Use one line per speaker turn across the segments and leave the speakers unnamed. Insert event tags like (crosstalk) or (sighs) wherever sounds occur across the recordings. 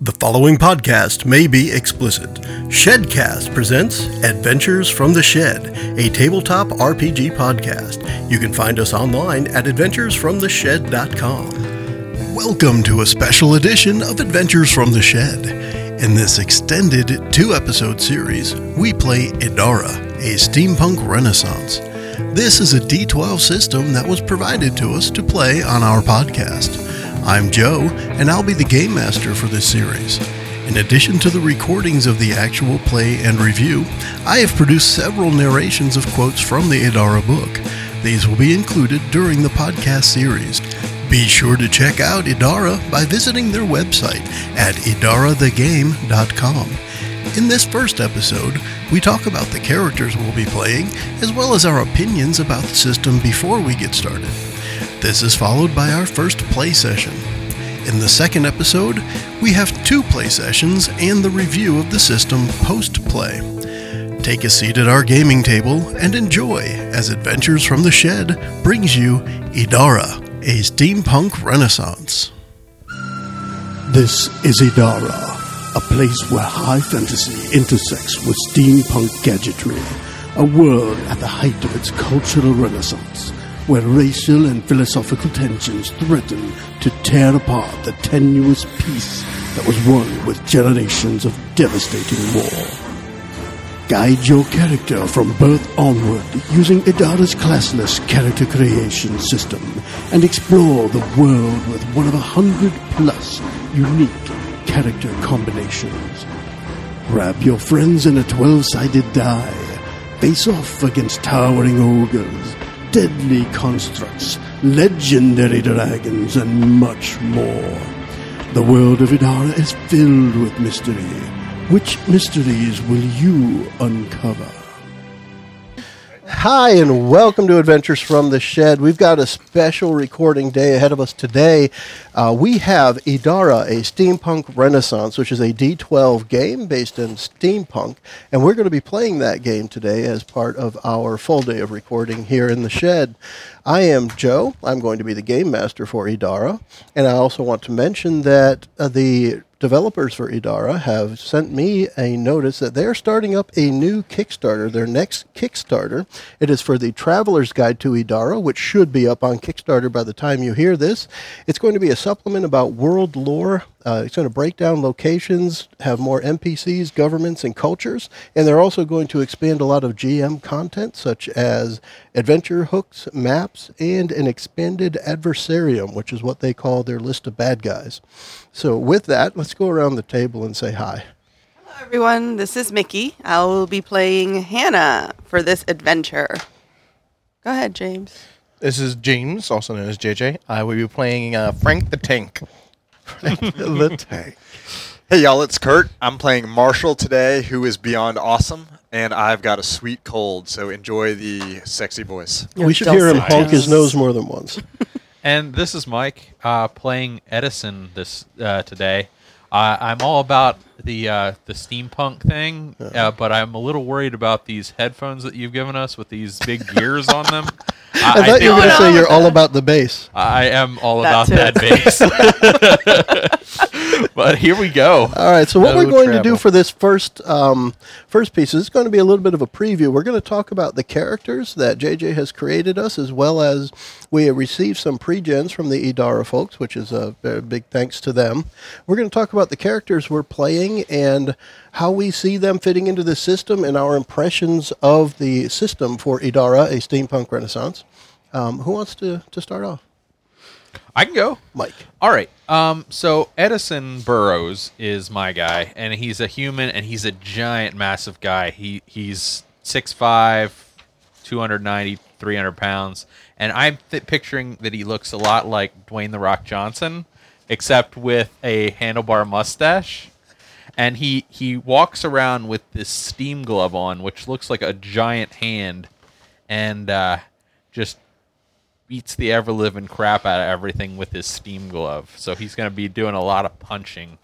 The following podcast may be explicit. Shedcast presents Adventures from the Shed, a tabletop RPG podcast. You can find us online at adventuresfromtheshed.com. Welcome to a special edition of Adventures from the Shed. In this extended two episode series, we play Idara, a steampunk renaissance. This is a D12 system that was provided to us to play on our podcast. I'm Joe, and I'll be the game master for this series. In addition to the recordings of the actual play and review, I have produced several narrations of quotes from the Idara book. These will be included during the podcast series. Be sure to check out Idara by visiting their website at idarathegame.com. In this first episode, we talk about the characters we'll be playing, as well as our opinions about the system before we get started. This is followed by our first play session. In the second episode, we have two play sessions and the review of the system post play. Take a seat at our gaming table and enjoy as Adventures from the Shed brings you Idara, a steampunk renaissance.
This is Idara, a place where high fantasy intersects with steampunk gadgetry, a world at the height of its cultural renaissance, where racial and philosophical tensions threaten to tear apart the tenuous peace that was won with generations of devastating war. Guide your character from birth onward using Idara's classless character creation system and explore the world with one of a hundred plus unique character combinations. Wrap your friends in a 12 sided die. Face off against towering ogres, deadly constructs, legendary dragons, and much more. The world of Idara is filled with mystery. Which mysteries will you uncover?
Hi, and welcome to Adventures from the Shed. We've got a special recording day ahead of us today. Uh, we have Idara, a steampunk renaissance, which is a D12 game based in steampunk, and we're going to be playing that game today as part of our full day of recording here in the shed. I am Joe. I'm going to be the game master for Idara, and I also want to mention that uh, the developers for Idara have sent me a notice that they're starting up a new Kickstarter, their next Kickstarter. It is for the Traveler's Guide to Idara, which should be up on Kickstarter by the time you hear this. It's going to be a supplement about world lore. Uh, it's going to break down locations, have more NPCs, governments, and cultures. And they're also going to expand a lot of GM content, such as adventure hooks, maps, and an expanded adversarium, which is what they call their list of bad guys. So, with that, let's go around the table and say hi.
Hello, everyone. This is Mickey. I will be playing Hannah for this adventure. Go ahead, James.
This is James, also known as JJ. I will be playing uh, Frank the Tank.
the tank.
Hey y'all, it's Kurt. I'm playing Marshall today, who is beyond awesome, and I've got a sweet cold, so enjoy the sexy voice.
we should hear him honk his nose more than once.
And this is Mike uh, playing Edison this uh, today. Uh, I'm all about the uh, the steampunk thing, uh, but I'm a little worried about these headphones that you've given us with these big gears on them.
(laughs) I, thought you were going
think
to say you're all about the bass.
I am all
That
about
too.
that bass.
(laughs)
(laughs) but here we go.
All right. So what we're
Road
going to do
travel.
for this first um, first piece is going to be a little bit of a preview. We're going to talk about the characters that JJ has created us, as well as we received some pre-gens from the Idara folks, which is a very big thanks to them. We're going to talk about the characters we're playing and how we see them fitting into the system and our impressions of the system for Idara, a steampunk renaissance. Um, who wants to, to start off?
I can go.
Mike.
All right. Um, so Edison Burrows is my guy, and he's a human, and he's a giant, massive guy. He he's 6'5", 290, 300 pounds, and I'm th- picturing that he looks a lot like Dwayne the Rock Johnson, except with a handlebar mustache, and he he walks around with this steam glove on, which looks like a giant hand, and uh, just beats the ever living crap out of everything with his steam glove. So he's going to be doing a lot of punching.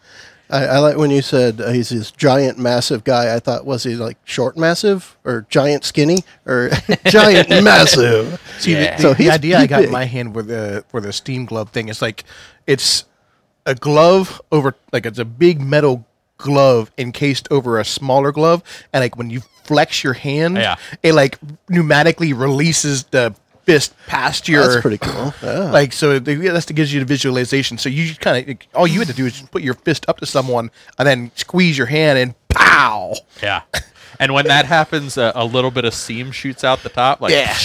I, I like when you said uh, he's this giant, massive guy. I thought was he like short, massive, or giant, skinny, or (laughs)
(laughs)
giant, massive?
See,
Yeah.
the,
So
the
he's
idea I got
big.
in my hand with the for the steam glove thing is like it's a glove over like it's a big metal glove encased over a smaller glove, and like when you flex your hand,
Yeah.
it like pneumatically releases the fist past your.
That's pretty
(laughs)
cool. Yeah.
Like so, the, yeah, that's the gives you the visualization. So you kind of all you had to do is just put your fist up to someone and then squeeze your hand and pow.
Yeah. (laughs) And when that happens, a, a little bit of seam shoots out the top. Like,
Yeah.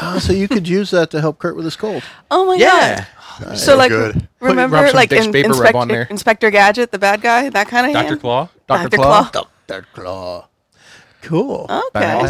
Ah, so you could use that to help Kurt with his cold.
Oh my
Yeah.
god! So like,
good.
rub
remember
some
like
Vicks
in,
Vapor Rub
Inspector,
on there.
Inspector Gadget, the bad guy, that kind of
Dr.
hand?
Claw?
Dr. Claw.
Doctor Claw.
Cool.
Okay.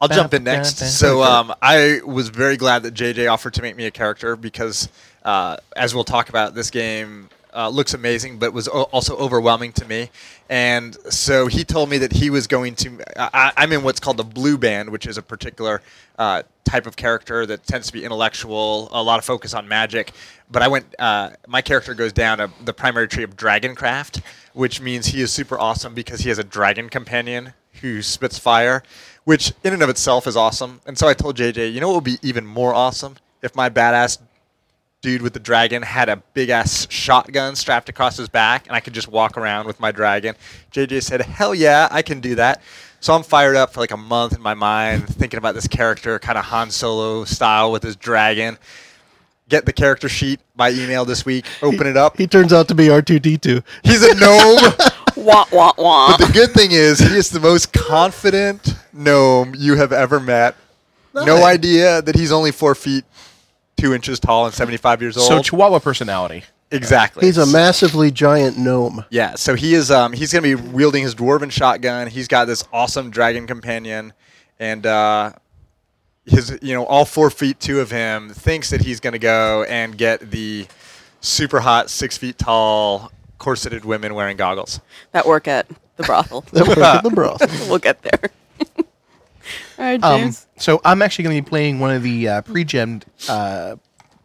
I'll jump in next. So um, I was very glad that JJ offered to make me a character because, uh, as we'll talk about, this game uh, looks amazing, but was o- also overwhelming to me. And so he told me that he was going to. I- I- I'm in what's called the blue band, which is a particular uh, type of character that tends to be intellectual, a lot of focus on magic. But I went. Uh, my character goes down a, the primary tree of dragoncraft, which means he is super awesome because he has a dragon companion who spits fire, which in and of itself is awesome. And so I told JJ, you know what would be even more awesome if my badass dude with the dragon had a big ass shotgun strapped across his back, and I could just walk around with my dragon. JJ said, hell yeah, I can do that. So I'm fired up for like a month in my mind, thinking about this character, kind of Han Solo style with his dragon. Get the character sheet by email this week. Open
(laughs)
it up.
He turns out to be R2D2.
He's a gnome.
(laughs) Wah wah wah.
But the good thing is, he is the most confident gnome you have ever met. No idea that he's only four feet, two inches tall, and 75 years old.
So Chihuahua personality.
exactly.
He's a massively giant gnome.
(laughs)
Yeah, so he is. Um, he's going to be wielding his dwarven shotgun. He's got this awesome dragon companion, and uh, his you know all four feet two of him thinks that he's going to go and get the super hot six feet tall corseted women wearing goggles. (laughs)
that work at the brothel.
That works with the broth.
we'll get there. All right,
Um,
James.
so I'm actually going to be playing one of the uh, pre-gemmed uh,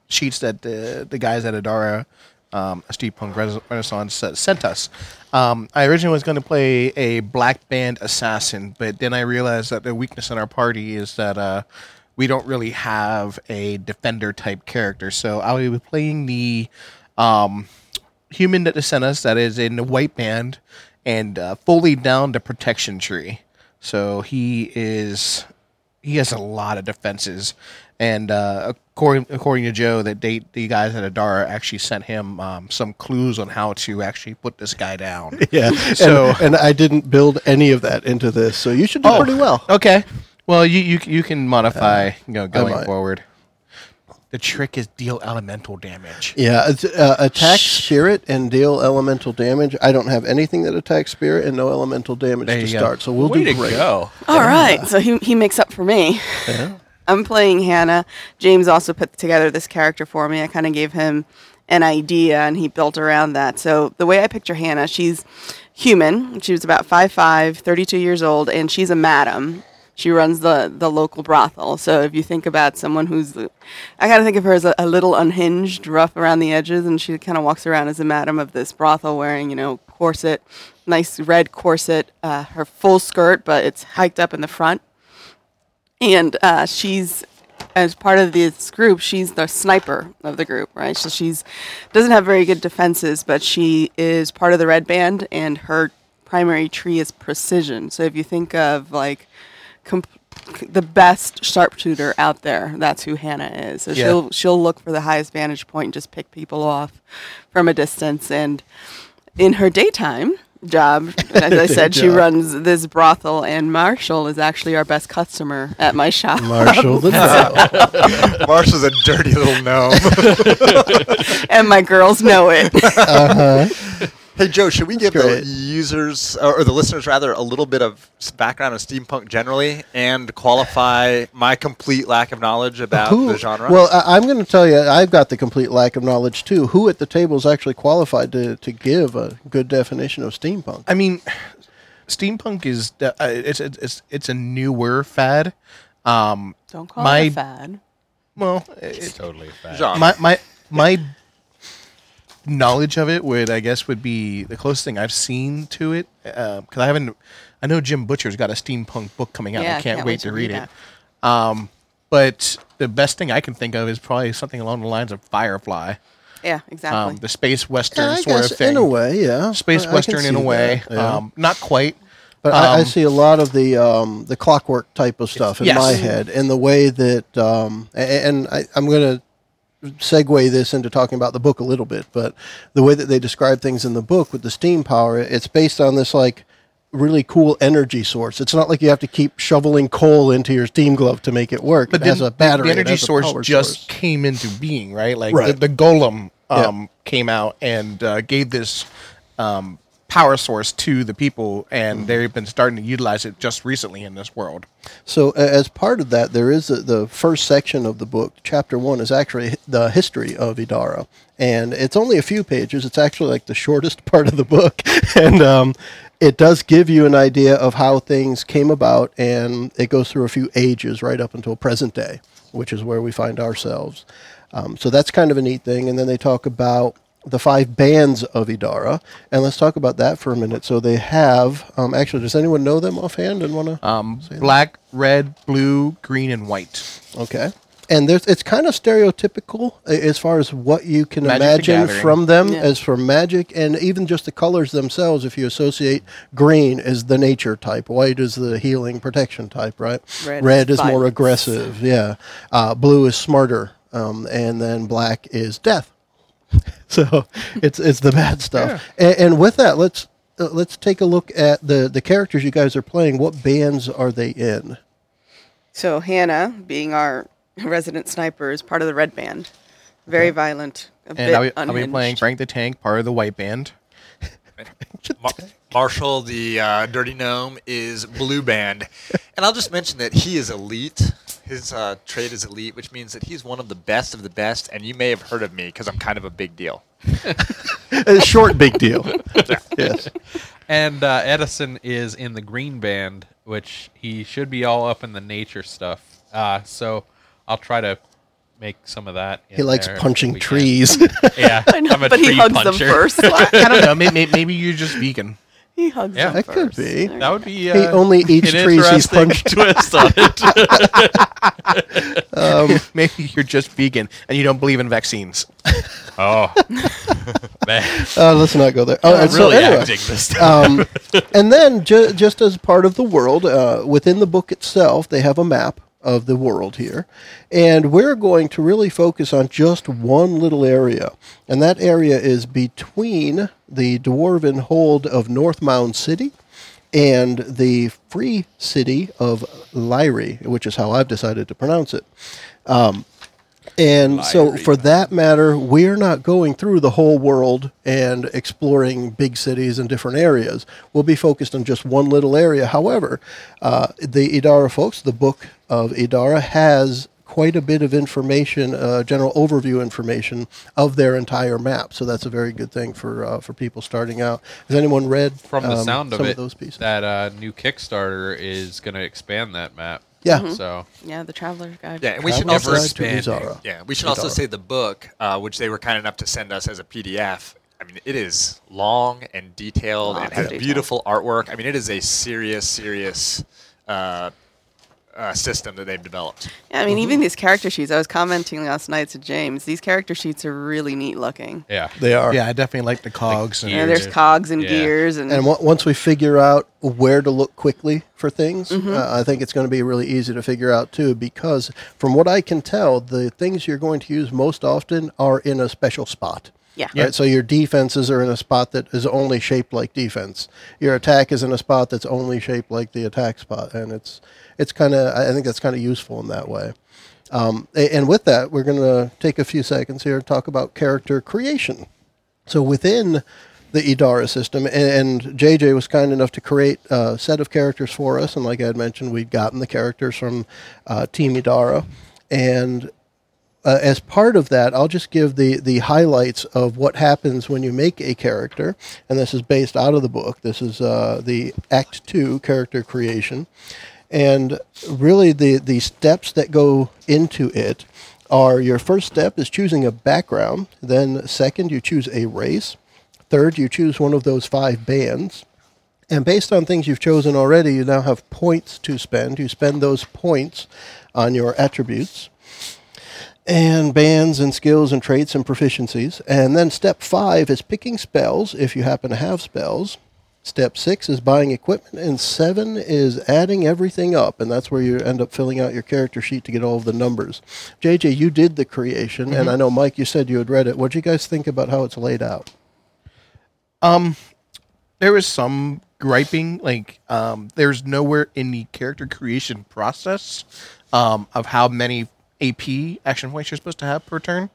sheets that the the guys at Adara, um, Steve Punk Rena- Renaissance uh, sent us. Um, I originally was going to play a black band assassin, but then I realized that the weakness in our party is that uh, we don't really have a defender type character. So I will be playing the um, human that they sent us that is in the white band and uh, fully down the protection tree. So he is he has a lot of defenses, and uh, according according to Joe, that they the guys at Adara actually sent him um, some clues on how to actually put this guy down.
(laughs) Yeah.
So- Oh.
and, and I didn't build any of that into this, so you should do pretty well.
Okay. Well, you you, you can modify you know, going
Uh, might.
forward. The trick is deal elemental damage.
Yeah, it's, uh, attack spirit and deal elemental damage. I don't have anything that attacks spirit and no elemental damage
There
to
you go.
start, so we'll
Way
do
to
great.
go.
All right, so he, he makes up for me. I'm playing Hannah. James also put together this character for me. I kind of gave him an idea, and he built around that. So the way I picture Hannah, she's human. She was about 5'5", 32 years old, and she's a madam. She runs the, the local brothel. So if you think about someone who's, I kind of think of her as a, a little unhinged, rough around the edges, and she kind of walks around as a madam of this brothel wearing, you know, corset, nice red corset, uh, her full skirt, but it's hiked up in the front. And uh, she's, as part of this group, she's the sniper of the group, right? So she's doesn't have very good defenses, but she is part of the red band, and her primary tree is precision. So if you think of like com- the best sharpshooter out there, that's who Hannah is. So she'll she'll look for the highest vantage point and just pick people off from a distance. And in her daytime job, as I said, she
job.
runs this brothel, and Marshall is actually our best customer at my shop.
Marshall
(laughs)
the Gnome.
Marsh is a dirty little gnome.
(laughs)
(laughs)
and my girls know it.
Hey Joe, should we give
great.
the users or, or the listeners rather a little bit of s- background on steampunk generally and qualify my complete lack of knowledge about
Who-
the genre?
Well, I, I'm going to tell you, I've got the complete lack of knowledge too. Who at the table is actually qualified to, to give a good definition of steampunk?
I mean, steampunk is uh, it's it's it's- it's a newer fad. Um,
Don't call
My-
it a fad.
well, it,
It's totally fat.
genre.
my my my knowledge of it would I guess would be the closest thing I've seen to it because I haven't. I know Jim Butcher's got a steampunk book coming out.
Yeah,
I can't, wait, to read, it. Um, but the best thing I can think of is probably something along the lines of Firefly.
Yeah, exactly.
Um, the space western
I
sort
guess
of thing.
in a way, yeah.
Space
I- I can
western in a
see
way.
that, yeah.
Um, not quite.
But I, I
Um,
see a lot of the um, the clockwork type of stuff in
Yes.
my head, and the way that, um, a- a- and I, I'm going to segue this into talking about the book a little bit, but the way that they describe things in the book with the steam power, it's based on this like really cool energy source. It's not like you have to keep shoveling coal into your steam glove to make it work.
But
it has
then
a battery.
the
it
energy
has a
source
power
just
source.
came into being, right? Like
Right.
The, the golem
Yeah.
um, came out and uh, gave this um, power source to the people,
Mm-hmm.
and they've been starting to utilize it just recently in this world.
So, a- as part of that, there is a, the first section of the book, chapter one, is actually hi- the history of Idara, and it's only a few pages. It's actually like the shortest (laughs) part of the book, and um, it does give you an idea of how things came about, and it goes through a few ages right up until present day, which is where we find ourselves. Um, so that's kind of a neat thing. And then they talk about the five bands of Idara, and let's talk about that for a minute. So they have um, actually, does anyone know them offhand and want to?
Um, black, red, blue, green, and white.
Okay. And there's, it's kind of stereotypical a- as far as what you can
Magic the
imagine
Gathering.
from them
Yeah.
as for magic and even just the colors themselves. If you associate green is the nature type, white is the healing protection type, right?
Red
is
is
more
violence.
aggressive, yeah. Uh, blue is smarter, um, and then black is death. (laughs) So it's it's the bad stuff. And, and with that, let's uh, let's take a look at the the characters you guys are playing. What bands are they in?
So Hannah, being our resident sniper, is part of the red band. Very violent. A
And
bit
I'll be, I'll be
unhinged.
playing Frank the Tank, part of the white band. (laughs)
Mar- Marshall, the uh, dirty gnome, is blue
(laughs)
band, and I'll just mention that he is elite. His uh, trade is elite, which means that he's one of the best of the best. And you may have heard of me because I'm kind of a big deal.
A short big
(laughs)
deal. yes.
And uh, Edison is in the green band, which he should be all up in the nature stuff. Uh, so I'll try to make some of that.
He
in
likes
there if
punching
we can.
trees.
(laughs) Yeah,
(laughs) I know,
I'm a
but
tree
he hugs
puncher.
them first.
(laughs)
(laughs)
I don't know. Maybe, maybe you're just vegan.
he hugs
Yeah.
them
That could
first.
be.
There
That
you
would be. Uh,
(laughs) he only eats
an
trees he's punched.
interesting (laughs) twist on it.
Um,
(laughs) maybe you're just vegan and you don't believe in vaccines.
oh (laughs) man,
Uh, let's not
(laughs)
go there. All right, so
really
anyway,
acting this time. (laughs)
um, and then ju- just as part of the world, uh, within the book itself, they have a map of the world here, and we're going to really focus on just one little area, and that area is between the dwarven hold of North Mound City. and the free city of Lyri, which is how I've decided to pronounce it. Um, and so, for that matter, we're not going through the whole world and exploring big cities and different areas. We'll be focused on just one little area. However, uh, the Idara folks, the book of Idara, has quite a bit of information, uh, general overview information of their entire map. So that's a very good thing for uh, for people starting out. Has anyone read
From the
um,
sound of
some
it,
of those pieces?
that uh, new Kickstarter is going to expand that map.
Yeah.
Mm-hmm.
Mhm.
So
go. Yeah, the traveler's guide.
Yeah, and we should
Traveler's
also
Guide to
expand.
Bizarro.
Yeah, we should also
Bizarro.
say the book, uh, which they were kind enough to send us as a PDF. I mean, it is long and detailed.
Lots
and
of
it has
detail.
beautiful artwork. I mean, it is a serious, serious uh, uh, system that they've developed.
Yeah, I mean, even these character sheets. I was commenting last night to James. These character sheets are really neat looking.
yeah,
They are.
Yeah, I definitely like the cogs.
And
And
gears.
there's cogs and
Yeah.
gears and,
And w- once we figure out where to look quickly for things, uh, I think it's going to be really easy to figure out too. Because from what I can tell, the things you're going to use most often are in a special spot.
yeah.
Right, so your defenses are in a spot that is only shaped like defense. Your attack is in a spot that's only shaped like the attack spot, and it's it's kind of I I think that's kind of useful in that way. Um, a- and with that, we're going to take a few seconds here and talk about character creation. So within the Idara system, and, and JJ was kind enough to create a set of characters for us. And like I had mentioned, we'd gotten the characters from uh, Team Idara. And uh, as part of that, I'll just give the, the highlights of what happens when you make a character. And this is based out of the book. This is uh, the Act Two character creation. And really, the, the steps that go into it are your first step is choosing a background. Then, second, you choose a race. Third, you choose one of those five bands. And based on things you've chosen already, you now have points to spend. You spend those points on your attributes. and bands and skills and traits and proficiencies. And then step five is picking spells if you happen to have spells. Step six is buying equipment, and seven is adding everything up, and that's where you end up filling out your character sheet to get all of the numbers. JJ, you did the creation, and I know Mike, you said you had read it. What do you guys think about how it's laid out?
there was some griping like um, there's nowhere in the character creation process um, of how many ap action points you're supposed to have per turn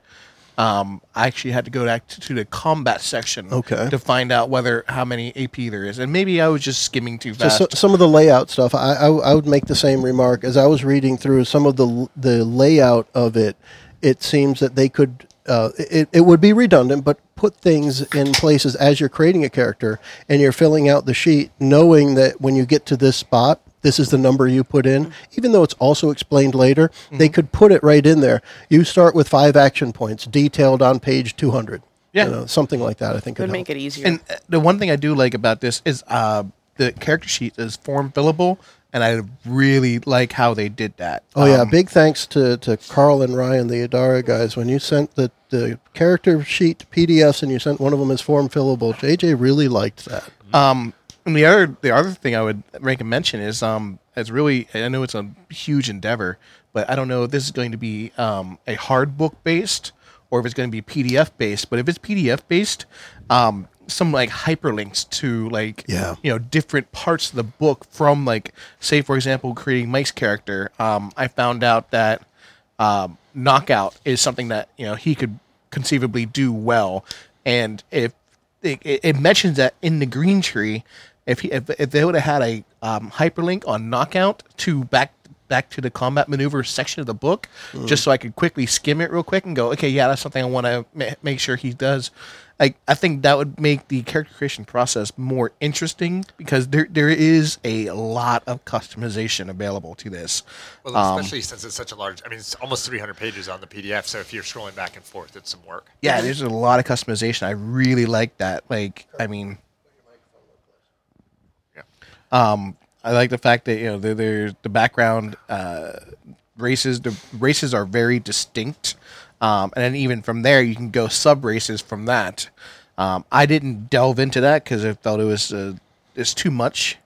um, i actually had to go back to, to the combat section
Okay.
to find out whether how many ap there is and maybe i was just skimming too fast
So, so- some of the layout stuff, I, I, I would make the same remark as I was reading through some of the the layout of it. It seems that they could. Uh, it, it would be redundant, but put things in places as you're creating a character and you're filling out the sheet, knowing that when you get to this spot, this is the number you put in. Even though it's also explained later, they could put it right in there. You start with five action points detailed on page 200.
Yeah.
You know, something like that, I think.
would
help.
make it easier.
and uh, the one thing i do like about this is uh, the character sheet is form fillable and i really like how they did that
Oh yeah,
Um,
big thanks to, to Carl and Ryan, the Adara guys. When you sent the, the character sheet PDFs and you sent one of them as form fillable, JJ really liked that.
Um, and the other the other thing I would rank and mention is um, it's really I know it's a huge endeavor, but I don't know if this is going to be um, a hard book based or if it's going to be PDF based. But if it's PDF based, um, some like hyperlinks to like
Yeah.
you know different parts of the book from like say for example creating Mike's character. Um, I found out that um, knockout is something that you know he could conceivably do well, and if it, it it mentions that in the green tree, if he if, if they would have had a um, hyperlink on knockout to back back to the combat maneuver section of the book, just so I could quickly skim it real quick and go, okay, yeah, that's something I want to ma- make sure he does. Like I think that would make the character creation process more interesting because there there is a lot of customization available to this.
Well, especially since it's such a large. I mean, it's almost 300 pages on the PDF. So if you're scrolling back and forth, it's some work.
Yeah, there's a lot of customization. I really like that. Like, I mean, um, I like the fact that you know they're, they're the background uh, races. The races are very distinct, um, and then even from there you can go sub races from that. Um, I didn't delve into that because I felt it was uh, it's too much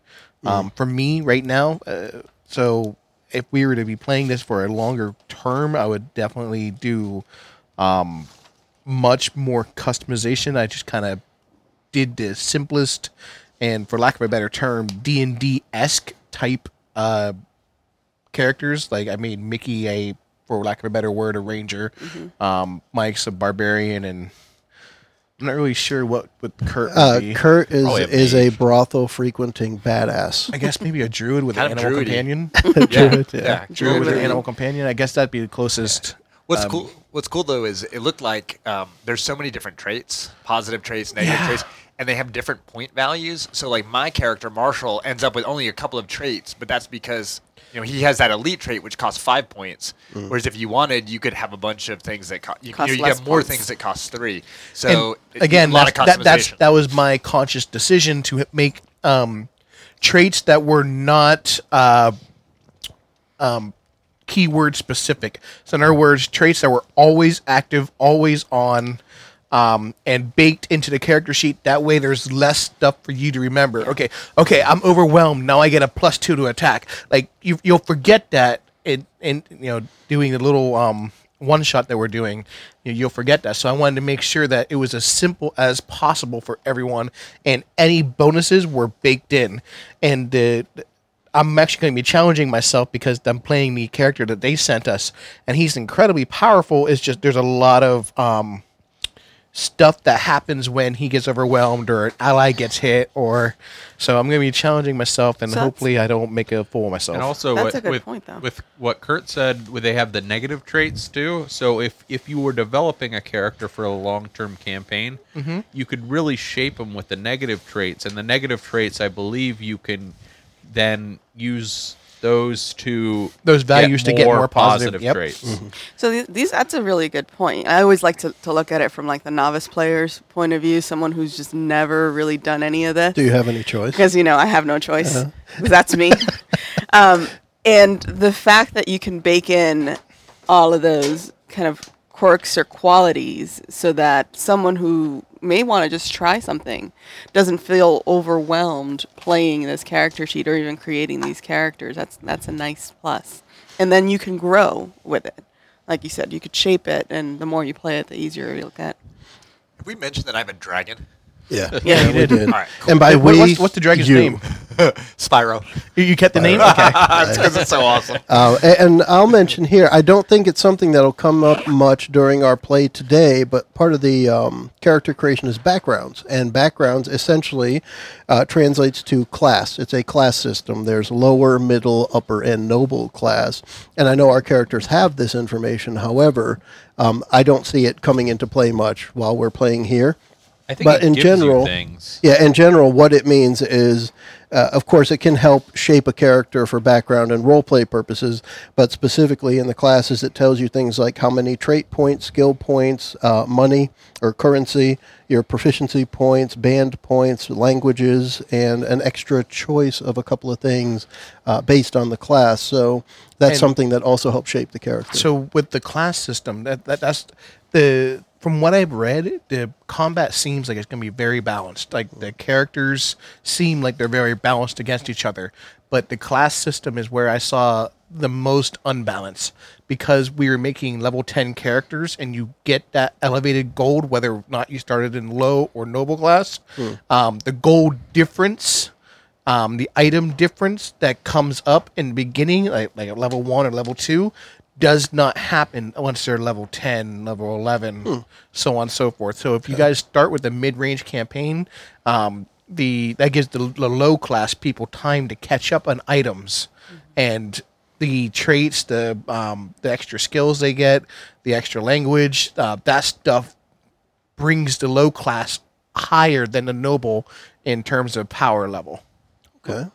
um, for me right now. Uh, so if we were to be playing this for a longer term, I would definitely do much more customization. I just kind of did the simplest and, for lack of a better term, D and D esque type uh, characters. Like I made Mickey a, for lack of a better word, a ranger. Um, Mike's a barbarian, and I'm not really sure what with Kurt. Would
Uh,
be.
Kurt is
Probably a
is a brothel frequenting badass.
I guess maybe a druid with
Kind
an
of
animal
druidy.
(laughs)
companion.
yeah, yeah.
druid with an animal companion. I guess that'd be the closest.
What's
Um,
cool? What's cool though is it looked like um, there's so many different traits, positive traits, negative traits, and they have different point values. So like my character Marshall ends up with only a couple of traits, but that's because you know he has that elite trait which costs five points.
Mm.
Whereas if you wanted, you could have a bunch of things that co- you, you, know,
Cost
you
less
have more
points.
things that cost three.
And
So it-
again,
a lot of
that's- that, that's
customization.
that was my conscious decision to make um, traits that were not uh, um, keyword specific. So in other words, traits that were always active, always on. Um, and baked into the character sheet. That way, there's less stuff for you to remember. Okay, okay, I'm overwhelmed. Now I get a plus two to attack. Like you, you'll forget that in, in you know doing the little um, one shot that we're doing, you you'll forget that. So I wanted to make sure that it was as simple as possible for everyone, and any bonuses were baked in. And the, I'm actually going to be challenging myself because I'm playing the character that they sent us, and he's incredibly powerful. It's just there's a lot of um, stuff that happens when he gets overwhelmed or an ally gets hit, or so I'm going to be challenging myself, and
So that's-
hopefully I don't make a fool of myself.
And also,
That's
what,
a good
with,
point, though.
with what Kurt said, would they have the negative traits too? So if if you were developing a character for a long term campaign, you could really shape them with the negative traits, and the negative traits, I believe, you can then use those to
Those values to get more positive,
positive, Mm-hmm.
yep.
traits.
So th- these that's a really good point. I always like to, to look at it from like the novice player's point of view, someone who's just never really done any of this.
Do you have any choice?
because you know I have no choice.
Uh-huh.
'cause
(laughs)
That's me. um, and the fact that you can bake in all of those kind of quirks or qualities so that someone who may want to just try something doesn't feel overwhelmed playing this character sheet or even creating these characters. That's that's a nice plus. And then you can grow with it. Like you said, you could shape it and the more you play it the easier you'll get.
Have we mentioned that I'm a dragon?
Yeah.
Yeah.
we did.
All right, cool.
And by
What-
we,
what's, what's the dragon's
you.
name?
Spyro.
You- You kept the
(laughs)
name. Okay.
(laughs) That's because it's
(laughs)
so awesome.
Uh, a- and I'll mention here, I don't think it's something that'll come up much during our play today, but part of the um, character creation is backgrounds. And backgrounds essentially uh, translates to class. It's a class system. There's lower, middle, upper, and noble class. And I know our characters have this information. However, um, I don't see it coming into play much while we're playing here.
I think
But
it
in
gives you
general-
things.
Yeah, in general, what it means is, uh, of course, it can help shape a character for background and role play purposes, but specifically in the classes, it tells you things like how many trait points, skill points, uh, money or currency, your proficiency points, band points, languages, and an extra choice of a couple of things uh, based on the class. So that's
And-
something that also helps shape the character.
So with the class system, that, that that's the from what I've read, the combat seems like it's going to be very balanced. Like the characters seem like they're very balanced against each other, but the class system is where I saw the most unbalance because we were making level 10 characters and you get that elevated gold whether or not you started in low or noble class um, the gold difference um, the item difference that comes up in the beginning, like like at level one or level two, does not happen once they're level ten, level eleven, so on and so forth. So if you guys start with the mid range campaign, um, the that gives the, the low class people time to catch up on items and the traits, the um, the extra skills they get, the extra language, uh, that stuff brings the low class higher than the noble in terms of power level.
okay.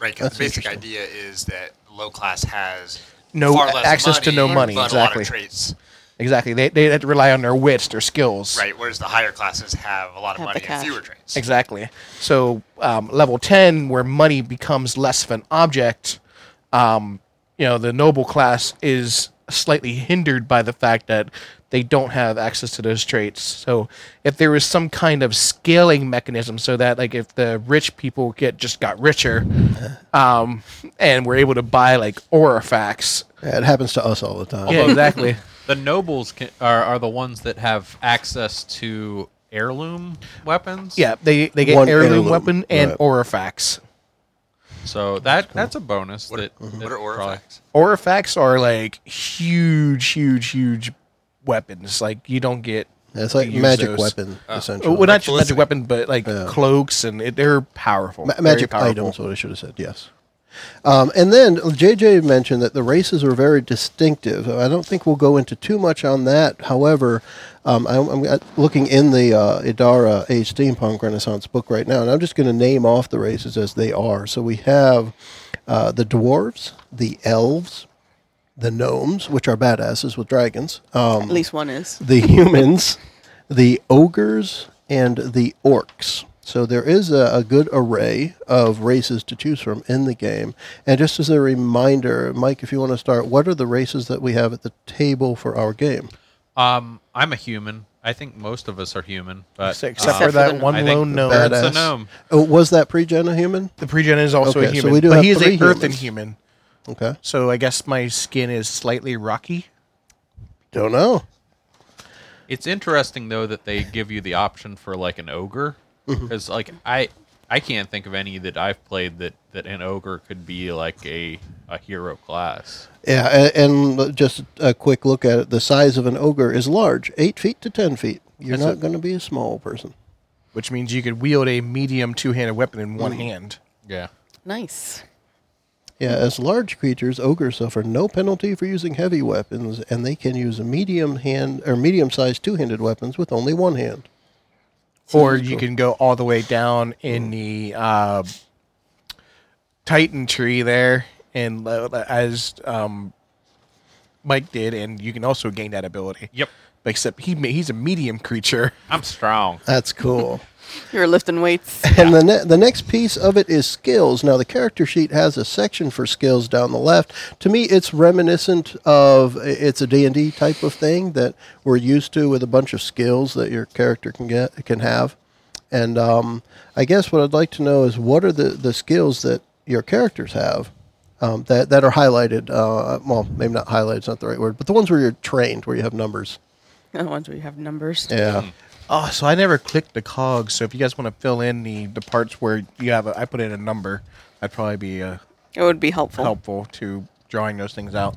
Right, because the basic idea is that low class has
No
far less
access
money,
to no money,
but a lot
exactly.
of traits.
Exactly. They, they had to rely on their wits, their skills.
Right, whereas the higher classes have a lot of
Have the
money
cash.
and fewer traits.
Exactly. So um, level ten, where money becomes less of an object, um, you know, the noble class is slightly hindered by the fact that they don't have access to those traits. So if there was some kind of scaling mechanism, so that like if the rich people get just got richer, um, and were able to buy like orifacts.
Yeah, it happens to us all the time.
Yeah, exactly.
The nobles can, are are the ones that have access to heirloom weapons.
(laughs) Yeah, they they get
One
heirloom,
heirloom,
weapon and
right.
orifacts.
So that that's a bonus.
What,
that,
are-
that
what are
probably-
Orifacts?
Orifacts are like huge, huge, huge weapons. Like you don't get.
It's
to
like
use
magic
those.
weapon, essentially.
Oh, well, not just
Felicity.
magic weapon, but like cloaks and it, they're powerful.
Ma-
very
magic
powerful.
items, what I should have said, yes. Um, and then JJ mentioned that the races are very distinctive. I don't think we'll go into too much on that. However, um, I, I'm uh, looking in the uh, Idara Age Steampunk Renaissance book right now, and I'm just going to name off the races as they are. So we have uh, the dwarves, the elves, the gnomes, which are badasses with dragons, um,
At least one is.
the humans, the ogres, and the orcs. So there is a, a good array of races to choose from in the game. And just as a reminder, Mike, if you want to start, what are the races that we have at the table for our game?
Um, I'm a human. I think most of us are human, but
So Except
um,
for
Except for
that
the-
one
I think
lone
the
gnome.
birds-
That's-
a gnome.
Oh, was that pre-gen a human?
The pregen is also a
Okay, so
human,
we do
but
have
he is
three
a earthen
humans.
human.
Okay,
So I guess my skin is slightly rocky.
don't know.
It's interesting though that they give you the option for like an ogre,
Mm-hmm.
because like I I can't think of any that I've played that that an ogre could be like a a hero class.
Yeah, a- and, and just a quick look at it. The size of an ogre is large, eight feet to ten feet. You're
That's
not going to be a small person.
Which means you could wield a medium two-handed weapon in
Mm.
one hand.
Yeah.
Nice.
Yeah, as large creatures, ogres suffer no penalty for using heavy weapons, and they can use medium hand or medium-sized two-handed weapons with only one hand.
or you can go all the way down in the uh, Titan tree there, and le- le- as um, Mike did, and you can also gain that ability.
Yep.
But except he ma- he's a medium creature.
I'm strong.
That's cool.
You were lifting weights. (laughs)
And the, ne- the next piece of it is skills. Now, the character sheet has a section for skills down the left. To me, it's reminiscent of it's a D&D type of thing that we're used to with a bunch of skills that your character can get can have. And um, I guess what I'd like to know is what are the, the skills that your characters have um, that, that are highlighted? Uh, well, maybe not highlighted, it's not the right word, but the ones where you're trained, where you have numbers. Hmm.
The ones where you have numbers.
Yeah.
Oh, so I never clicked the cogs. So if you guys want to fill in the, the parts where you have, a, I put in a number. That'd probably be uh,
It would be helpful.
helpful to drawing those things out.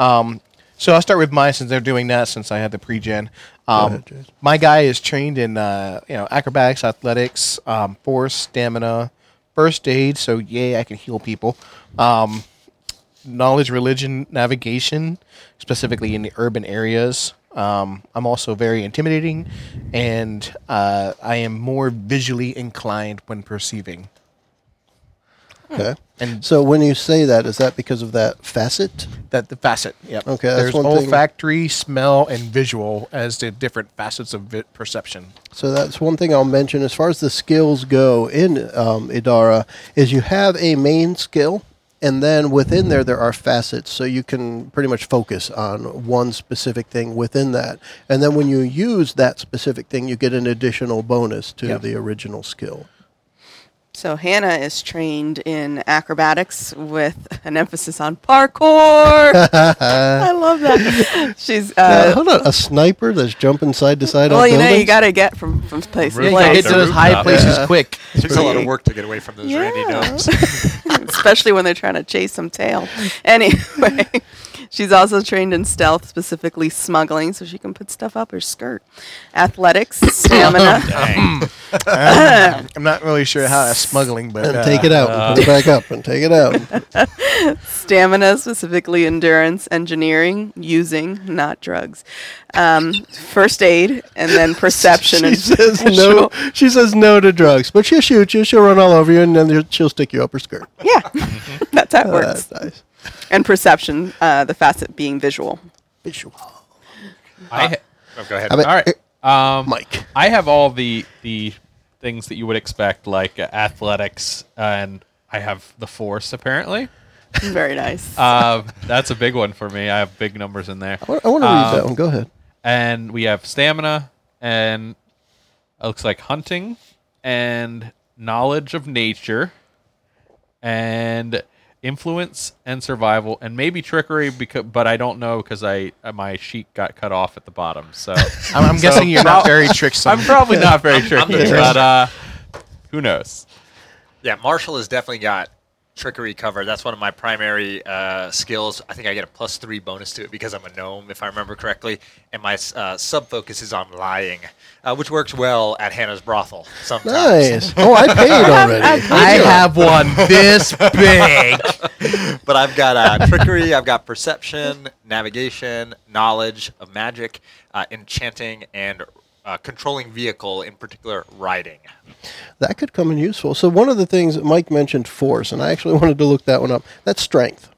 Um, so I'll start with mine since they're doing that since I had the pre-gen. Um,
ahead, Jason.
my guy is trained in uh, you know acrobatics, athletics, um, force, stamina, first aid. So yay, I can heal people. Um, knowledge, religion, navigation, specifically in the urban areas. Um, I'm also very intimidating, and uh, I am more visually inclined when perceiving.
Okay.
And
So when you say that, is that because of that facet?
that the facet. Yep.
Okay, that's
There's
one thing.
olfactory, smell, and visual as the different facets of vi- perception.
So that's one thing I'll mention as far as the skills go in um, Idara is you have a main skill, and then within there there are facets, so you can pretty much focus on one specific thing within that. And then when you use that specific thing, you get an additional bonus to
Yeah.
the original skill.
So Hannah is trained in acrobatics with an emphasis on
(laughs)
parkour. I love that. She's
Uh,
uh,
hold on, a sniper that's jumping side to side
well,
on
you know,
buildings.
you gotta get from from place to
Yeah, you
place.
gotta hit those high Yeah. places
quick.
It takes a lot of work to get away from those
(laughs) Yeah.
Randy gnomes.
(laughs) especially when they're trying to chase some tail. Anyway, (laughs) she's also trained in stealth, specifically smuggling, so she can put stuff up her skirt.
(coughs)
Athletics,
Oh,
stamina.
(laughs)
(laughs)
I'm not really sure how that's smuggling, but
and
uh,
take it out and put it back up and take it out.
stamina, specifically endurance, engineering, using, not drugs, um, first aid, and
(laughs)
then perception.
she
and
says no. She says no to drugs, but she'll shoot you. She'll run all over you, and then she'll stick you up her skirt.
Yeah, (laughs) that's how it
Uh,
works.
that's nice.
And perception, uh, the facet being visual.
Visual.
Uh,
I ha-
Oh, go ahead.
I mean,
all right. Um,
Mike.
I have all the the things that you would expect, like uh, athletics, and I have the force. Apparently,
Very nice.
uh, that's a big one for me. I have big numbers in there,
I want to read that
Um,
one. Go ahead.
and we have stamina, and it looks like hunting, and knowledge of nature, and influence and survival, and maybe trickery. Because, but I don't know because I uh, my sheet got cut off at the bottom. So
I'm, I'm guessing you're not very tricksome.
I'm probably not very tricky,
the
but uh, who knows?
Yeah, Marshall has definitely got trickery covered. That's one of my primary uh, skills. I think I get a plus three bonus to it because I'm a gnome, if I remember correctly. And my uh, sub focus is on lying, uh, which works well at Hannah's brothel sometimes.
Nice. Oh, (laughs) I paid already.
I have one this big.
(laughs) But I've got uh, trickery, I've got perception, navigation, knowledge of magic, uh, enchanting, and uh, controlling vehicle, in particular, riding.
That could come in useful. So one of the things that Mike mentioned, force, and I actually (laughs) wanted to look that one up. That's strength.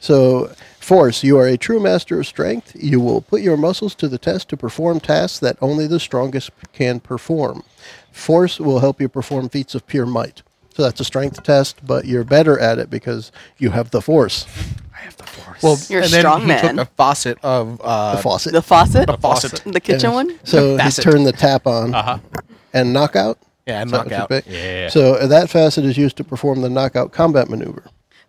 So force, you are a true master of strength. You will put your muscles to the test to perform tasks that only the strongest can perform. Force will help you perform feats of pure might. So that's a strength test, but you're better at it because you have the force.
Well,
You're a
and then
strong
he
man.
took a faucet of uh,
The faucet.
the faucet,
faucet.
the kitchen one.
So he
facet. Uh-huh.
turned the tap on and knockout.
Yeah,
Is that what you
knockout.
pick?
Yeah.
So uh, that facet is used to perform the knockout combat maneuver.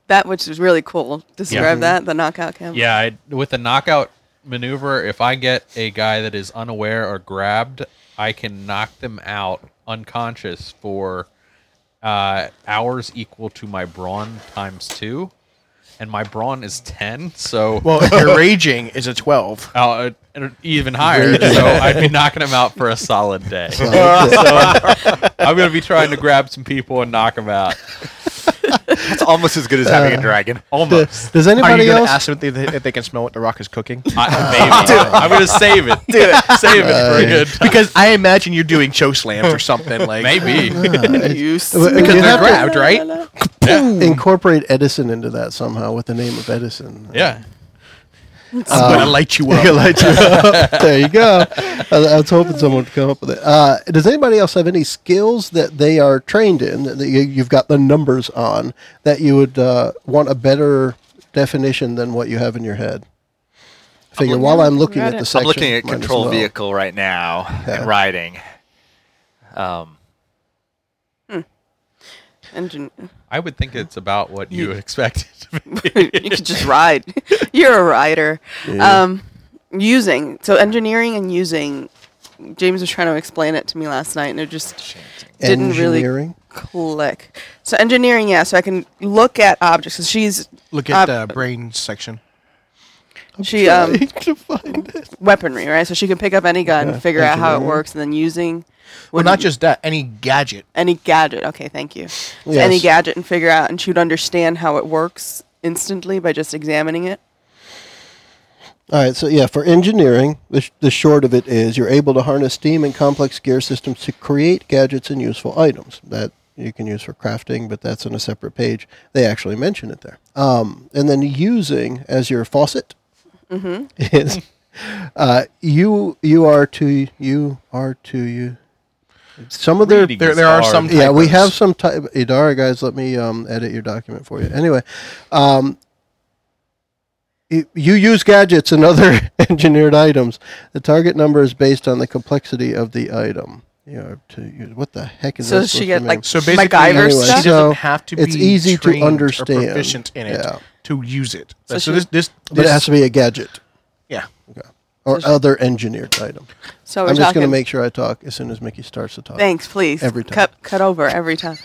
That which is really cool. Describe
Yeah.
that. The knockout cam.
Yeah, I, with the knockout maneuver, if I get a guy that is unaware or grabbed, I can knock them out unconscious for uh, hours equal to my brawn times two, and my brawn is ten, so
Well, if you're raging is a twelve.
uh, uh, even higher. so I'd be knocking them out for a solid day.
So it's, uh,
I'm gonna be trying to grab some people and knock them out.
That's almost as good as having a dragon.
Almost.
does
Are you
anybody
gonna
else?
ask them if they, if they can smell what the rock is (laughs) cooking?
I,
(laughs)
maybe. I'm gonna save it. Do it. Save it
Uh,
for a good. time.
because I imagine you're doing choke slams or something like
Maybe.
you
because
they're
have to-
grabbed, right?
Incorporate Edison into that somehow with the name of Edison.
Yeah.
I'm gonna light
(laughs)
you up.
uh, light you up. (laughs) there you go. I, I was hoping someone would come up with it. Uh, does anybody else have any skills that they are trained in that you, you've got the numbers on that you would uh, want a better definition than what you have in your head? Figure while I'm looking at the section,
I'm looking at
might as
control
well.
vehicle right now and riding. Um,
Engine.
I would think it's about what you expected.
you could just ride. (laughs) You're a rider. Um, using so engineering and using. James was trying to explain it to me last night, and it just didn't really
Engineering?
click. So engineering, yeah. So I can look at objects. 'cause she's
Look at the
Uh,
Ob-
brain section.
she
(laughs)
um,
to find it.
weaponry, right? So she can pick up any gun, figure out how it works, and then using.
Well, not just that. Any gadget.
any gadget. Okay, thank you. So Any
Yes.
gadget and figure out, and she would understand how it works instantly by just examining it.
All right, so yeah, for engineering, the, sh- the short of it is you're able to harness steam and complex gear systems to create gadgets and useful items that you can use for crafting, but that's on a separate page. They actually mention it there. Um, and then using as your faucet Mm-hmm. is uh, you you are to you are to you. Some of their
Reading
There,
is
there are
hard.
some.
yeah, we have
typos.
some type. Idara guys, let me um, edit your document for you. Anyway, um, you, you use gadgets and (laughs) other engineered items. The target number is based on the complexity of the item. You know, to use, what the heck is
So
this?
she
supposed
get
to
like
mean?
So basically,
MacGyver
Anyway,
she
stuff.
so-
doesn't have to be
it's easy to
trained or
understand.
proficient in it
Yeah.
to use it. So,
she-
this, this,
but it has to be a gadget
yeah.
or other engineered item.
So Oh, we're
I'm just
talking.
going to make sure I talk as soon as Mickey starts to talk.
Thanks, please.
Every time.
Cut, cut over every time.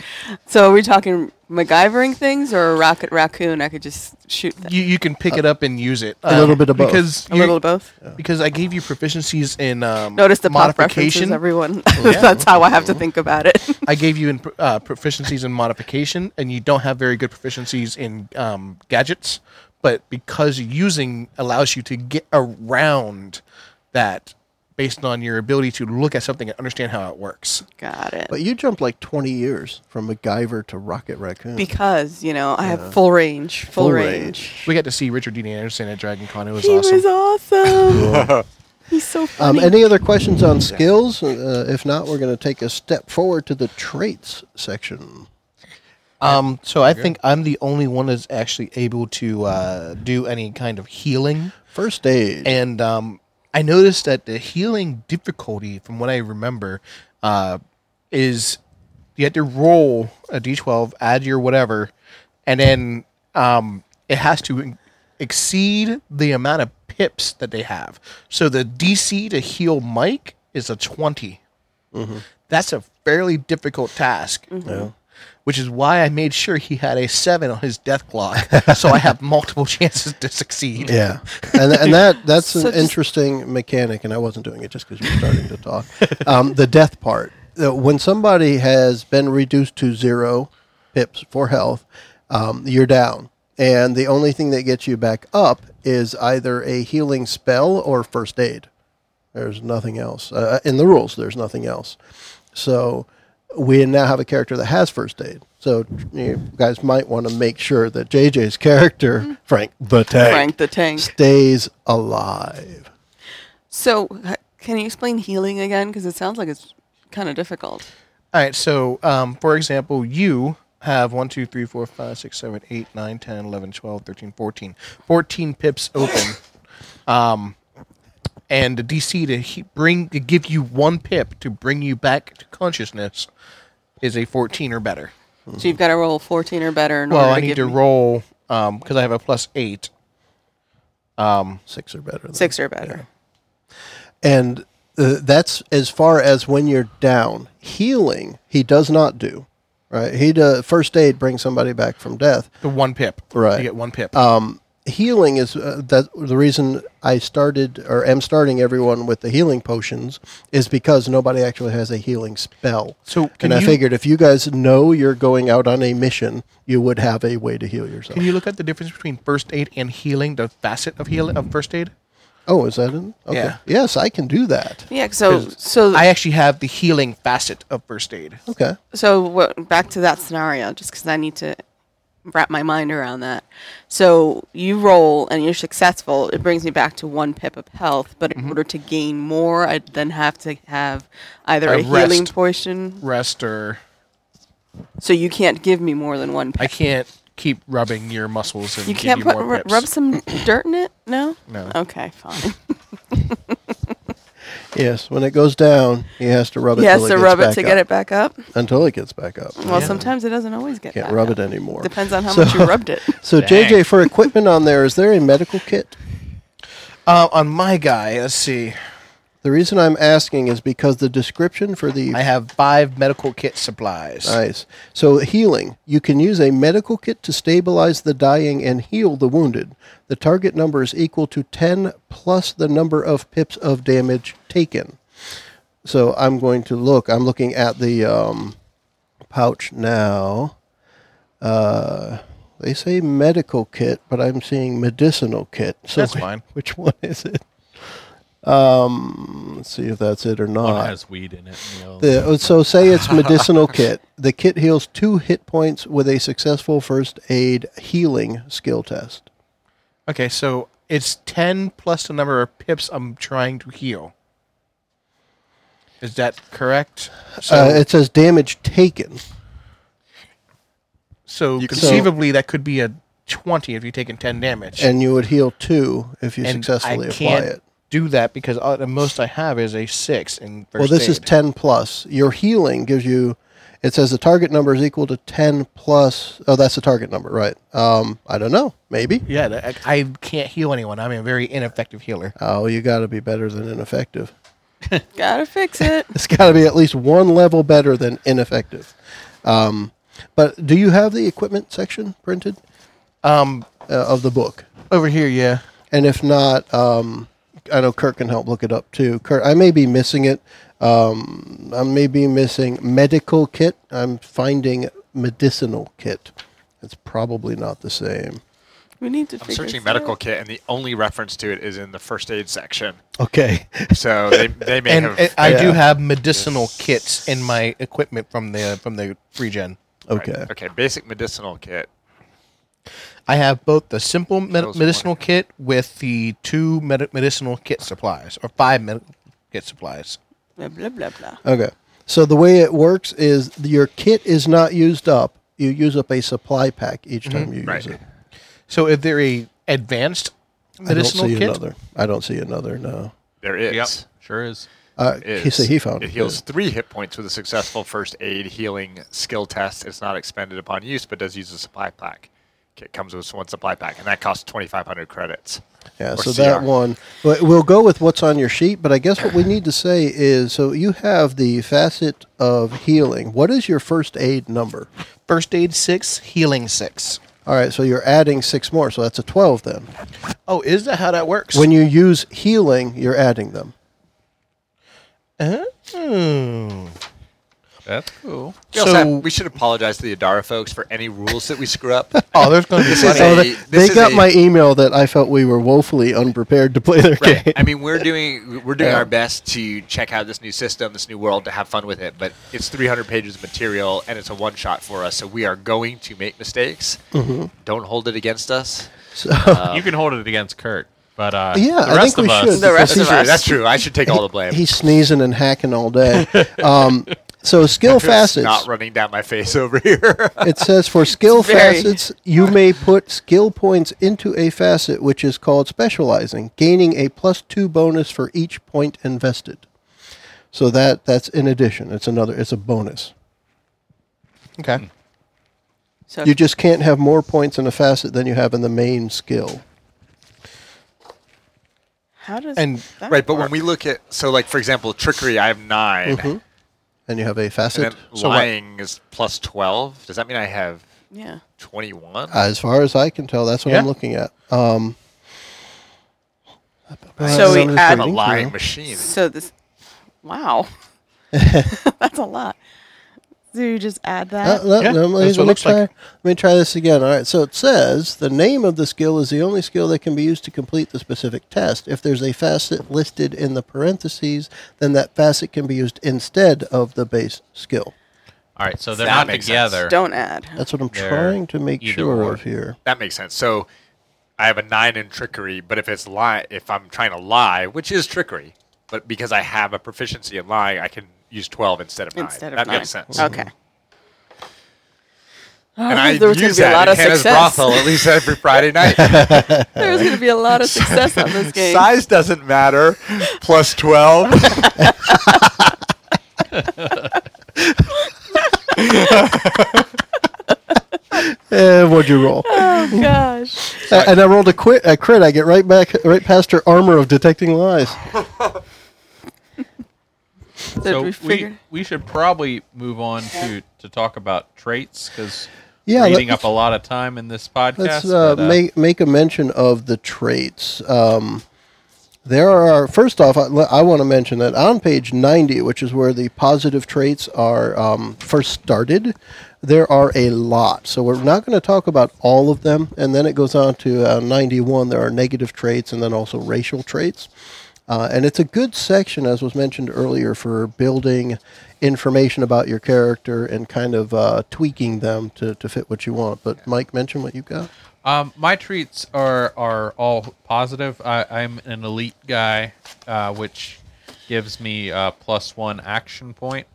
So are we talking MacGyvering things or Rocket Raccoon? I could just shoot that.
You, you can pick it up and use it.
Uh,
Uh,
A little bit of both.
Because
a
you-
little of both.
Because I gave you proficiencies in um,
Notice the pop references,
modification.
everyone. (laughs) That's how I have to think about it.
I gave you in uh, proficiencies in modification, and you don't have very good proficiencies in um, gadgets. But because using allows you to get around that, based on your ability to look at something and understand how it works.
(laughs) Got it.
But you jumped like 20 years from MacGyver to Rocket Raccoon.
(laughs) Because you know I have full range. Full,
Full
range.
We got to see Richard Dean Anderson at Dragon Con. It was
He
awesome.
was awesome. He's so
Um,
funny.
any other questions on skills? Uh, if not, we're going to take a step forward to the traits section.
Um, so I think I'm the only one that's actually able to uh, do any kind of healing.
First aid.
And um, I noticed that the healing difficulty, from what I remember, uh, is you had to roll a d12, add your whatever, and then um, it has to exceed the amount of pips that they have. So the DC to heal Mike is a 20. That's a fairly difficult task. Which is why I made sure he had a seven on his death clock, so I have multiple (laughs) chances to succeed.
yeah, and and
(laughs)
that that's
So
an
just-
interesting mechanic, and I wasn't doing it just because you were starting to talk. Um, the death part. Uh, When somebody has been reduced to zero pips for health, um, you're down, and the only thing that gets you back up is either a healing spell or first aid. There's nothing else uh, in the rules. There's nothing else. So we now have a character that has first aid. So you guys might want to make sure that JJ's character, Frank the Tank,
Mm-hmm. Frank the Tank.
stays alive.
So, h- can you explain healing again? Because it sounds like it's kind of difficult.
All right. So, um, for example, you have 1, 2, 3, 4, 5, 6, 7, 8, 9, 10, 11, 12, 13, 14. 14 pips open. um, and the DC to he- bring to give you one pip to bring you back to consciousness is a 14 or better.
So you've got to roll 14 or better. In
Well,
order
I
to
need
give
to
me
roll because I have a plus 8.
Six or better. than-
six or better.
And uh, that's as far as when you're down. Healing, he does not do. Right. He do, first aid brings somebody back from death.
The one pip.
Right.
You get one pip.
healing is uh, that the reason I started or am starting everyone with the healing potions is because nobody actually has a healing spell.
So can
and I
you-
figured if you guys know you're going out on a mission, you would have a way to heal yourself.
Can you look at the difference between first aid and healing, the facet of healing of first aid?
oh, is that in? Okay.
Yeah.
Yes, I can do that.
Yeah. So, so,
I actually have the healing facet of first aid.
Okay.
so what, back to that scenario, just because I need to wrap my mind around that. So you roll and you're successful. It brings me back to one pip of health, but in order to gain more, I then have to have either
A
a, healing
rest.
potion.
Rest or
So you can't give me more than one.
I
Pip.
can't keep rubbing your muscles and
You
give
can't
you
put
more
ru-
pips.
rub some dirt in it. No.
No.
Okay, fine.
Yes, when it goes down, he has to rub it.
He has
till
to
it gets
rub it
back
to
up,
get it back up.
until it gets back up.
Well, sometimes it doesn't always get.
can't
back
rub
up.
it anymore.
Depends on how
So-
much you rubbed it.
So JJ, for equipment on there, is there a medical kit?
Uh, on my guy, let's see.
The reason I'm asking is because the description for the
I have five medical kit supplies.
Nice. So healing. You can use a medical kit to stabilize the dying and heal the wounded. The target number is equal to 10 plus the number of pips of damage taken. So I'm going to look. I'm looking at the um, pouch now. Uh, they say medical kit, but I'm seeing medicinal kit. So
That's fine.
(laughs) Which one is it? Um, let's see if that's it or not.
One has weed in it. and the other
The, oh, so say
(laughs)
it's medicinal kit. The kit heals two hit points with a successful first aid healing skill test.
Okay, so it's ten plus the number of pips I'm trying to heal. Is that correct? So,
uh, it says damage taken.
so
You can-
conceivably that could be a twenty if you're taking ten damage.
And you would heal two if you
And
successfully
I
apply
can't
it.
do that because uh, the most I have is a six. In first
Well, this is
aid.
10 plus. Your healing gives you, it says the target number is equal to 10 plus. Oh, that's the target number, right? Um, I don't know. Maybe.
Yeah, that- I, I can't heal anyone. I'm a very ineffective healer.
Oh, you got to be better than ineffective.
Gotta fix it.
It's got to be at least one level better than ineffective. Um, but do you have the equipment section printed
Um,
uh, of the book?
over here, yeah.
And if not, um, I know Kurt can help look it up too. Kurt, I may be missing it. Um, I may be missing medical kit. I'm finding medicinal kit. It's probably not the same.
We need to.
I'm
figure
searching
this
medical
out.
kit, and the only reference to it is in the first aid section.
Okay.
So they, they may
And
have.
uh, I do
Yeah.
have medicinal kits in my equipment from the from the regen.
(laughs) okay.
okay, basic medicinal kit.
I have both the simple med-
Those
medicinal
one.
kit with the two med- medicinal kit supplies or five medical kit supplies.
Blah blah blah blah.
Okay. So the way it works is your kit is not used up. You use up a supply pack each time you
Right.
use it.
So if they're a advanced medicinal
I don't see
kit,
another. I don't see another. No.
There
one.
is.
Yep, sure is.
Uh, he
is
said he found
it
it.
heals three hit points with a successful first aid healing skill test. It's not expended upon use, but does use a supply pack. It comes with one supply pack, and that costs twenty five hundred credits.
Yeah,
Or
so that
CR.
one. we- We'll go with what's on your sheet, but I guess what we need to say is so you have the facet of healing. What is your first aid number?
first aid six, healing six.
All right, so you're adding six more, so that's a 12 then.
Oh, is that how that works?
When you use healing, you're adding them.
Oh.
That's cool.
We, also have-
So-
we should apologize to the Adara folks for any rules that we screw up.
Oh, there's
(laughs)
going to be
This
plenty.
is a-
they,
this
they
is
got
a-
my email that I felt we were woefully unprepared to play their
Right.
game.
I mean, we're doing we're doing our best to check out this new system, this new world, to have fun with it. But it's 300 pages of material, and it's a one shot for us, so we are going to make mistakes. Don't hold it against us.
you can hold it against Kurt, but uh,
Yeah,
the
I
rest
think we
of us.
should.
The rest
because
of
he's-
us.
That's true. I should take all the blame.
He's sneezing and hacking all day. Um, so skill
(laughs) It's
facets.
not running down my face (laughs) over here.
It says
(laughs)
for skill
very-
facets, you may put skill points into a facet which is called specializing, gaining a plus two bonus for each point invested. So that that's in addition. It's another. It's a bonus.
Okay.
So
You just can't have more points in a facet than you have in the main skill.
how does
and-
that
right, but when
work?
we look at so like for example, trickery, I have 9
And you have a
and then
facet.
Mm-hmm. So what?
lying is plus twelve. Does that mean I have
yeah.
twenty one?
Uh,
As far as I can tell, that's what I'm
Yeah.
looking at. Um,
So we
I'm just
add
I'm a
reading
lying
through.
machine.
So this,
(laughs)
wow, (laughs) that's a lot. Do you just add
Uh,
that?
let,
Yeah,
let me- let
that's what it
me
looks
try,
like.
let me try this again. All right. So it says the name of the skill is the only skill that can be used to complete the specific test. If there's a facet listed in the parentheses, then that facet can be used instead of the base skill.
All right, so they're
That
not
makes
together.
Don't add.
That's what I'm
They're
trying to make
either
sure
or.
of here.
That makes sense. So I have a nine in trickery, but if it's lie, if I'm trying to lie, which is trickery, but because I have a proficiency in lying, I can use twelve instead of nine.
Instead of
that
nine.
makes sense.
Okay. Oh,
And I
(laughs) there was gonna
use
be a
that
lot
in
of
Hannah's
success.
brothel at least every
(laughs)
Friday night.
There's going to be a lot
(laughs)
of success on this game.
Size doesn't matter. Plus twelve.
(laughs)
Eh, what'd you roll?
Oh, gosh.
(laughs) A- and I rolled a quit a crit. I get right back, right past her armor of detecting
(sighs)
lies.
Did
So
we
we,
figure?
we should probably move on to, to talk about traits because
Yeah,
we're
let-
eating up a lot of time in this podcast.
Let's uh,
but, uh,
make make a mention of the traits. Um, there are first off, I, I want to mention that on page ninety, which is where the positive traits are um, first started, there are a lot. So we're not going to talk about all of them, and then it goes on to uh, ninety-one. There are negative traits, and then also racial traits. Uh, and it's a good section, as was mentioned earlier, for building information about your character and kind of uh, tweaking them to, to fit what you want. But Mike, mention what you got.
Um, my treats are are all positive. I, I'm an elite guy, uh, which gives me uh, plus one action point,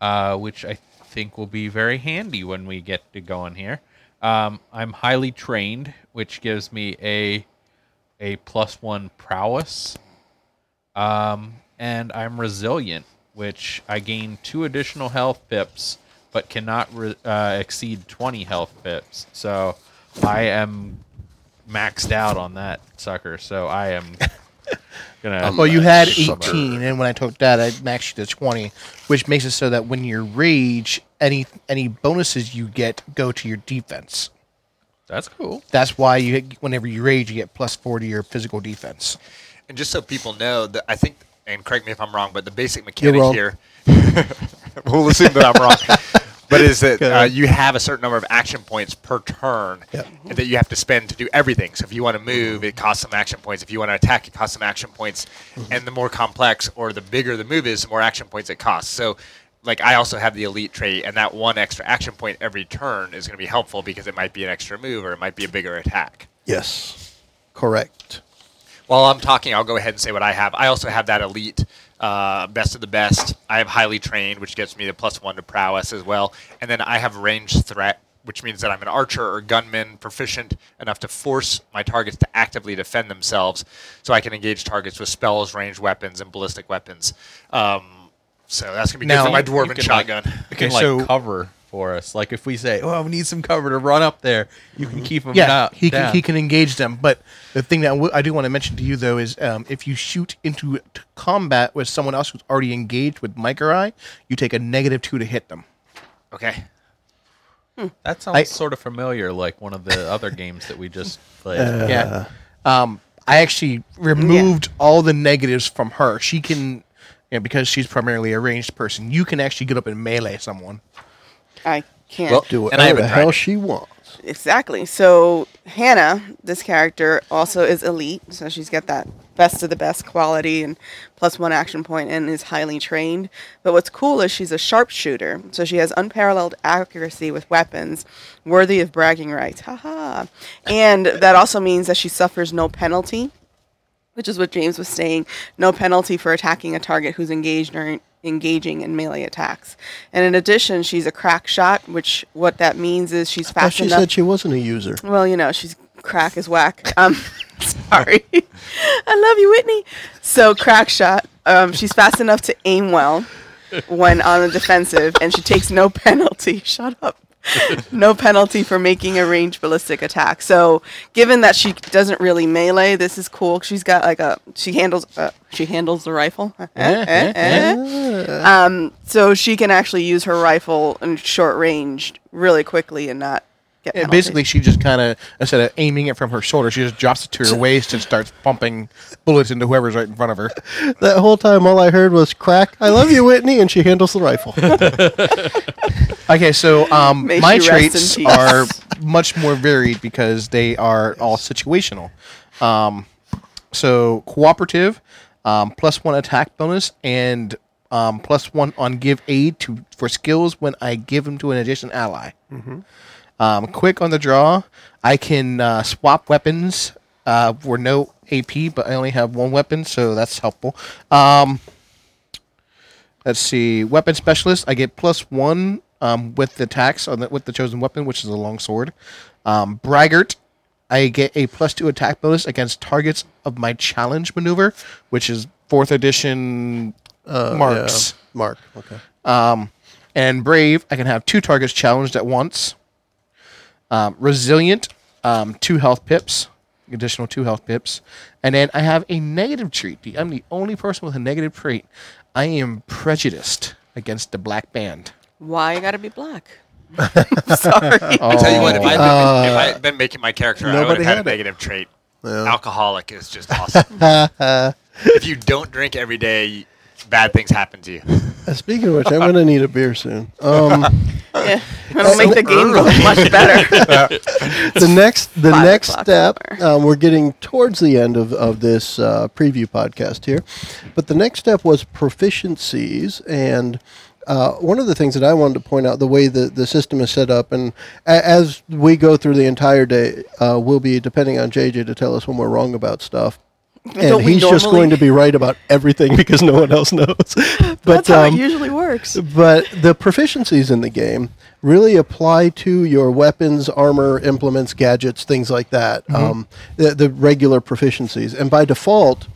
uh, which I think will be very handy when we get to going here. Um, I'm highly trained, which gives me a a plus one prowess, um, and I'm resilient, which I gain two additional health pips, but cannot re- uh, exceed 20 health pips. So I am maxed out on that sucker. So I am gonna.
Well, Oh, you had 18, and when I took that, I maxed you to 20, which makes it so that when you rage, any any bonuses you get go to your defense.
That's cool.
That's why you, whenever you rage, you get plus 40 to your physical defense.
And just so people know, that I think, and correct me if I'm wrong, but the basic mechanic
wrong.
here, (laughs) we'll assume that I'm wrong, but is that uh, you have a certain number of action points per turn and that you have to spend to do everything. So if you want to move, it costs some action points. If you want to attack, it costs some action points. And the more complex or the bigger the move is, the more action points it costs. So like I also have the elite trait, and that one extra action point every turn is going to be helpful because it might be an extra move or it might be a bigger attack.
Yes, correct.
While I'm talking, I'll go ahead and say what I have. I also have that elite, uh, best of the best. I have highly trained, which gets me the plus one to prowess as well. And then I have range threat, which means that I'm an archer or gunman, proficient enough to force my targets to actively defend themselves. So I can engage targets with spells, ranged weapons, and ballistic weapons. Um, so that's gonna be
Now-
good for my
You
dwarven
can,
shotgun.
Like, you can
Okay,
(laughs) like
so-
cover for us. Like if we say, "Oh, we need some cover to run up there," you can keep them.
Yeah,
out,
he can
down.
he can engage them. But the thing that I wi- I do want to mention to you though is um, if you shoot into t- combat with someone else who's already engaged with Micro you take a negative two to hit them.
okay.
That sounds sort of familiar, like one of the (laughs) other games that we just played.
yeah. Um, I actually removed all the negatives from her. She can, you know, because she's primarily a ranged person. You can actually get up and melee someone.
I can't.
Do
And
whatever
I haven't
the
tried
hell
it.
she wants.
Exactly. So Hannah, this character, also is elite. So she's got that best of the best quality and plus one action point and is highly trained. But what's cool is she's a sharpshooter. So she has unparalleled accuracy with weapons, worthy of bragging rights. Haha. And that also means that she suffers no penalty which is what James was saying, no penalty for attacking a target who's engaged or engaging in melee attacks. And in addition, she's a crack shot, which what that means is she's
But
fast
she
enough.
said she wasn't a user.
well, you know, she's crack as whack. Um, (laughs) sorry. (laughs) I love you, Whitney. So crack shot. Um, she's fast enough to aim well when on the defensive, and she takes no (laughs) penalty. Shut up. no penalty for making a ranged ballistic attack. So, given that she doesn't really melee, this is cool. She's got like a she handles uh, she handles the rifle. (laughs) Eh, eh, eh. Um, so she can actually use her rifle in short range really quickly and not get
And
penalties.
basically, she just kind of instead of aiming it from her shoulder, she just drops it
(laughs)
to her waist and starts pumping bullets into whoever's right in front of her.
That whole time, all I heard was crack. I love you, Whitney, and she handles the rifle.
Okay, so um,
May
my
she
traits
rest in peace.
are much more varied because they are all situational. Um, so cooperative, um, plus one attack bonus, and um, plus one on give aid to for skills when I give them to an adjacent ally. Um, quick on the draw, I can uh, swap weapons uh, for no AP, but I only have one weapon, so that's helpful. Um, let's see, weapon specialist, I get plus one um, with the attacks on the, with the chosen weapon, which is a long sword. Um, braggart, I get a plus two attack bonus against targets of my challenge maneuver, which is fourth edition uh, marks.
Yeah. Mark. Okay.
And brave, I can have two targets challenged at once. Um, resilient, um, two health pips, additional two health pips, and then I have a negative trait. The- I'm the only person with a negative trait. I am prejudiced against the black band.
Why you gotta be black? Sorry.
I tell you what, if I'd, been, if I'd been making my character, I would
Oh. Uh, nobody
have had,
had
a
it.
negative trait. Alcoholic is
(laughs)
just awesome. if you don't drink every day, bad things happen (laughs) to you.
Uh, Speaking of which, I'm going to need a beer soon. Um,
(laughs)
(laughs)
Yeah. It'll make the game go much
(laughs)
better.
the next, the
Five
next
o'clock
step.
somewhere.
Um, we're getting towards the end of of this uh, preview podcast here, but the next step was proficiencies, and uh, one of the things that I wanted to point out the way the the system is set up, and a- as we go through the entire day, uh, we'll be depending on JJ to tell us when we're wrong about stuff. And
Don't we
he's just
normally?
going to be right about everything (laughs) because no one else knows. (laughs) But
That's how
um,
it usually works.
but the proficiencies in the game really apply to your weapons, armor, implements, gadgets, things like that. Um, the, the regular proficiencies, and by default,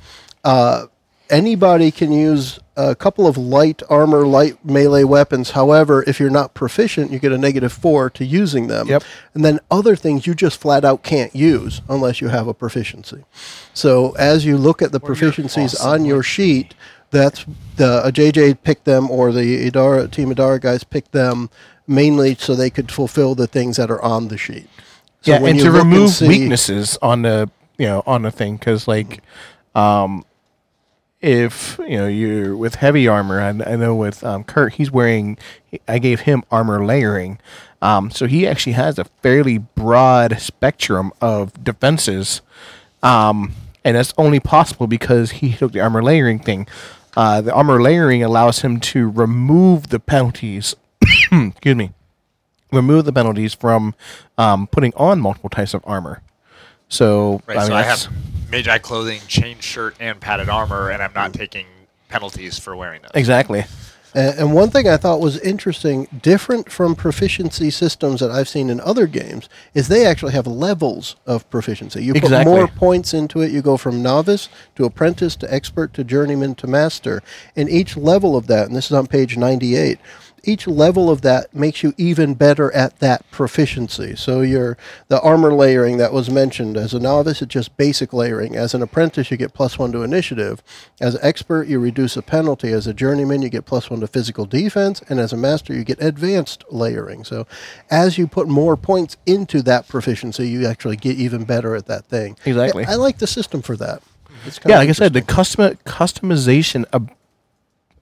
uh, anybody can use a couple of light armor, light melee weapons. However, if you're not proficient, you get a negative four to using them.
Yep.
And then other things you just flat out can't use unless you have a proficiency. So as you look at the proficiencies on your sheet, that's the uh, JJ picked them or the Idara team Idara guys picked them mainly so they could fulfill the things that are on the sheet. So
yeah,
when
and
you
to
look and
remove
see-
weaknesses on the you know on the thing because like, um, if you know you're with heavy armor, I, I know with um, Kurt, he's wearing. I gave him armor layering, um, so he actually has a fairly broad spectrum of defenses, um, and that's only possible because he took the armor layering thing. Uh, the armor layering allows him to remove the penalties. excuse me remove the penalties from um, putting on multiple types of armor. So,
(laughs) Right, so (laughs) I
that's-
have magi clothing, chain shirt, and padded armor, and I'm not taking penalties for wearing those. (laughs)
exactly.
And, and one thing I thought was interesting, different from proficiency systems that I've seen in other games, is they actually have levels of proficiency. You put
Exactly.
more points into it. You go from novice to apprentice to expert to journeyman to master. And each level of that, and this is on page 98, each level of that makes you even better at that proficiency. So your the armor layering that was mentioned as a novice, it's just basic layering. As an apprentice, you get plus one to initiative. As an expert, you reduce a penalty. As a journeyman, you get plus one to physical defense, and as a master, you get advanced layering. So as you put more points into that proficiency, you actually get even better at that thing.
Exactly.
I, I like the system for that. It's kinda
Yeah, like I said, the
interesting.
custom customization of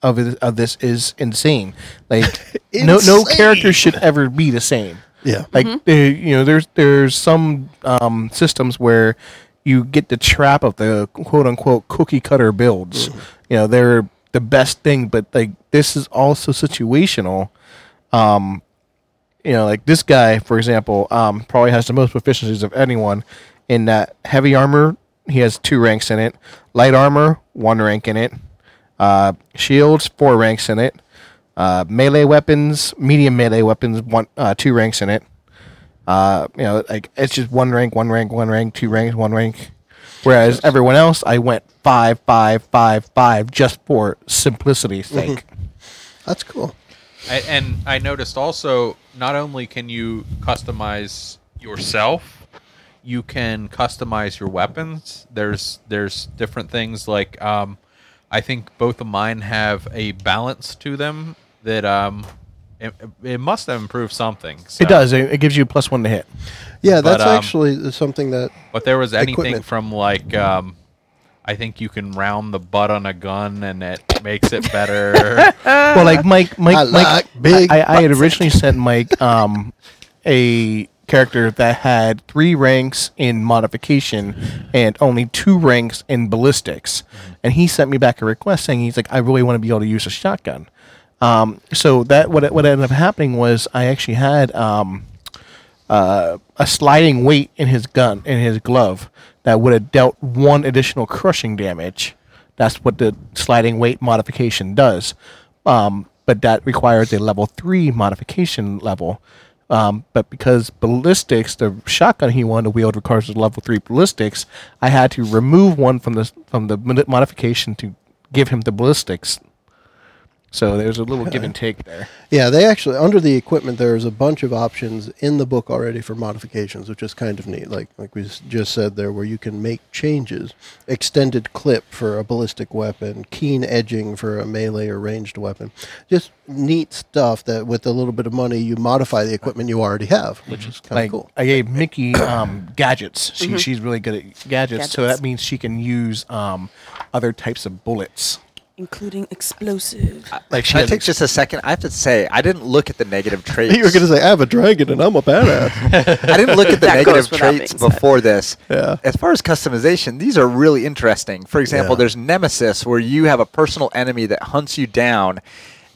of, it, of this is insane.
(laughs)
Like no no character should ever be the same.
Yeah.
Like there- you know, there's there's some um, systems where you get the trap of the quote unquote cookie cutter builds. You know, they're the best thing, but like this is also situational. Um, you know, like this guy, for example, um, probably has the most proficiencies of anyone in that heavy armor. He has two ranks in it. Light armor, one rank in it. Uh, shields, four ranks in it. Uh, melee weapons, medium melee weapons, one, uh, two ranks in it. Uh, you know, like it's just one rank, one rank, one rank, two ranks, one rank. Whereas everyone else, I went five, five, five, five, just for simplicity's sake.
That's cool.
I, and I noticed also not only can you customize yourself, you can customize your weapons. There's there's different things like um, I think both of mine have a balance to them that um, it, it must have improved something. so-
It does. It, it gives you a plus one to hit.
Yeah,
But,
that's
um,
actually something that
But there was anything
Equipment.
from like um, I think you can round the butt on a gun and it makes it
(laughs)
better.
well, like Mike, Mike,
I
Mike
like big
I, I had originally sent Mike um, a character that had three ranks in modification and only two ranks in ballistics. And he sent me back a request saying he's like, I really want to be able to use a shotgun. Um, so that what what ended up happening was I actually had um, uh, a sliding weight in his gun in his glove that would have dealt one additional crushing damage. That's what the sliding weight modification does. Um, but that requires a level three modification level. Um, but because ballistics, the shotgun he wanted to wield requires a level three ballistics, I had to remove one from the from the modi- modification to give him the ballistics. So there's a little give and take there.
Yeah, they actually under the equipment there's a bunch of options in the book already for modifications, which is kind of neat. Like like we s- just said there, where you can make changes, extended clip for a ballistic weapon, keen edging for a melee or ranged weapon, just neat stuff that with a little bit of money you modify the equipment you already have, which is kind of
Mm-hmm. like
cool. (laughs)
I gave Mickey um, gadgets. She, She's really good at gadgets, so
Gadgets.
that means she can use um, other types of bullets.
including explosive.
Like she
Can I
has
take just a second? I have to say, I didn't look at the negative traits.
(laughs) You were gonna say I have a dragon and I'm a badass.
I didn't look at the
That goes
negative
without
traits
being said.
before this.
Yeah.
As far as customization, these are really interesting. For example,
Yeah.
there's Nemesis, where you have a personal enemy that hunts you down,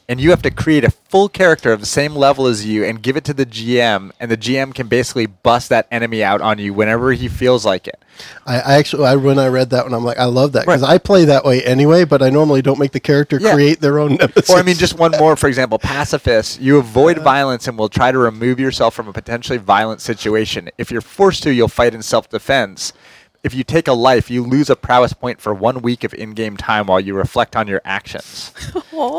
and you have to create a full character of the same level as you and give it to the GM, and the GM can basically bust that enemy out on you whenever he feels like it.
I, I actually I, when I read that one I'm like I love that because
Right.
I play that way anyway, but I normally don't make the character
Yeah.
create their own. (laughs) Nemesis.
Or, I mean, just one more, for example, pacifist. You avoid violence and will try to remove yourself from a potentially violent situation. If you're forced to, you'll fight in self defense. If you take a life, you lose a prowess point for one week of in game time while you reflect on your actions.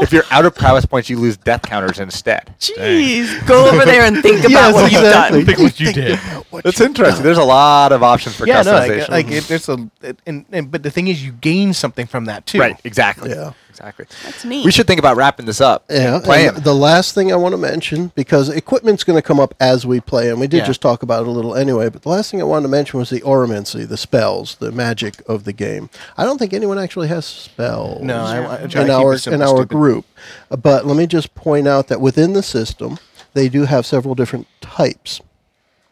if you're out of prowess points, you lose death counters instead.
Jeez, go over there
(laughs)
and think about
Yes,
what you've
exactly.
(laughs)
done.
Think what you did.
That's interesting. There's a lot of options for
yeah, no,
customization.
like, like it, there's a it, and, and but the thing is, you gain something from that too.
right, exactly.
Yeah.
Exactly.
That's neat.
We should think about wrapping this up.
Yeah. and
Plan.
The last thing I want to mention, because equipment's going to come up as we play, and we did
Yeah.
just talk about it a little anyway, but the last thing I wanted to mention was the oromancy, the spells, the magic of the game. I don't think anyone actually has spells
No, I- I, I try to
in
keep
our,
it simple,
in our
stupid.
group. Uh, But let me just point out that within the system, they do have several different types.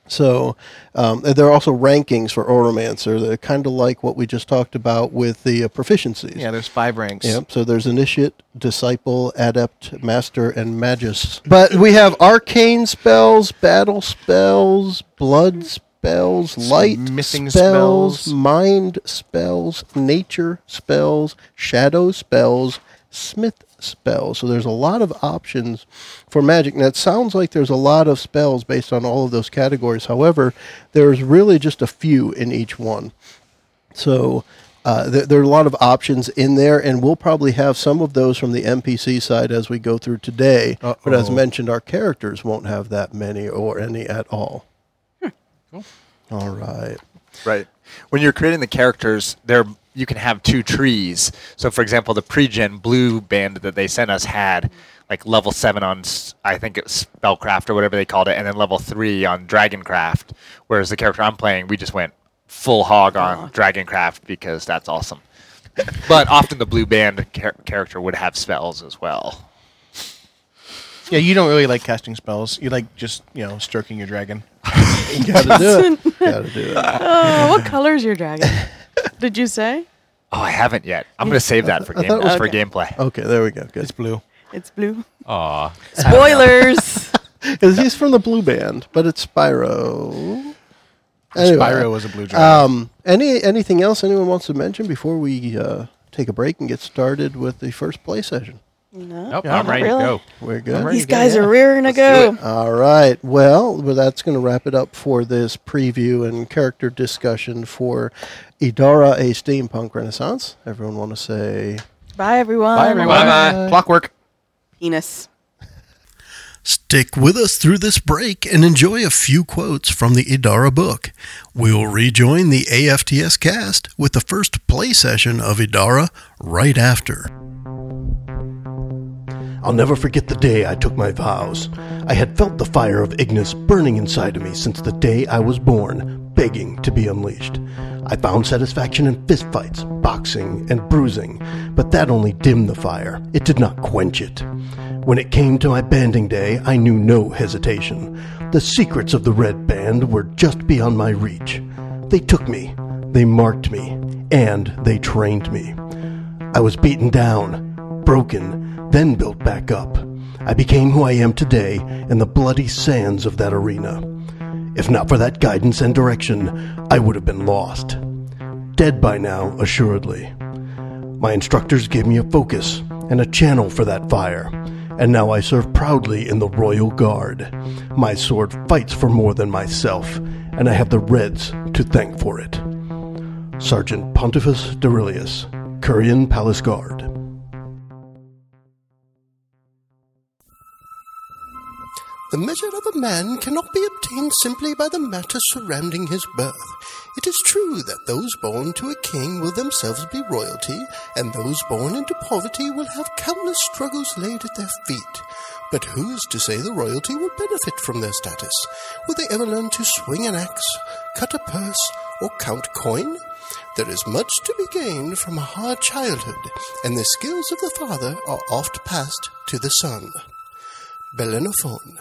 So um, there are also rankings for oromancer. They're kind of like what we just talked about with the uh, proficiencies.
Yeah, there's five ranks.
Yep. So there's initiate, disciple, adept, master, and magus. But we have arcane spells, battle spells, blood spells, light
missing
spells,
spells.
mind spells, nature spells, shadow spells, smith spells. So there's a lot of options for magic. Now it sounds like there's a lot of spells based on all of those categories. However, there's really just a few in each one. So uh, there, there are a lot of options in there, and we'll probably have some of those from the NPC side as we go through today. But as mentioned, our characters won't have that many or any at all. Hmm, All (laughs) right.
Right. When you're creating the characters, there you can have two trees. So, for example, the pre-gen blue band that they sent us had like level seven on s- I think it's spellcraft or whatever they called it, and then level three on dragoncraft. Whereas the character I'm playing, we just went full hog on dragoncraft because that's awesome. (laughs) but often the blue band char- character would have spells as well.
Yeah, you don't really like casting spells. You like just you know stroking your dragon.
Gotta do it. (laughs) Gotta do it. (laughs)
Oh, what color is your dragon? Did you say
Oh, I haven't yet. I'm gonna save that for
I
game uh,
thought it was-
for
Okay.
gameplay.
Okay, there we go. Good.
It's blue.
it's blue?
Aw.
(laughs)
Spoilers.
'Cause he's from the blue band, but it's Spyro. Anyway,
Spyro was a blue dragon.
Um, any anything else anyone wants to mention before we uh, take a break and get started with the first play session?
no,
Nope,
Yeah,
I'm ready
really.
to go.
We're good.
ready.
these guys are rearing to go.
All right. Well, well that's going to wrap it up for this preview and character discussion for Idara, a steampunk renaissance. Everyone want to say
Bye everyone.
Bye-bye.
Clockwork.
Penis.
Stick with us through this break and enjoy a few quotes from the Idara book. We'll rejoin the AFTS cast with the first play session of Idara right after. I'll never forget the day I took my vows. I had felt the fire of Ignis burning inside of me since the day I was born, begging to be unleashed. I found satisfaction in fistfights, boxing, and bruising, but that only dimmed the fire. It did not quench it. When it came to my banding day, I knew no hesitation. The secrets of the Red Band were just beyond my reach. They took me, they marked me, and they trained me. I was beaten down, broken, then built back up. I became who I am today in the bloody sands of that arena. If not for that guidance and direction, I would have been lost. Dead by now, assuredly. My instructors gave me a focus and a channel for that fire, and now I serve proudly in the Royal Guard. My sword fights for more than myself, and I have the Reds to thank for it. Sergeant Pontifus Derilius, Curian Palace Guard.
The measure of a man cannot be obtained simply by the matter surrounding his birth. It is true that those born to a king will themselves be royalty, and those born into poverty will have countless struggles laid at their feet. But who is to say the royalty will benefit from their status? Will they ever learn to swing an axe, cut a purse, or count coin? There is much to be gained from a hard childhood, and the skills of the father are oft passed to the son. Belenophon.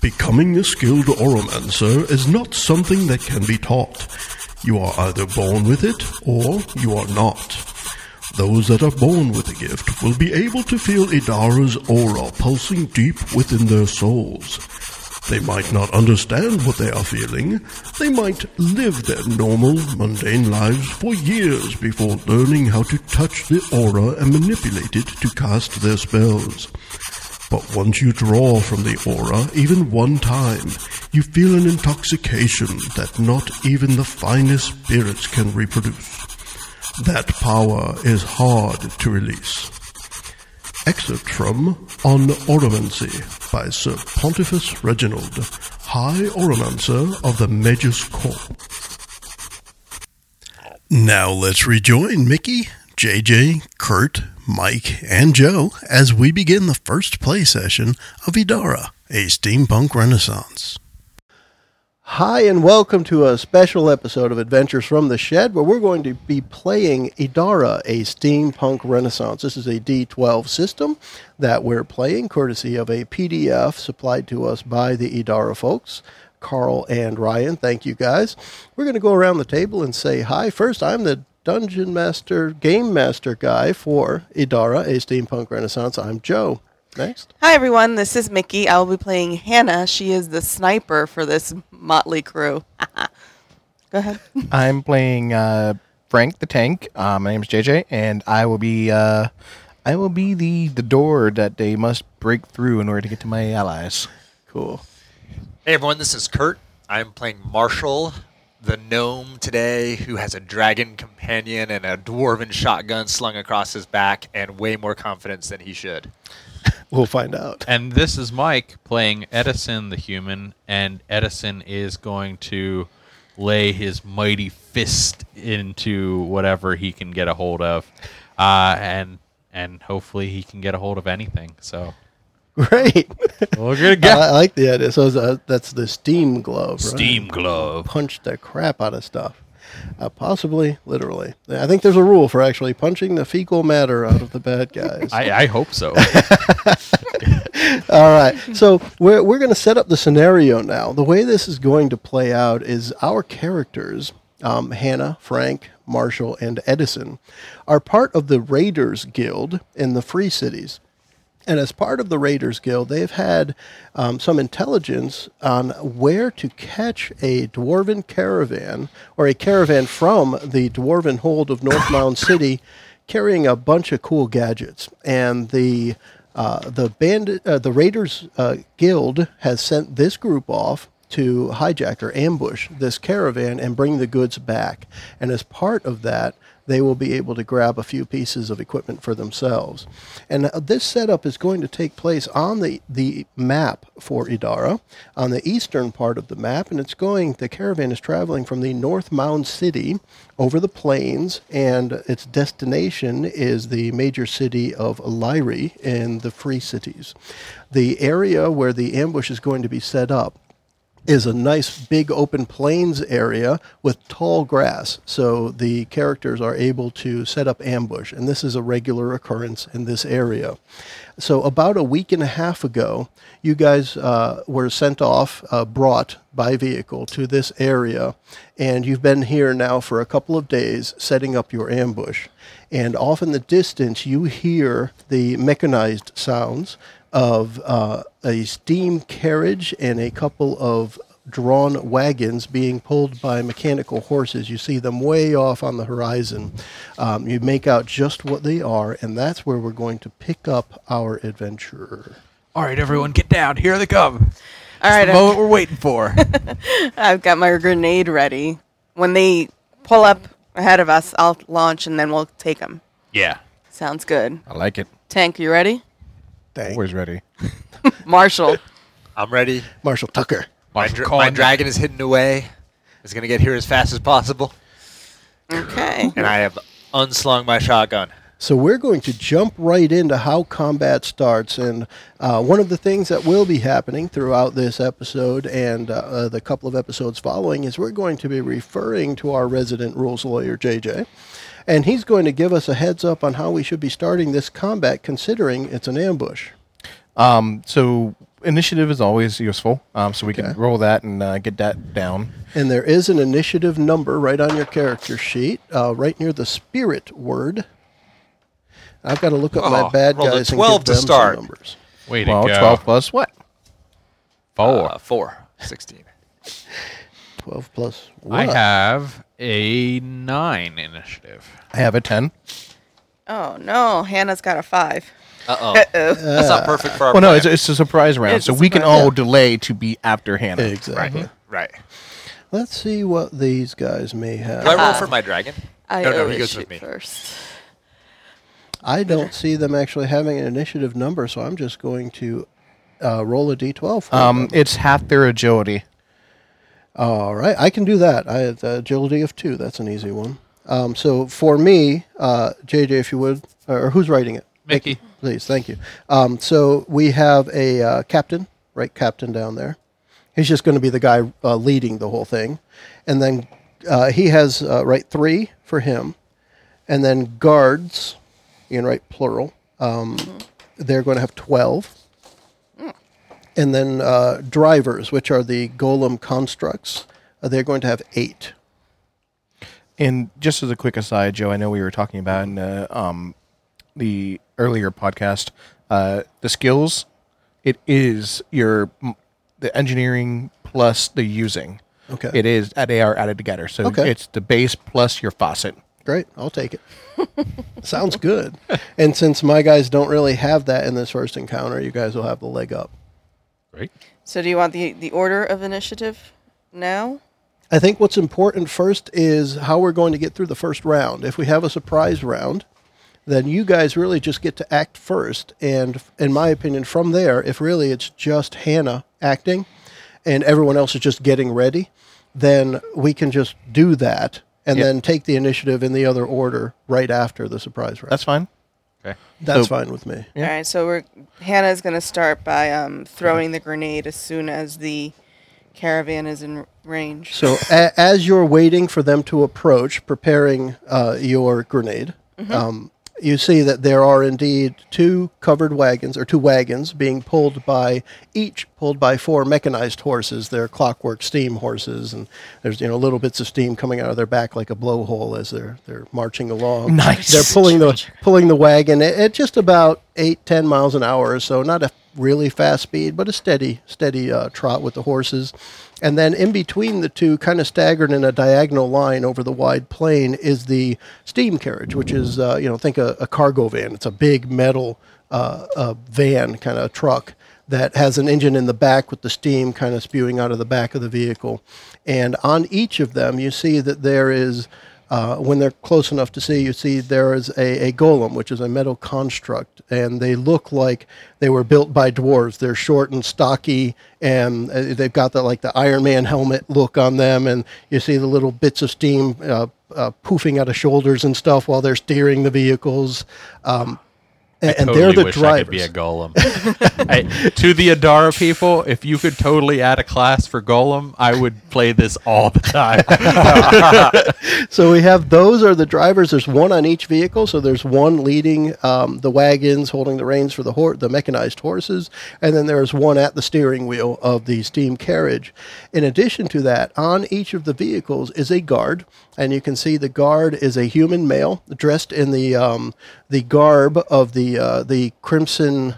Becoming a skilled oromancer is not something that can be taught. You are either born with it or you are not. Those that are born with the gift will be able to feel Idara's aura pulsing deep within their souls. They might not understand what they are feeling. They might live their normal, mundane lives for years before learning how to touch the aura and manipulate it to cast their spells. But once you draw from the aura, even one time, you feel an intoxication that not even the finest spirits can reproduce. That power is hard to release. Excerpt from On Oromancy by Sir Pontifus Reginald, High Oromancer of the Magus Corps. Now let's rejoin Mickey, JJ, Kurt, Mike, and Joe as we begin the first play session of Idara, a steampunk renaissance.
Hi, and welcome to a special episode of Adventures from the Shed, where we're going to be playing Idara, a steampunk renaissance. This is a D12 system that we're playing, courtesy of a PDF supplied to us by the Idara folks, Carl and Ryan. Thank you guys. We're going to go around the table and say hi. First, I'm the Dungeon Master, Game Master guy for Idara, a steampunk renaissance. I'm Joe. Next.
Hi everyone, this is Mickey. I will be playing Hannah. She is the sniper for this motley crew. (laughs) Go ahead.
I'm playing uh, Frank the Tank. Uh, my name is JJ, and I will be uh, I will be the the door that they must break through in order to get to my allies.
Cool.
Hey everyone, this is Kurt. I'm playing Marshall, the gnome today, who has a dragon companion and a dwarven shotgun slung across his back, and way more confidence than he should.
We'll find out. (laughs)
And this is Mike playing Edison the human, and Edison is going to lay his mighty fist into whatever he can get a hold of, uh, and and hopefully he can get a hold of anything. So
Great.
we're gonna
(laughs) I, I like the idea. So it's, uh, that's the steam glove. right?
steam glove.
punch the crap out of stuff. Uh, possibly, literally. I think there's a rule for actually punching the fecal matter out of the
(laughs)
bad guys.
I, I hope so.
All right. So we're, we're going to set up the scenario now. The way this is going to play out is our characters, um, Hannah, Frank, Marshall, and Edison, are part of the Raiders Guild in the Free Cities. And as part of the Raiders Guild, they've had um, some intelligence on where to catch a dwarven caravan or a caravan from the dwarven hold of North Mound City carrying a bunch of cool gadgets. And the uh, the bandit, uh, the Raiders uh, Guild has sent this group off to hijack or ambush this caravan and bring the goods back. And as part of that, they will be able to grab a few pieces of equipment for themselves. And uh, this setup is going to take place on the, the map for Idara, on the eastern part of the map. And it's going, the caravan is traveling from the North Mound City over the plains, and its destination is the major city of Lyri in the Free Cities. The area where the ambush is going to be set up is a nice big open plains area with tall grass. So the characters are able to set up ambush, and this is a regular occurrence in this area. So, about a week and a half ago, you guys uh, were sent off, uh, brought by vehicle to this area, and you've been here now for a couple of days setting up your ambush. And off in the distance, you hear the mechanized sounds of uh, a steam carriage and a couple of drawn wagons being pulled by mechanical horses. You see them way off on the horizon. Um, you make out just what they are, and that's where we're going to pick up our adventure.
All right, everyone, get down. Here they come.
All
It's
right,
the
I've-
moment we're waiting for.
(laughs) I've got my grenade ready. When they pull up ahead of us, I'll launch and then we'll take them.
Yeah.
Sounds good.
I like it.
Tank, you ready?
Always ready.
Marshall.
I'm ready.
Marshall Tucker.
My,
Marshall
dra-
calling
my dragon is hidden away. It's gonna get here as fast as possible,
Okay.
and I have unslung my shotgun.
So we're going to jump right into how combat starts, and uh, one of the things that will be happening throughout this episode and uh, uh, the couple of episodes following is we're going to be referring to our resident rules lawyer JJ, and he's going to give us a heads up on how we should be starting this combat, considering it's an ambush.
Um, so initiative is always useful. Um, so we can roll that and uh, get that down.
And there is an initiative number right on your character sheet, uh, right near the spirit word. I've got to look up my
Oh,
bad
rolled a
guys and
12
give
to
them some
start.
numbers.
Way to
Well,
go.
twelve plus what?
Four.
Uh, four. 16.
12 plus
I
one.
have a nine initiative.
I have a ten.
Oh no, Hannah's got a five.
Uh-oh. That's not perfect for our
Well, oh, no,
plan.
it's, it's a surprise round,
It's
so
a
we can
surprise,
all delay to be after Hannah.
Exactly.
right.
Mm-hmm. Let's see what these guys may
Do I
have.
roll for my dragon?
I
no, no, he
always
goes
shoot
with me.
first.
I don't see them actually having an initiative number, so I'm just going to uh, roll a d12. For
Um,
them.
it's half their agility.
All right, I can do that. I have the agility of two. That's an easy one. Um, so for me, uh, JJ, if you would, or who's writing it?
Mickey.
Please, thank you. Um, so we have a uh, captain, right? Captain down there. He's just going to be the guy uh, leading the whole thing, and then uh, he has uh, right three for him, and then guards, you can write plural. Um, They're going to have twelve, and then uh, drivers, which are the golem constructs. Uh, they're going to have eight.
And just as a quick aside, Joe, I know we were talking about in uh, um, the earlier podcast uh, the skills. It is your m- the engineering plus the using.
Okay.
It is uh, they are added together, so
Okay.
it's the base plus your faucet.
Great, I'll take it. Sounds good. And since my guys don't really have that in this first encounter, you guys will have the leg up.
Great.
So do you want the the order of initiative now?
I think what's important first is how we're going to get through the first round. If we have a surprise round, then you guys really just get to act first. And in my opinion, from there, if really it's just Hannah acting and everyone else is just getting ready, then we can just do that and then take the initiative in the other order right after the surprise round.
That's fine.
Okay.
That's fine with me.
All right, so we're Hannah's going to start by um, throwing the grenade as soon as the caravan is in r- range.
So a- as you're waiting for them to approach, preparing uh, your grenade, um, you see that there are indeed two covered wagons or two wagons being pulled by each pulled by four mechanized horses. They're clockwork steam horses, and there's you know little bits of steam coming out of their back like a blowhole as they're they're marching along.
Nice.
They're pulling the pulling the wagon at, at just about eight ten miles an hour or so. Not a really fast speed, but a steady steady uh, trot with the horses. And then in between the two, kind of staggered in a diagonal line over the wide plain, is the steam carriage, which is uh, you know think a, a cargo van. It's a big metal uh, uh, van kind of truck that has an engine in the back with the steam kind of spewing out of the back of the vehicle. And on each of them, you see that there is, uh, when they're close enough to see, you see there is a, a golem, which is a metal construct. And they look like they were built by dwarves. They're short and stocky, and uh, they've got the, like the Iron Man helmet look on them. And you see the little bits of steam uh, uh, poofing out of shoulders and stuff while they're steering the vehicles. Um, and, and
totally
they're the
wish I could be a
drivers.
golem. (laughs) I- to the Adara people, if you could totally add a class for golem, I would play this all the time.
So we have those are the drivers. There's one on each vehicle. So there's one leading um, the wagons, holding the reins for the hor- the mechanized horses, and then there's one at the steering wheel of the steam carriage. In addition to that, on each of the vehicles is a guard, and you can see the guard is a human male dressed in the um, the garb of the uh, the crimson.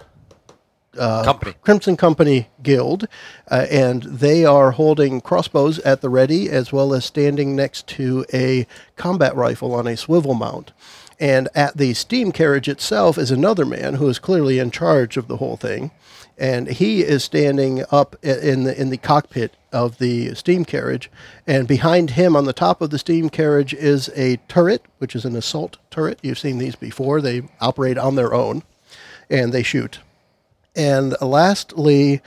company.
Crimson Company Guild, uh, and they are holding crossbows at the ready as well as standing next to a combat rifle on a swivel mount. And at the steam carriage itself is another man who is clearly in charge of the whole thing, and he is standing up i- in the in the cockpit of the steam carriage, and behind him on the top of the steam carriage is a turret, which is an assault turret. You've seen these before; they operate on their own, and they shoot. And lastly,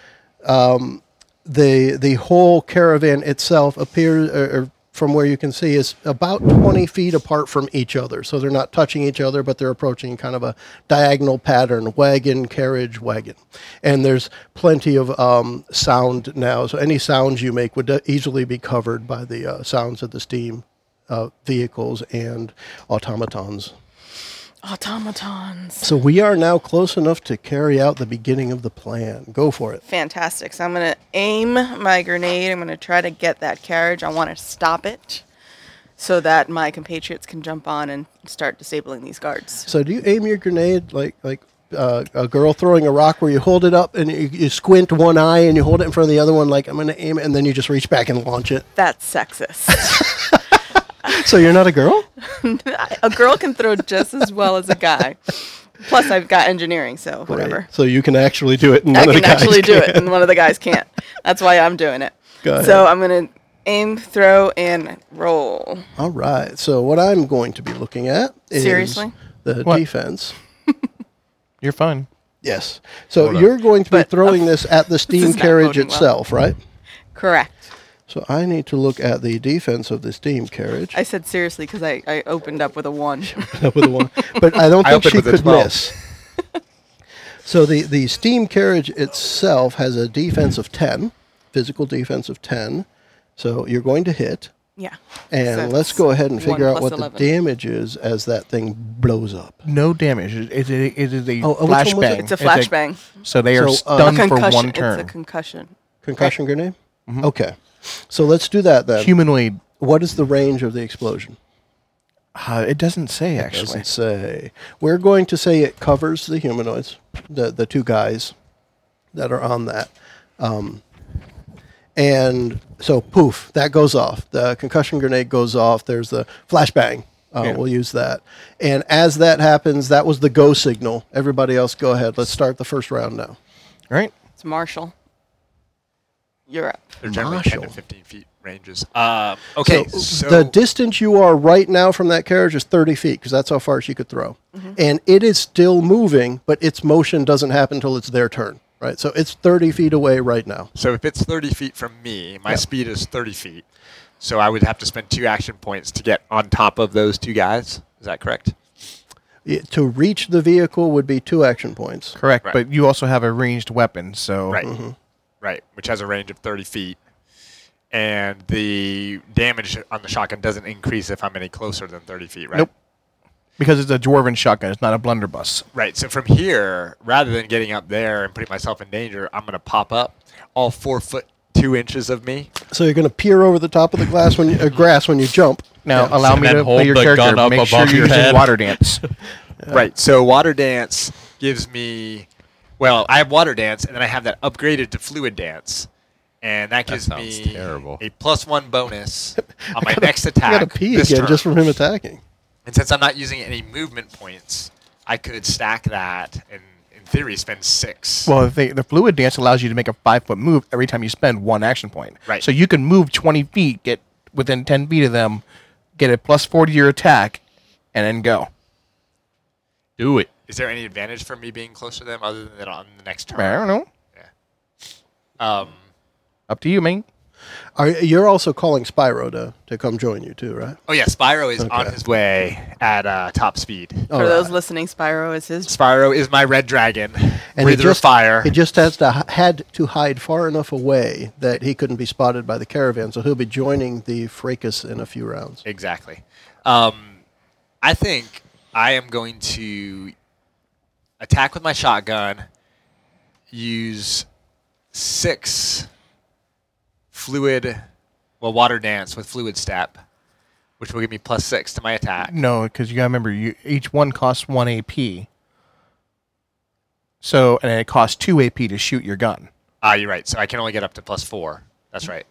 um, the the whole caravan itself appears, or, or from where you can see, is about 20 feet apart from each other. So they're not touching each other, but they're approaching in kind of a diagonal pattern: wagon, carriage, wagon. And there's plenty of um, sound now, so any sounds you make would uh, easily be covered by the uh, sounds of the steam uh, vehicles and automatons.
Automatons.
So we are now close enough to carry out the beginning of the plan. Go for it.
Fantastic. So I'm going to aim my grenade. I'm going to try to get that carriage. I want to stop it so that my compatriots can jump on and start disabling these guards.
So do you aim your grenade like like uh, a girl throwing a rock, where you hold it up and you, you squint one eye and you hold it in front of the other one, like I'm going to aim it, and then you just reach back and launch it.
That's
(laughs)
sexist.
So you're not a girl.
a girl can throw just as well as a guy. Plus, I've got engineering, so whatever.
Right. So you can actually do it. And
I
none of the
can
guys
actually do
can.
it, and one of the guys can't. That's why I'm doing it.
Go ahead.
So I'm gonna aim, throw, and roll.
All right. So what I'm going to be looking at is
Seriously?
the
What?
defense.
You're fine.
Yes. So you're going to be
But, uh,
throwing this at the steam
is not
carriage
boding well.
itself, right?
Correct.
So I need to look at the defense of the steam carriage.
I said seriously because I, I opened up with a one.
up (laughs) with a one, but I don't
I
think
opened
she
with a
could
12.
miss. (laughs) So the the steam carriage itself has a defense of ten, physical defense of ten. So you're going to hit,
(laughs) yeah.
and
So
let's
it's
go ahead and
one
figure out
plus
what
11.
the damage is as that thing blows up.
No damage. It is a, it is a
Oh,
uh,
oh, which one was it?
flashbang.
It's a flashbang.
so they are
So, uh,
stunned for
concussion.
one
It's a
turn.
concussion.
Concussion grenade. Okay, so let's do that then.
Humanoid.
what is the range of the explosion?
Uh, it doesn't say actually.
Doesn't say. We're going to say it covers the humanoids, the the two guys that are on that. Um, and so poof, that goes off. The concussion grenade goes off. There's the flashbang. Uh, We'll use that. And as that happens, that was the go signal. Everybody else, go ahead. Let's start the first round now.
All right.
It's Marshall. Europe.
They're generally 10
Marshall.
to 15 feet ranges. Um, okay, so,
the distance you are right now from that carriage is 30 feet because that's how far she could throw.
Mm-hmm.
And it is still moving, but its motion doesn't happen until it's their turn, right? So it's 30 feet away right now.
so if it's 30 feet from me, my speed is 30 feet. So I would have to spend two action points to get on top of those two guys. Is that correct?
It- to reach the vehicle would be two action points.
Correct.
Right.
But you also have a ranged weapon, so
Right. Right, which has a range of 30 feet. And the damage on the shotgun doesn't increase if I'm any closer than 30 feet, right?
Nope. because it's a dwarven shotgun, it's not a blunderbuss.
Right. So from here, rather than getting up there and putting myself in danger, I'm going to pop up all four foot two inches of me.
So you're going to peer over the top of the glass when you, uh, grass when you jump.
Now allow me
And
to
then hold
play your
the
character.
gun up
Make sure
above
you're
your
using
head.
water
(laughs)
dance.
Right. So water dance gives me, well, I have water dance, and then I have that upgraded to fluid dance, and that gives
sounds
me
terrible.
a plus one
(laughs)
bonus on my next attack.
You got to pee
this
again
turn.
just from him attacking.
And since I'm not using any movement points, I could stack that and, in theory, spend six.
Well, the, the fluid dance allows you to make a five foot move every time you spend one action point.
Right.
So you can move 20 feet, get within 10 feet of them, get a plus 40 to your attack, and then go.
Do it.
Is there any advantage for me being close to them other than that on the next
I
turn?
don't know.
Um,
Up to you, man.
Are, you're also calling Spyro to, to come join you too, right?
Oh yeah, Spyro is on
Okay.
his way at uh, top speed.
All
For those
right.
listening, Spyro is his.
Spyro is my red dragon,
And he
breather
just,
of fire.
He just has to, h- had to hide far enough away that he couldn't be spotted by the caravan, so he'll be joining the fracas in a few rounds.
Exactly. Um, I think I am going to attack with my shotgun, use six fluid, well, water dance with fluid step, which will give me plus six to my attack.
No, because you gotta remember, you each one costs one AP. So and it costs two AP to shoot your gun.
Ah, you're right. So I can only get up to plus four. That's right.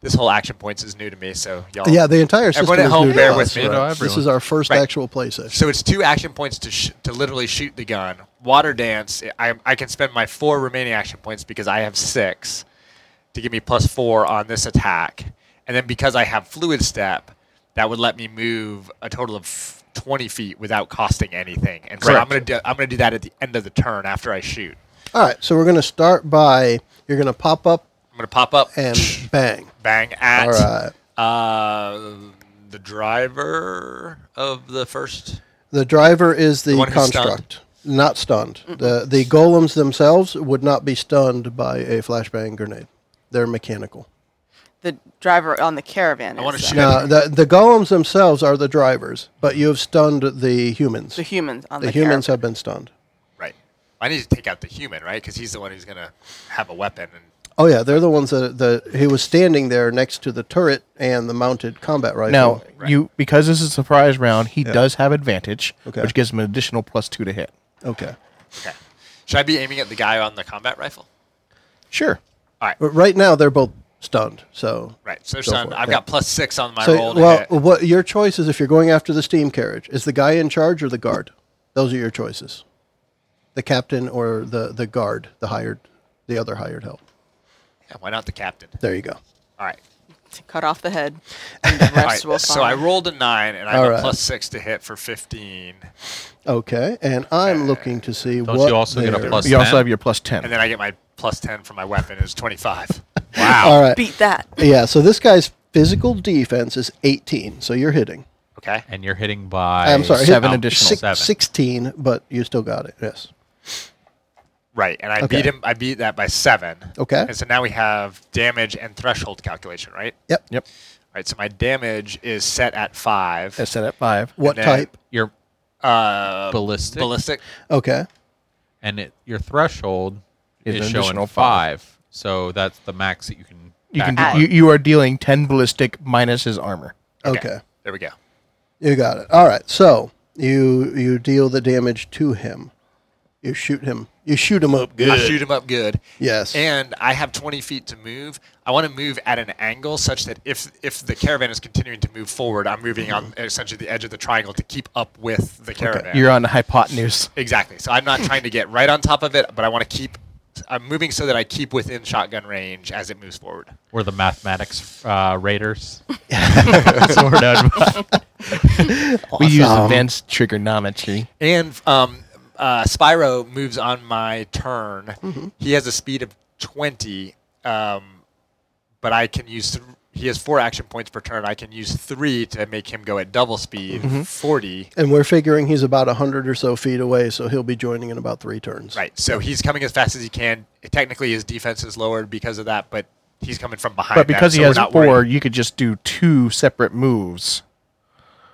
This whole action points is new to me, so y'all.
Yeah, the entire system
Everyone at
is
home,
new to
bear
us,
with me.
right?
No,
This
everyone.
is our first
Right.
actual play session.
So it's two action points to sh- to literally shoot the gun. Water dance. I I can spend my four remaining action points because I have six to give me plus four on this attack, and then because I have fluid step, that would let me move a total of twenty feet without costing anything. And so I'm gonna do I'm gonna do that at the end of the turn after I shoot.
All right, so we're going to start by you're going to pop up
I'm gonna pop up
and bang.
bang at
All right.
uh, the driver of the first.
The driver is the,
one who's
construct, not stunned. The the golems themselves would not be stunned by a flashbang grenade. They're mechanical.
The driver on the caravan. is,
I
uh,
want to
though.
shoot.
Now, the the golems themselves are the drivers, but you have stunned the humans.
The humans on the,
The humans
caravan.
have been stunned.
Right. I need to take out the human, right? Because he's the one who's gonna have a weapon. And
Oh yeah, they're the ones that the he was standing there next to the turret and the mounted combat rifle.
Now you because this is a surprise round, he does have advantage,
Okay.
which gives him an additional plus two to hit.
okay.
okay, should I be aiming at the guy on the combat rifle?
Sure.
All right,
But right now they're both stunned. So
right. So
Go
son,
for it,
I've
yeah.
got plus six on my roll.
so
To
well,
hit.
what your choice is if you're going after the steam carriage is the guy in charge or the guard. Those are your choices. The captain or the the guard, the hired, the other hired help.
Yeah, why not the captain?
There you go.
All right.
To cut off the
(laughs)
head. And the
All
rest will
right. So I
follow.
rolled a nine, and I have
All
a
right.
plus six to hit for fifteen,
Okay, and I'm looking to see
Don't
what
you also get a
their-
plus
You also
ten?
have your plus ten.
and then I get my plus ten for my weapon. It's twenty-five.
(laughs)
Wow.
All right.
beat that.
Yeah, so this guy's physical defense is 18, so you're hitting.
Okay.
and you're hitting by
I'm sorry, hit-
seven
Oh,
additional.
six-
seven.
16, but you still got it. Yes.
Right, and I
Okay.
beat him. I beat that by seven.
Okay.
And so now we have damage and threshold calculation, right?
Yep.
Yep.
All right. So my damage is set at five.
That's set at five.
What
then-
type?
your
Uh,
ballistic,
ballistic.
Okay.
and it, your threshold
Is
is,
an additional
showing
five.
five. So that's the max that you can.
You can
Back.
do, you, you are dealing ten ballistic minus his armor.
Okay.
There we go.
You got it. All right. So, you you deal the damage to him. You shoot him. You shoot him up good.
I shoot him up good.
Yes.
And I have 20 feet to move. I want to move at an angle such that if if the caravan is continuing to move forward, I'm moving on
Mm-hmm.
essentially the edge of the triangle to keep up with the caravan.
You're on the hypotenuse.
exactly. So
(laughs)
I'm not trying to get right on top of it, but I want to keep. I'm moving so that I keep within shotgun range as it moves forward.
We're the mathematics uh, (laughs) raiders. so we're done.
We use advanced trigonometry.
And um, uh, Spyro moves on my turn.
Mm-hmm.
He has a speed of 20, um, but I can use. Th- he has four action points per turn. I can use three to make him go at double speed,
Mm-hmm.
40.
and we're figuring he's about 100 or so feet away, so he'll be joining in about 3 turns.
Right. So he's coming as fast as he can. Technically, his defense is lowered because of that, but he's coming from behind.
But
that,
because he
so we're
has
not
four,
worried.
you could just do two separate moves,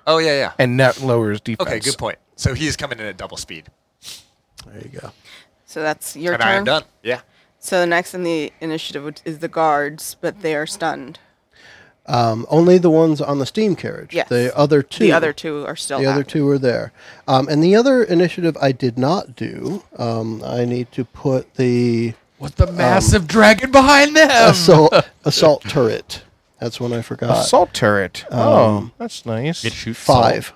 Oh, yeah, yeah.
and that lowers defense.
Okay, good point. So he's coming in at double speed.
There you go.
So that's your
and
turn.
I am done. Yeah.
So the next in the initiative would- is the guards, but they are stunned.
Um, only the ones on the steam carriage.
Yes.
The other two.
The other two are still.
The other
active.
two were there. Um, and the other initiative I did not do, um, I need to put the
With the massive dragon behind them.
assault, assault turret. That's one I forgot.
Assault turret. Uh,
Um,
oh, that's nice.
It shoots
Five.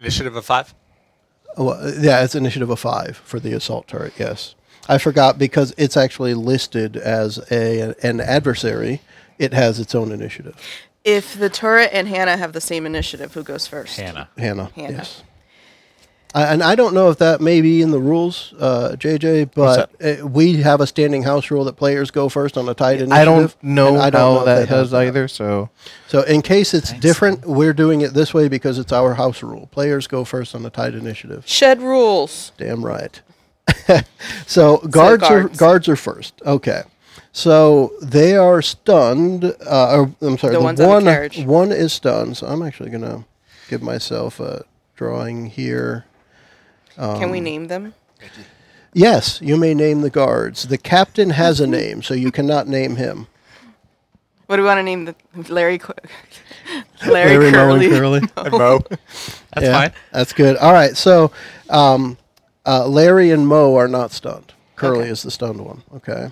Initiative of five.
Oh, uh, yeah, it's initiative of five for the assault turret, yes. I forgot because it's actually listed as a an adversary. It has its own initiative.
If the turret and Hannah have the same initiative, who goes first?
Hannah.
Hannah.
Hannah.
Yes. I- and I don't know if that may be in the rules, uh, JJ, but uh we have a standing house rule that players go first on a tight initiative.
I don't know
and I don't
how
know if they
that
have
does either. So
So, in case it's different, we're doing it this way because it's our house rule. Players go first on the tight initiative.
Shed rules.
Damn right. (laughs) so guards are
guards.
guards are first. Okay. So they are stunned. Uh, or, I'm sorry.
The
The,
ones on the
one
carriage.
one is stunned. So I'm actually gonna give myself a drawing here.
Can
Um,
we name them?
Yes, you may name the guards. The captain has
(laughs)
a name, so you cannot name him.
What do we want to name the Larry? Qu- (laughs) Larry,
Moe
Curly.
and (laughs) Curly.
That's
Yeah,
fine.
That's good. All right. So um, uh, Larry and Mo are not stunned. Curly is the stunned one. Okay.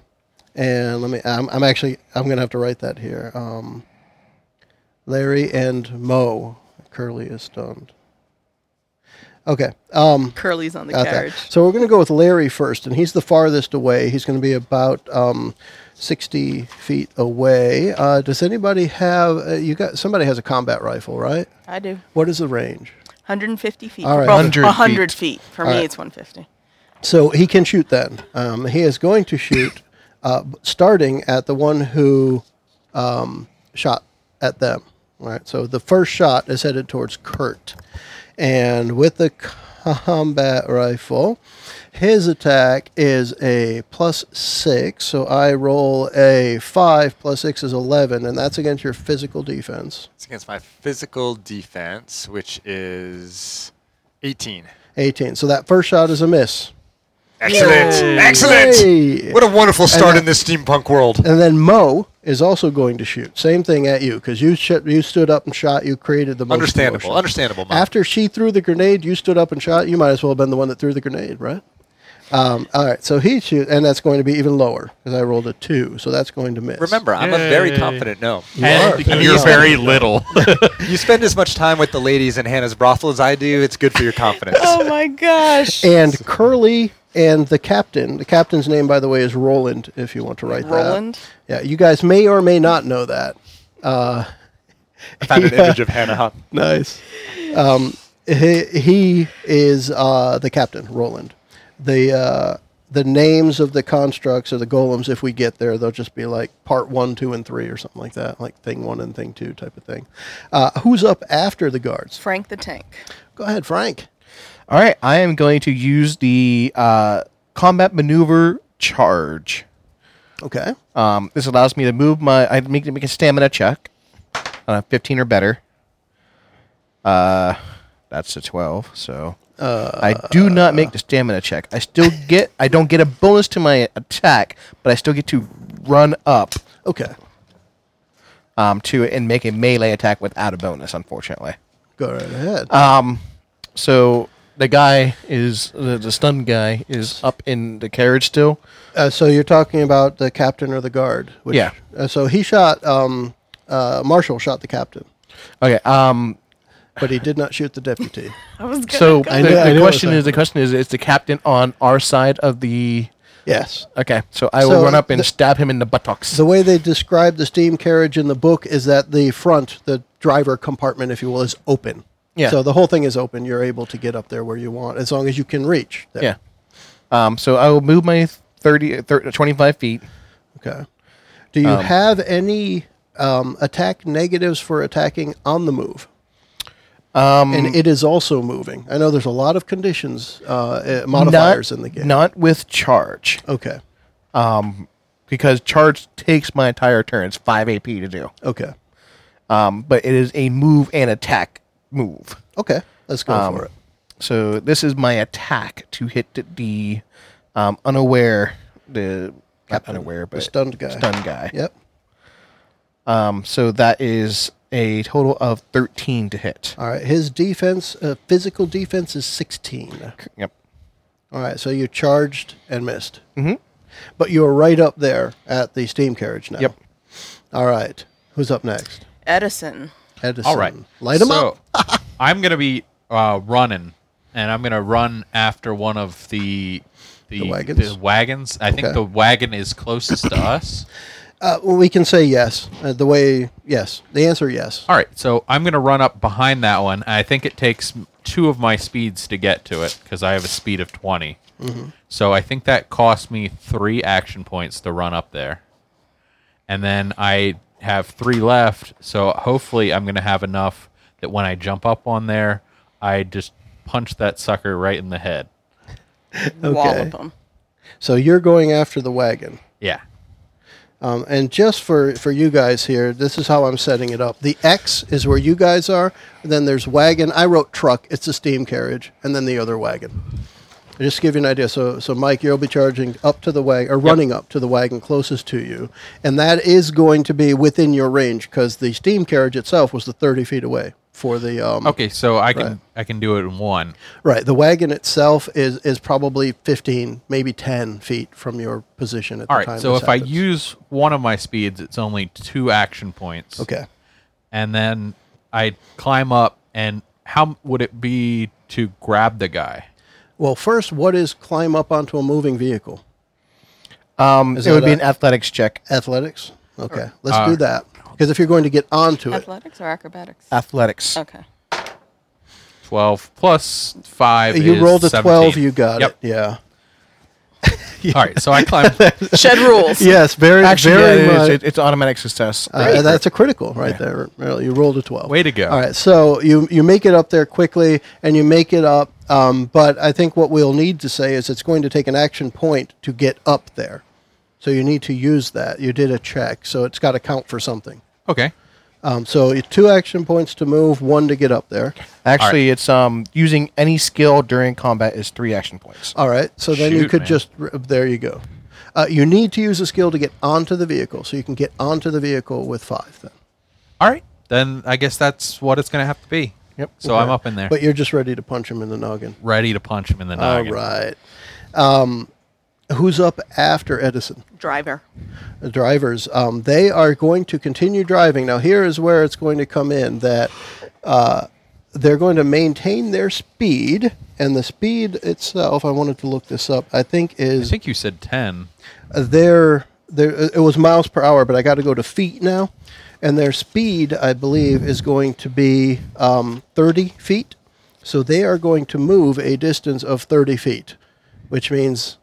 And let me. I'm, I'm actually. I'm gonna have to write that here. Um, Larry and Mo. Curly is stunned. Okay. Um,
Curly's on the
got that.
carriage.
So we're gonna go with Larry first, and he's the farthest away. He's gonna be about. Um, 60 feet away. Uh, does anybody have, uh, you got, somebody has a combat rifle, right?
I do.
What is the range?
150 feet.
All right.
Well,
100 feet.
100 feet. For me,
right.
it's 150.
So he can shoot then. Um, he is going to shoot, uh, b- starting at the one who um, shot at them. All right. So the first shot is headed towards Kurt, and with the combat rifle, his attack is a plus six. So I roll a five plus six is eleven, and that's against your physical defense.
It's against my physical defense, which is 18.
Eighteen. So that first shot is a miss.
Excellent. Excellent.
Yay.
What a wonderful start
that-
in this steampunk world.
And then Mo is also going to shoot. Same thing at you because you sh- you stood up and shot. You created the most
Understandable.
commotion.
Understandable. Mom.
After she threw the grenade, you stood up and shot. You might as well have been the one that threw the grenade, right? Um, all right, so he shoots, and that's going to be even lower because I rolled a two, so that's going to miss.
Remember, I'm a very confident gnome.
And
are.
you're very little.
You spend as much time with the ladies in Hannah's brothel as I do. It's good for your confidence.
Oh my gosh.
and Curly and the captain. The captain's name, by the way, is Roland. If you want to write
Roland?
that. Yeah, you guys may or may not know that.
I found an image of Hannah. Hunt.
nice. Um, he, he is uh, the captain, Roland. The uh, the names of the constructs or the golems, if we get there, they'll just be like part one, two, and three, or something like that, like thing one and thing two type of thing. Uh, who's up after the guards?
Frank the Tank.
Go ahead, Frank.
all right, I am going to use the uh, combat maneuver charge.
Okay.
Um, this allows me to move my. I make make a stamina check, uh, fifteen or better. Uh, that's a twelve. So I do not make the stamina check. I still get. I don't get a bonus to my attack, but I still get to run up
Okay.
um, to it and make a melee attack without a bonus. Unfortunately.
Go right ahead.
Um, so the guy is the, the stunned guy is up in the carriage still.
Uh, so you're talking about the captain or the guard? Which,
Yeah.
Uh, so he shot. Um, uh, Marshall shot the captain,
Okay. Um,
but he did not shoot the deputy.
I was gonna
so
go-
I
the,
knew- I knew
the
it was
question
that.
is the question is is the captain on our side of the?
yes.
Okay, so I will
So
run up and
the-
stab him in the buttocks.
The way they describe the steam carriage in the book is that the front, the driver compartment, if you will, is open.
Yeah.
So the whole thing is open. You're able to get up there where you want as long as you can reach. There.
yeah. Um, so I will move my 30, 30 25 feet.
Okay. Do you
Um,
have any um, attack negatives for attacking on the move? Um, and it is also moving. I know there's a lot of conditions, uh, uh, modifiers
Not-
in the game.
Not with charge,
Okay.
because charge takes my entire turn. It's five AP to do.
Okay.
Um, but it is a move and attack move.
Okay. Let's go
Um,
for it.
So this is my attack to hit the, the um, unaware, the not unaware, but
stunned guy.
Stunned guy.
Yep.
Um, so that is a total of thirteen to hit.
All right. His defense, uh, physical defense, is 16.
Yep.
All right, so you charged and missed. Mm-hmm. But you were right up there at the steam carriage now.
Oh. Yep.
All right. Who's up next?
Edison.
Edison.
All right.
Light him
so,
up. (laughs)
I'm going to be uh, running, and I'm going to run after one of the. The,
wagons?
the wagons. I
Okay.
think the wagon is closest to us.
Uh, we can say yes. Uh, the way, yes. The answer, yes.
All right, so I'm going to run up behind that one. I think it takes two of my speeds to get to it because I have a speed of 20.
Mm-hmm.
So I think that cost me three action points to run up there. And then I have three left, so hopefully I'm going to have enough that when I jump up on there, I just punch that sucker right in the head.
Wall
Okay.
of them.
So you're going after the wagon.
Yeah.
Um, and just for, for you guys here, this is how I'm setting it up. The X is where you guys are. Then there's wagon. I wrote truck. It's a steam carriage, and then the other wagon. Just to give you an idea. So, so Mike, you'll be charging up to the wagon or running up to the wagon closest to you, and that is going to be within your range because the steam carriage itself was the 30 feet away for the um,
Okay, so I can
Right.
I can do it in one.
Right. The wagon itself is is probably 15, maybe 10 feet from your position at
All
the
right,
time.
so
this
if I
happens.
use one of my speeds, it's only two action points.
Okay.
and then I climb up. And how would it be to grab the guy?
Well, first, what is climb up onto a moving vehicle?
Um,
Is
it would
that
be
a-
an athletics check.
Athletics? Okay. Let's do that. Because if you're going to get onto it,
Athletics or acrobatics?
Uh,
Athletics.
Okay.
Twelve plus five.
you
is
rolled a 12,
17.
you got
Yep.
it. Yeah. (laughs)
All right, so I climb.
Shed rules.
Yes, very,
Actually, yeah,
very
it is.
much.
It- it's automatic success.
Uh, that's a critical right there. Merrill. You rolled a twelve.
Way to go.
All right, so you you make it up there quickly, and you make it up. Um, but I think what we'll need to say is it's going to take an action point to get up there, so you need to use that. You did a check, so it's got to count for something.
okay.
Um, so you- two action points to move, one to get up there.
Actually, it's um using any skill during combat is three action points.
All right, so then you
Shoot,
could
man.
just r- there you go. Uh, you need to use a skill to get onto the vehicle, so you can get onto the vehicle with five then.
All right, then I guess that's what it's going to have to be.
Yep.
So I'm up in there,
But you're just ready to punch him in the noggin.
ready to punch him in the
All
noggin.
right. Um, who's up after Edison?
Driver.
The drivers. Um, they are going to continue driving. Now, here is where it's going to come in that uh, they're going to maintain their speed, and the speed itself, I wanted to look this up, I think
I
is
think you said ten.
their, their it was miles per hour, but I got to go to feet now. And their speed, I believe, is going to be um, 30 feet. So they are going to move a distance of 30 feet, which means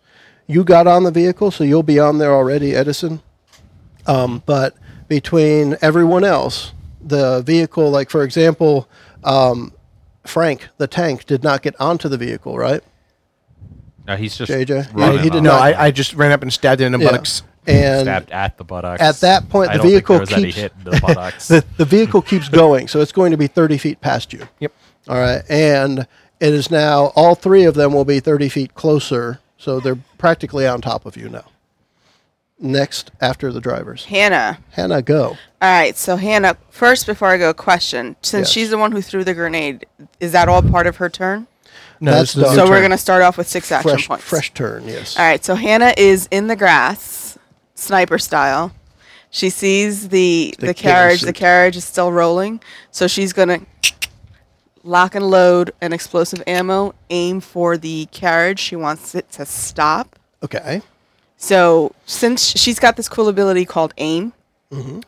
you got on the vehicle, so you'll be on there already, Edison. Um, but between everyone else, the vehicle, like for example, um, Frank, the tank, did not get onto the vehicle, right?
No, he's just
JJ?
running
Yeah, he did
up.
not-
No, I, I just ran up and stabbed it in the
Yeah.
buttocks.
And
stabbed at the buttocks.
at that point,
I
the
don't think
vehicle
there was any
keeps-
hit
(laughs)
in the buttocks.
the, the vehicle keeps going, so it's going to be 30 feet past you.
Yep.
All right. And it is now, all three of them will be 30 feet closer, so they're practically on top of you now. Next, after the drivers.
Hannah.
Hannah, go.
All right. So Hannah, first before I go, question: Since
Yes.
she's the one who threw the grenade, is that all part of her turn?
No,
That's
this is
done.
a
so
new
we're
turn.
gonna start off with six action
Fresh,
points.
fresh turn, yes.
All right, so Hannah is in the grass, sniper style. She sees the the,
the killer
carriage. The
suit.
carriage is still rolling, so she's gonna lock and load an explosive ammo. Aim for the carriage. She wants it to stop.
Okay.
So since she's got this cool ability called aim,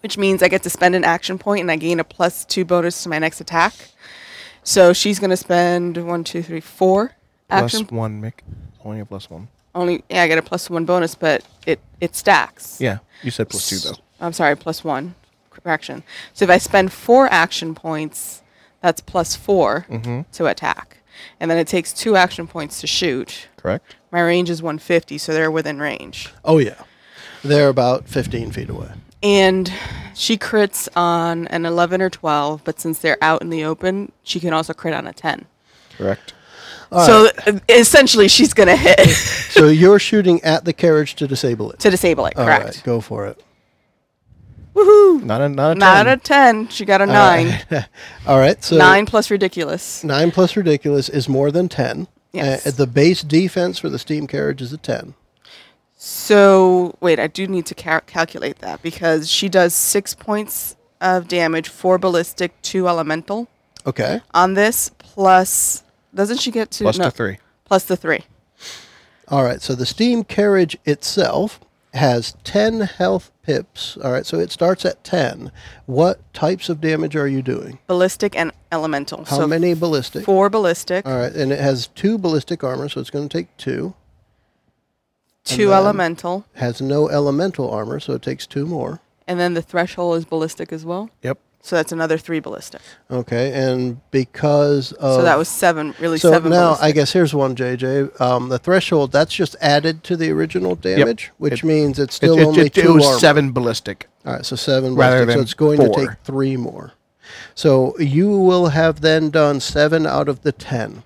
which means I get to spend an action point and I gain a plus two bonus to my next attack. So she's gonna spend one, two, three, four
plus
action.
one, Mick. Only a plus one.
Only yeah, I get a plus one bonus, but it it stacks.
Yeah, you said plus two though.
I'm sorry, plus one. Correction. So if I spend four action points, that's plus 4
Mm-hmm.
to attack. And then it takes two action points to shoot.
Correct.
My range is 150, so they're within range.
Oh, yeah. They're about 15 feet away.
And she crits on an 11 or 12, but since they're out in the open, she can also crit on a 10.
Correct.
so uh, essentially, she's going to hit (laughs)
So you're shooting at the carriage to disable it.
to disable it,
All
(laughs) correct?
right, go for it.
Not a not a
Not
ten.
a 10. She got a 9.
All right, so
9 plus ridiculous.
nine plus ridiculous is more than 10.
Yes.
Uh, the base defense for the steam carriage is a 10.
So wait, I do need to cal- calculate that because she does six points of damage, four ballistic, two elemental
Okay.
on this. Plus, doesn't she get two?
Plus
no,
the three.
Plus the three.
All right, so the steam carriage itself has 10 health pips. All right, so it starts at 10. What types of damage are you doing?
ballistic and elemental.
How
so
many ballistic?
Four ballistic,
All right, and it has two ballistic armor, so it's going to take two.
two
then-
elemental,
Has no elemental armor, so it takes two more.
and then the threshold is ballistic as well.
Yep.
So that's another three ballistic.
Okay, and because of
so that was seven, really
Oh. so
seven.
now
ballistic.
I guess here's one, JJ. Um, the threshold that's just added to the original damage, which
It-
means it's
It,
still
it-
only
it-
two
it was
armor.
seven ballistic.
All right, so seven
Rather
ballistic. So
than
it's going to
four.
take three more. So you will have then done seven out of the ten.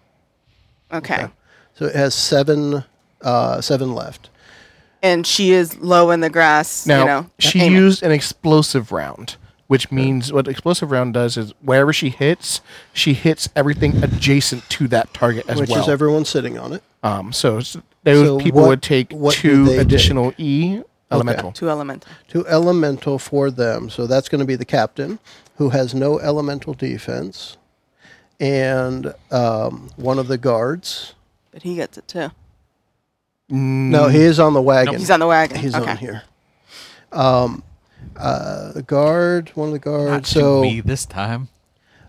okay.
So it has seven, uh, seven left.
And she is low in the grass.
Now
you know,
she
aiming.
used an explosive round, which means what explosive round does is wherever she hits, she hits everything adjacent to that target as
which
well.
is everyone sitting on it.
um, so it's- those
So
people
what-
would take
what do
two
they
additional E elemental.
two elemental.
to elemental for them. So that's going to be the captain, who has no elemental defense, and um, one of the guards.
But he gets it too.
Mm.
No, he is on the wagon.
He's on the wagon.
He's
okay.
on here. Um, uh, the guard, one of the guards.
Not
so
to me this time.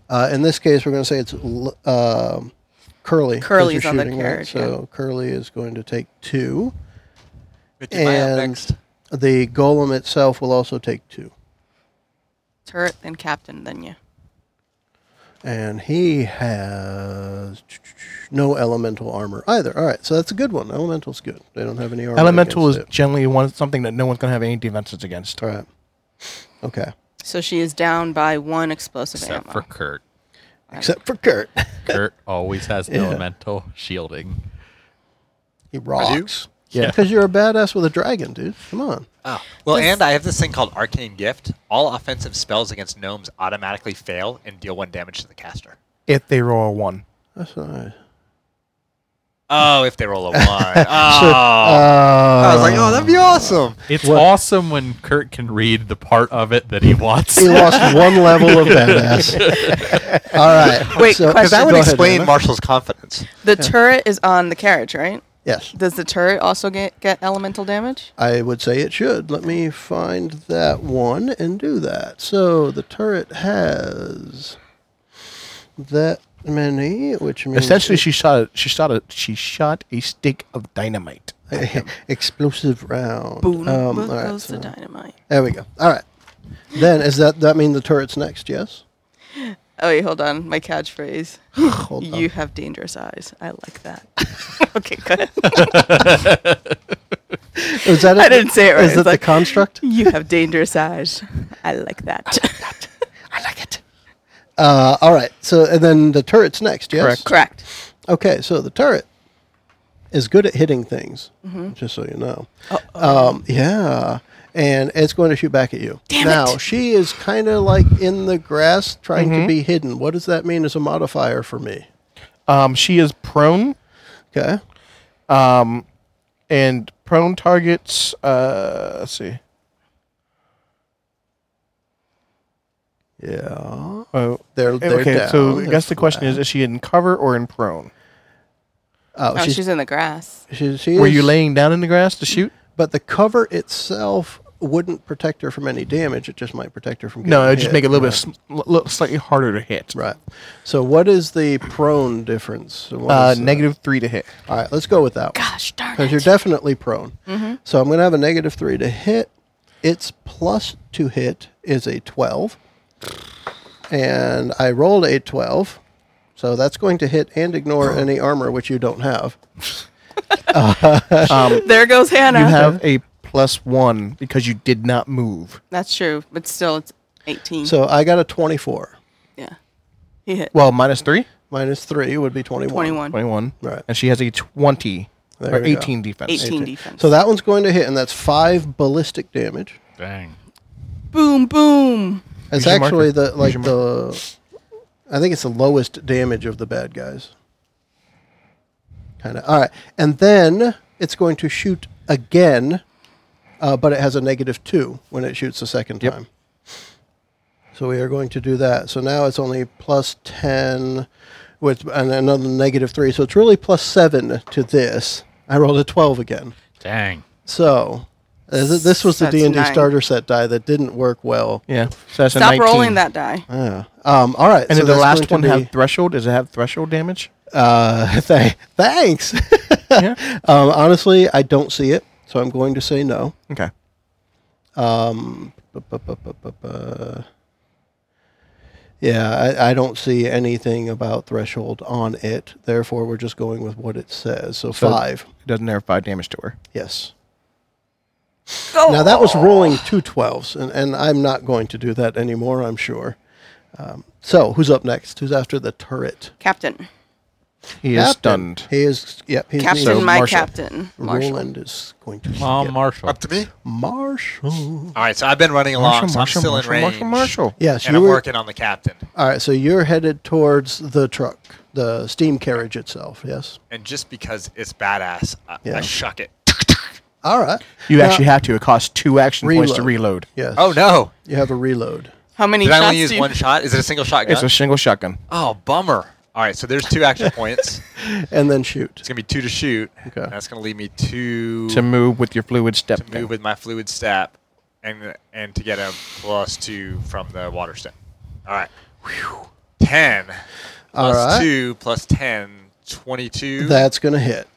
Uh, in this case, we're going to say it's l- um Curly. 'cause
Curly's
you're
on the
shooting at,
carriage, yeah.
So Curly is going to take two,
Mickey, am I up
And-
next?
the golem itself will also take two.
Turret, then captain, then you.
And he has no elemental armor either. All right, so that's a good one. Elemental's good. They don't have any armor.
Elemental is
against it.
generally one something that no one's gonna have any defenses against.
All right. Okay.
So she is down by one explosive
Except
ammo.
for Kurt.
Except for Kurt.
Kurt always has
(laughs)
elemental shielding.
he rocks. Yeah, because you're a badass with a dragon, dude. Come on.
Oh. Well, and I have this thing called Arcane Gift. All offensive spells against gnomes automatically fail and deal one damage to the caster.
If they roll a one.
That's all right.
Oh, if they roll (laughs) a one. Oh. I was like, oh, that'd be awesome.
It's awesome when Kurt can read the part of it that he wants.
(laughs) He lost one level of badass. (laughs) All right.
Wait,
Because that
go
would
ahead,
explain
Anna.
Marshall's confidence.
(laughs)
The turret is on the carriage, right?
Yes,
Does the turret also get, get elemental damage?
I would say it should. Let me find that one and do that. So the turret has that many, which means
Essentially,
it-
she shot. A, she shot a. She shot a stick of dynamite.
(laughs) explosive round.
Boom.
Um,
boom
all right,
goes
so-
the dynamite.
There we go. All right. Then is that that mean the turret's next? Yes.
Oh, wait, hold on. My catchphrase.
Hold on.
You have dangerous eyes. I like that. okay, good.
Is that
(laughs) I didn't say it right.
Is that
It's
the
like- (laughs)
construct?
You have dangerous eyes. I like that.
I like it. Uh, all right. So and then the turret's next. Yes.
Correct.
Okay, so the turret is good at hitting things, just so you know. Um, yeah, and it's going to shoot back at you. now, she is kind of like in the grass trying to be hidden. What does that mean as a modifier for me?
Um, she is prone,
Okay.
and prone targets. Uh, let's see.
Yeah.
Oh,
They're, they're
okay.
down.
So I
That's
guess the question
bad.
is: Is she in cover or in prone?
Oh,
Oh, she's,
she's,
in the grass.
she- she
Were you
is-
laying down in the grass to shoot?
But the cover itself wouldn't protect her from any damage. It just might protect her from getting
No, it just
hit,
make it a little
right.
bit sl- look slightly harder to hit.
Right. So, what is the prone difference? So what
Uh,
is that?
negative three to hit.
All right, let's go with that.
Gosh (laughs) darn
Because you're
it.
definitely prone. So I'm going to have a negative three to hit. Its plus to hit is a 12. And I rolled a 12. So that's going to hit and ignore any armor, which you don't have.
there goes Hannah.
You have a plus one because you did not move.
That's true, but still, it's 18.
So I got a 24.
yeah. He hit
Well, minus three,
Minus three would be 21.
21.
twenty-one.
Right.
And she has a twenty
There
or
we go.
eighteen defense.
18, defense.
So that one's going to hit, and that's five ballistic damage.
Dang.
boom, boom.
It's
your
actually
marker.
the
Use
like
your
the I think it's the lowest damage of the bad guys. Kind of. All right. And then it's going to shoot again, uh, but it has a negative 2 when it shoots the second time. So we are going to do that. So now it's only plus 10 with and another negative 3. So it's really plus 7 to this. I rolled a 12 again.
Dang.
So Uh, th- this was the
That's
D and D
nine.
starter set die that didn't work well.
Yeah. So that's a
Stop
19.
rolling that die.
Yeah. Um, all right.
And
so
did the
that's
last
going
one
to
have
be-
threshold? Does it have
(laughs)
threshold damage?
Uh, th- thanks. (laughs)
Yeah.
um, honestly, I don't see it, so I'm going to say no.
Okay.
Bu- bu- bu- bu- bu- bu- Yeah, I, I don't see anything about threshold on it. Therefore, we're just going with what it says. So,
So-
five.
It doesn't have five damage to her.
Yes. Now that was rolling two 12s, and, and I'm not going to do that anymore. I'm sure. Um, so who's up next? Who's after the turret?
Captain.
He is
Captain.
stunned.
He is. Yep. He's
Captain,
so
my
Marshall.
captain. Marshall.
Roland is going to.
Mom,
get
Marshall.
Up to me.
Marshall.
All right, so I've been running along, so I'm still
Marshall,
in range.
Marshall, Marshall.
Yes,
and
you
I'm
were.
working on the captain.
All right, so you're headed towards the truck, the steam carriage itself. Yes.
And just because it's badass, I,
Yeah.
I
(laughs)
shuck it.
All right.
You
Now-
actually have to. It costs two action points to
Reload.
reload.
Yes.
Oh no!
You have a reload.
How many
Did I
shots
only use
do you
one shot? Is it a single shot gun?
It's a single shotgun.
oh bummer! All right, so there's two action points.
And then
It's
shoot.
gonna be two to shoot.
Okay.
and That's gonna leave me two
To move with your fluid step.
to move with my fluid step, and and to get a plus two from the water step. All right. Ten
All
plus
right.
two plus ten. 22.
That's going to hit.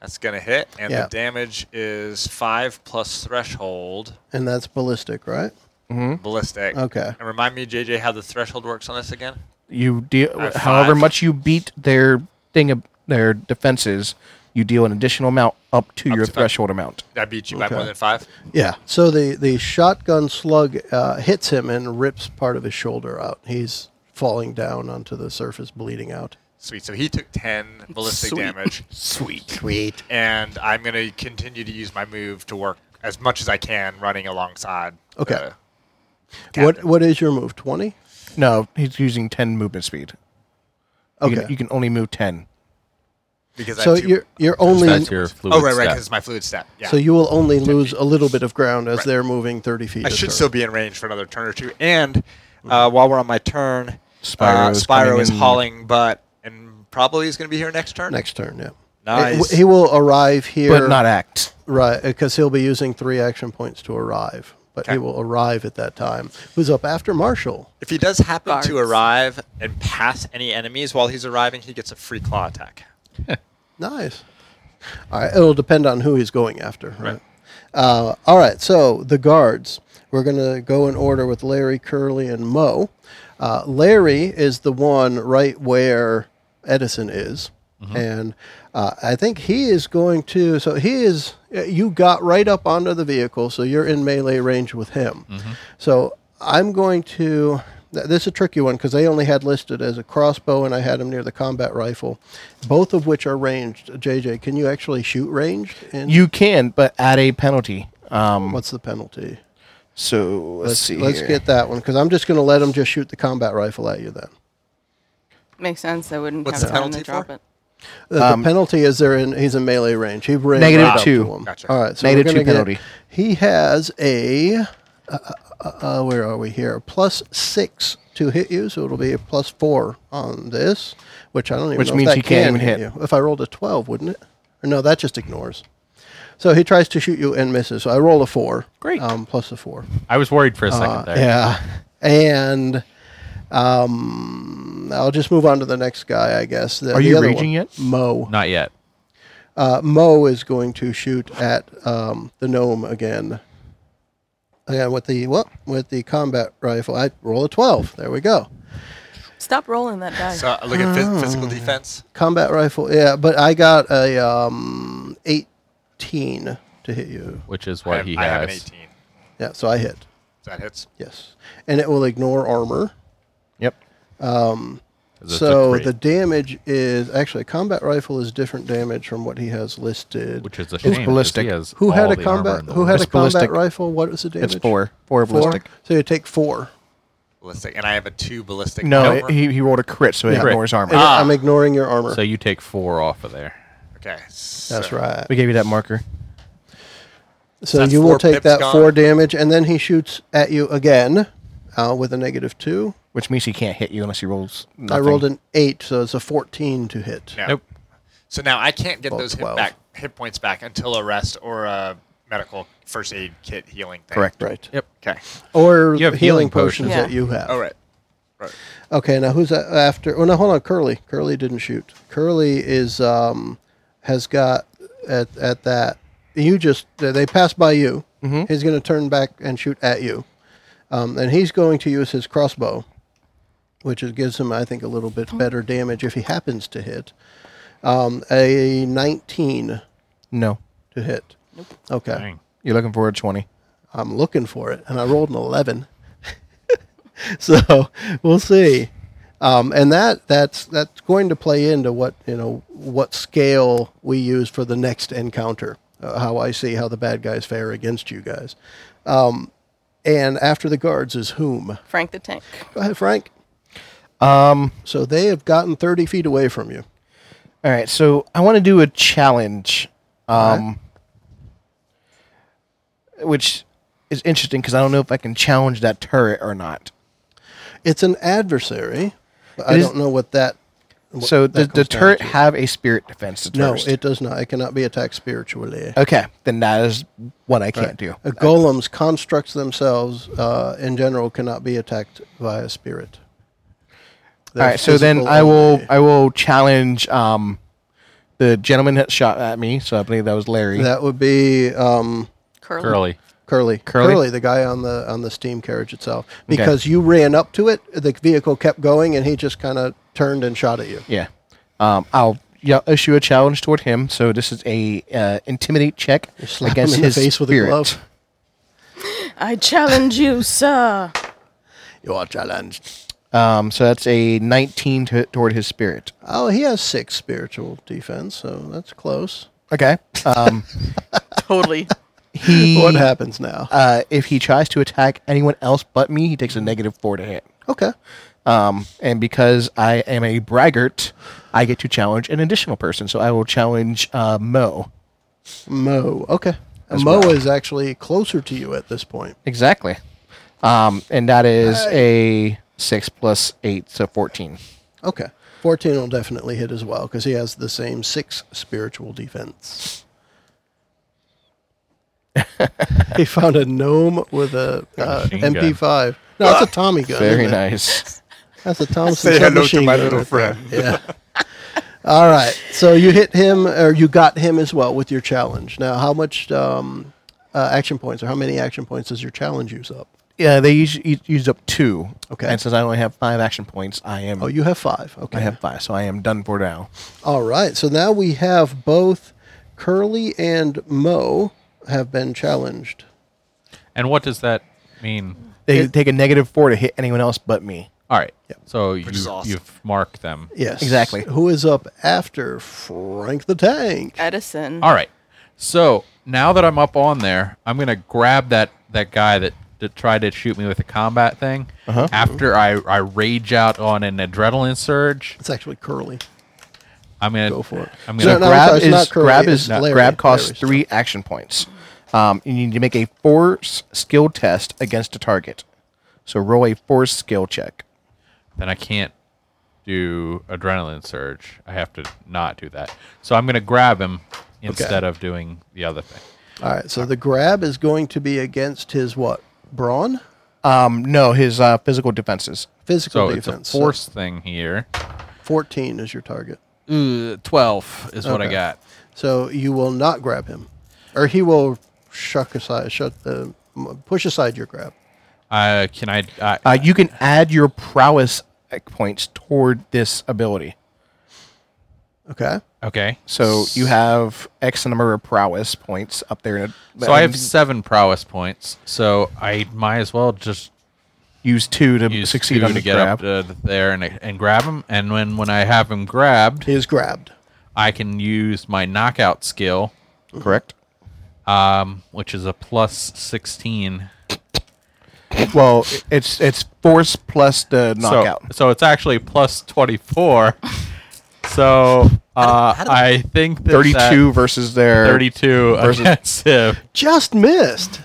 That's going to hit. And
Yeah.
the damage is 5 plus threshold.
And that's ballistic, right?
ballistic.
Hmm? Okay.
And remind me, JJ, how the threshold works on this again.
You deal
At
however
five.
much you beat their thing, ab- their defenses. You deal an additional amount up to your
to five.
threshold amount.
I beat you
Okay.
by more than five.
Yeah. So the, the shotgun slug uh, hits him and rips part of his shoulder out. He's falling down onto the surface, bleeding out.
Sweet. So he took ten ballistic damage,
Sweet.
Sweet.
and I'm going to continue to use my move to work as much as I can, running alongside.
Okay.
the
What
captain.
What is your move? 20?
No, he's using ten movement speed. You
Okay.
can, you can only move ten.
Because
so
I have two-
you're, you're only.
That's your fluid
oh right, right.
step.
Because it's my fluid step. Yeah.
So you will only lose a little bit of ground as they're moving 30 feet. a
I should
turn. Mm-hmm.
still be in range for another turn or two. And uh, while we're on my turn, Spyro, uh,
Spyro's
Spyro
coming
is
in.
hauling butt, and probably is going to be here next turn.
Next turn, yeah.
Nice.
He will arrive here.
But not act.
Right, because he'll be using three action points to arrive, but he
Okay.
will arrive at that time. Who's up after Marshall?
If he does happen
Guards.
to arrive and pass any enemies while he's arriving, he gets a free claw attack.
Nice. All right, it'll depend on who he's going after. Right. Uh, all right, so the guards. We're going to go in order with Larry, Curly, and Mo. Uh, Larry is the one right where Edison is. And uh, I think he is going to. So he is. uh, You got right up onto the vehicle, so you're in melee range with him. So I'm going to. th- This is a tricky one because they only had listed as a crossbow, and I had them near the combat rifle, both of which are ranged. JJ, can you actually shoot ranged? In,
You can, but at a penalty. Um,
What's the penalty?
so let's,
Let's
see.
let's
here.
get that one because I'm just going to let them just shoot the combat rifle at you. Then
Makes sense. I wouldn't
What's
have
the
time to
penalty
drop
for?
it.
the, the penalty is they're in. He's in melee range. He ran
Um, Negative
right up
two.
to him.
Gotcha.
All right, so
Negative
we're gonna
two
get-
penalty.
He has a. Uh, uh, uh, where are we here? Plus six to hit you, so it'll be a plus four on this, which I don't even
Which
know if
means
that
he can't
can
even hit.
you. If I rolled a twelve, wouldn't it? Or no, that just ignores. So he tries to shoot you and misses. So I roll a four.
Great.
Um, plus a four.
I was worried for a second
Uh,
there.
Yeah. And um, I'll just move on to the next guy, I guess. The-
Are
the
you
other
raging
one,
yet?
Mo.
Not yet.
Uh, Mo is going to shoot at um, the gnome again. Again with the what? With the combat rifle. I roll a twelve. There we go.
Stop rolling that die.
So I look at phys-
Oh.
physical defense.
Combat rifle. Yeah, but I got a um, eighteen to hit you.
Which is
I
what
have,
he
I have an
has.
18.
Yeah, so I hit.
That hits.
Yes, and it will ignore armor.
Yep.
It's a
so
three,
the damage is actually combat rifle is different damage from what he has listed.
which is a shame. 'cause
ballistic.
He has
who had
all
a
the armor in
combat
the
who
world.
had a
It's
combat
ballistic.
riful? What was the damage?
It's four. Four ballistic.
So you take four.
Ballistic. And I have a two ballistic.
No,
armor.
he, he rolled a crit, so it
Crit.
ignores armor.
And I'm ignoring your armor.
Ah. So you take four off of there.
okay.
That's
so-
right.
We gave you that marker.
So
that's
you will
four
take
pips
that
gone.
four damage, and then he shoots at you again uh, with a negative two.
which means he can't hit you unless he rolls.
I rolled an eight, so it's a fourteen to hit.
Yeah.
Nope.
So now I can't get those hit,
Twelve.
back, hit points back until a rest or a medical
first aid kit healing thing.
Correct.
Right.
Yep.
Okay.
Or
You have
healing
healing
potions
potions.
that you have.
All right. Right.
Okay, now who's a- after? Oh no, hold on. Curly. Curly didn't shoot. Curly is um has got at at that. You just they- they pass by you. He's going to turn back and shoot at you, um, and he's going to use his crossbow, which is, gives him I think a little bit better damage if he happens to hit. Um, a nineteen
No.
to hit. Okay.
Dang.
You're looking for a 20.
I'm looking for it, and I rolled an eleven. (laughs) so we'll see, um, and that that's that's going to play into what you know what scale we use for the next encounter. Uh, how I see how the bad guys fare against you guys, um, and after the guards is whom?
Frank the Tank.
Go ahead, Frank. Um, so they have gotten thirty feet away from you.
All right. So I want to do a challenge, um, which is interesting because I don't know if I can challenge that turret or not.
It's an adversary. But
It
I
is-
don't know what that. what
so
that
does the
comes down
turret
to.
have a spirit defense? That's
No,
first?
it does not. It cannot be attacked spiritually.
Okay, then that is what I can't do.
Uh, golems, constructs themselves, uh, in general, cannot be attacked via spirit.
All right, so then
physical
I will
only.
I will challenge um, the gentleman that shot at me. So I believe that was Larry.
that would be um,
Curly.
Curly.
Curly.
Curly?
the guy on the on the steam carriage itself, because you ran up to it, the vehicle kept going, and he just kind of turned and shot at you.
yeah, um, I'll yeah, issue a challenge toward him. So this is a uh, intimidate check
Slap
against
him in
his
the face with
spirit.
a glove.
I challenge you,
(laughs)
sir.
You are challenged.
Um, so that's a 19 to, toward his spirit.
Oh, he has six spiritual defense, so that's close.
(laughs) Okay. Um,
totally.
he
What happens now?
uh, if he tries to attack anyone else but me, he takes a negative four to hit.
Okay.
Um, and because I am a braggart, I get to challenge an additional person. So I will challenge uh, Mo.
Mo. Okay. Mo is actually closer to you at this point.
Exactly. Um, and that is a six plus eight, so 14.
Okay. 14 will definitely hit as well because he has the same six spiritual defense. he found a gnome with a uh,
Machine gun.
MP5. No, that's a Tommy gun. isn't
Very
it?
nice.
That's a
Ah,
Thompson
Say hello to
submachine
my
gun
little
right there.
friend.
Yeah. All right. So you hit him, or you got him as well with your challenge. Now, how much um, uh, action points, or how many action points does your challenge use up?
(laughs) Yeah, they usually used up two.
Okay.
And since I only have five action points, I am.
Oh, you have five. Okay.
I have five, so I am done for now.
All right. So now we have both Curly and Mo have been challenged.
And what does that mean?
They take a negative four to hit anyone else but me.
All right. So you
is awesome.
you've marked them.
Yes.
Exactly.
Who is up after Frank the Tank?
Edison.
All right. So now that I'm up on there, I'm gonna grab that that guy that, that tried to shoot me with the combat thing.
Uh-huh.
After I, I rage out on an adrenaline surge,
It's actually Curly.
I'm gonna
Go for it.
I'm
No,
gonna
no,
grab
it's
is
not Curly,
grab
it's
is
Larry.
grab costs
Larry's
three action points. Um, you need to make a force skill test against a target. So roll a force skill check.
then I can't do adrenaline surge. I have to not do that. So I'm gonna grab him instead of doing the other thing.
All right. So the grab is going to be against his what? Brawn?
Um, no, his uh, physical defenses.
Physical
So
defense.
it's a force thing here.
So 14 is your target.
Ooh, Twelve is what I
Okay.
got.
So you will not grab him. Or he will shuck aside, shut, uh, m- push aside your grab.
Uh, can I? I
Uh, you can add your prowess e-, points toward this ability.
Okay.
okay.
So you have X number of prowess points up there. In a,
So I have seven prowess points. So I might as well just
use two to
use
succeed
two
on
to
the
get
grab.
up to there and, and grab him. And when, when I have him grabbed,
He is grabbed.
I can use my knockout skill,
correct?
um, which is a plus 16.
Well, it's it's force plus the knockout.
So, so it's actually plus 24. (laughs) so uh, I think that that
Thirty-two versus their
32
versus-
against him.
Just missed.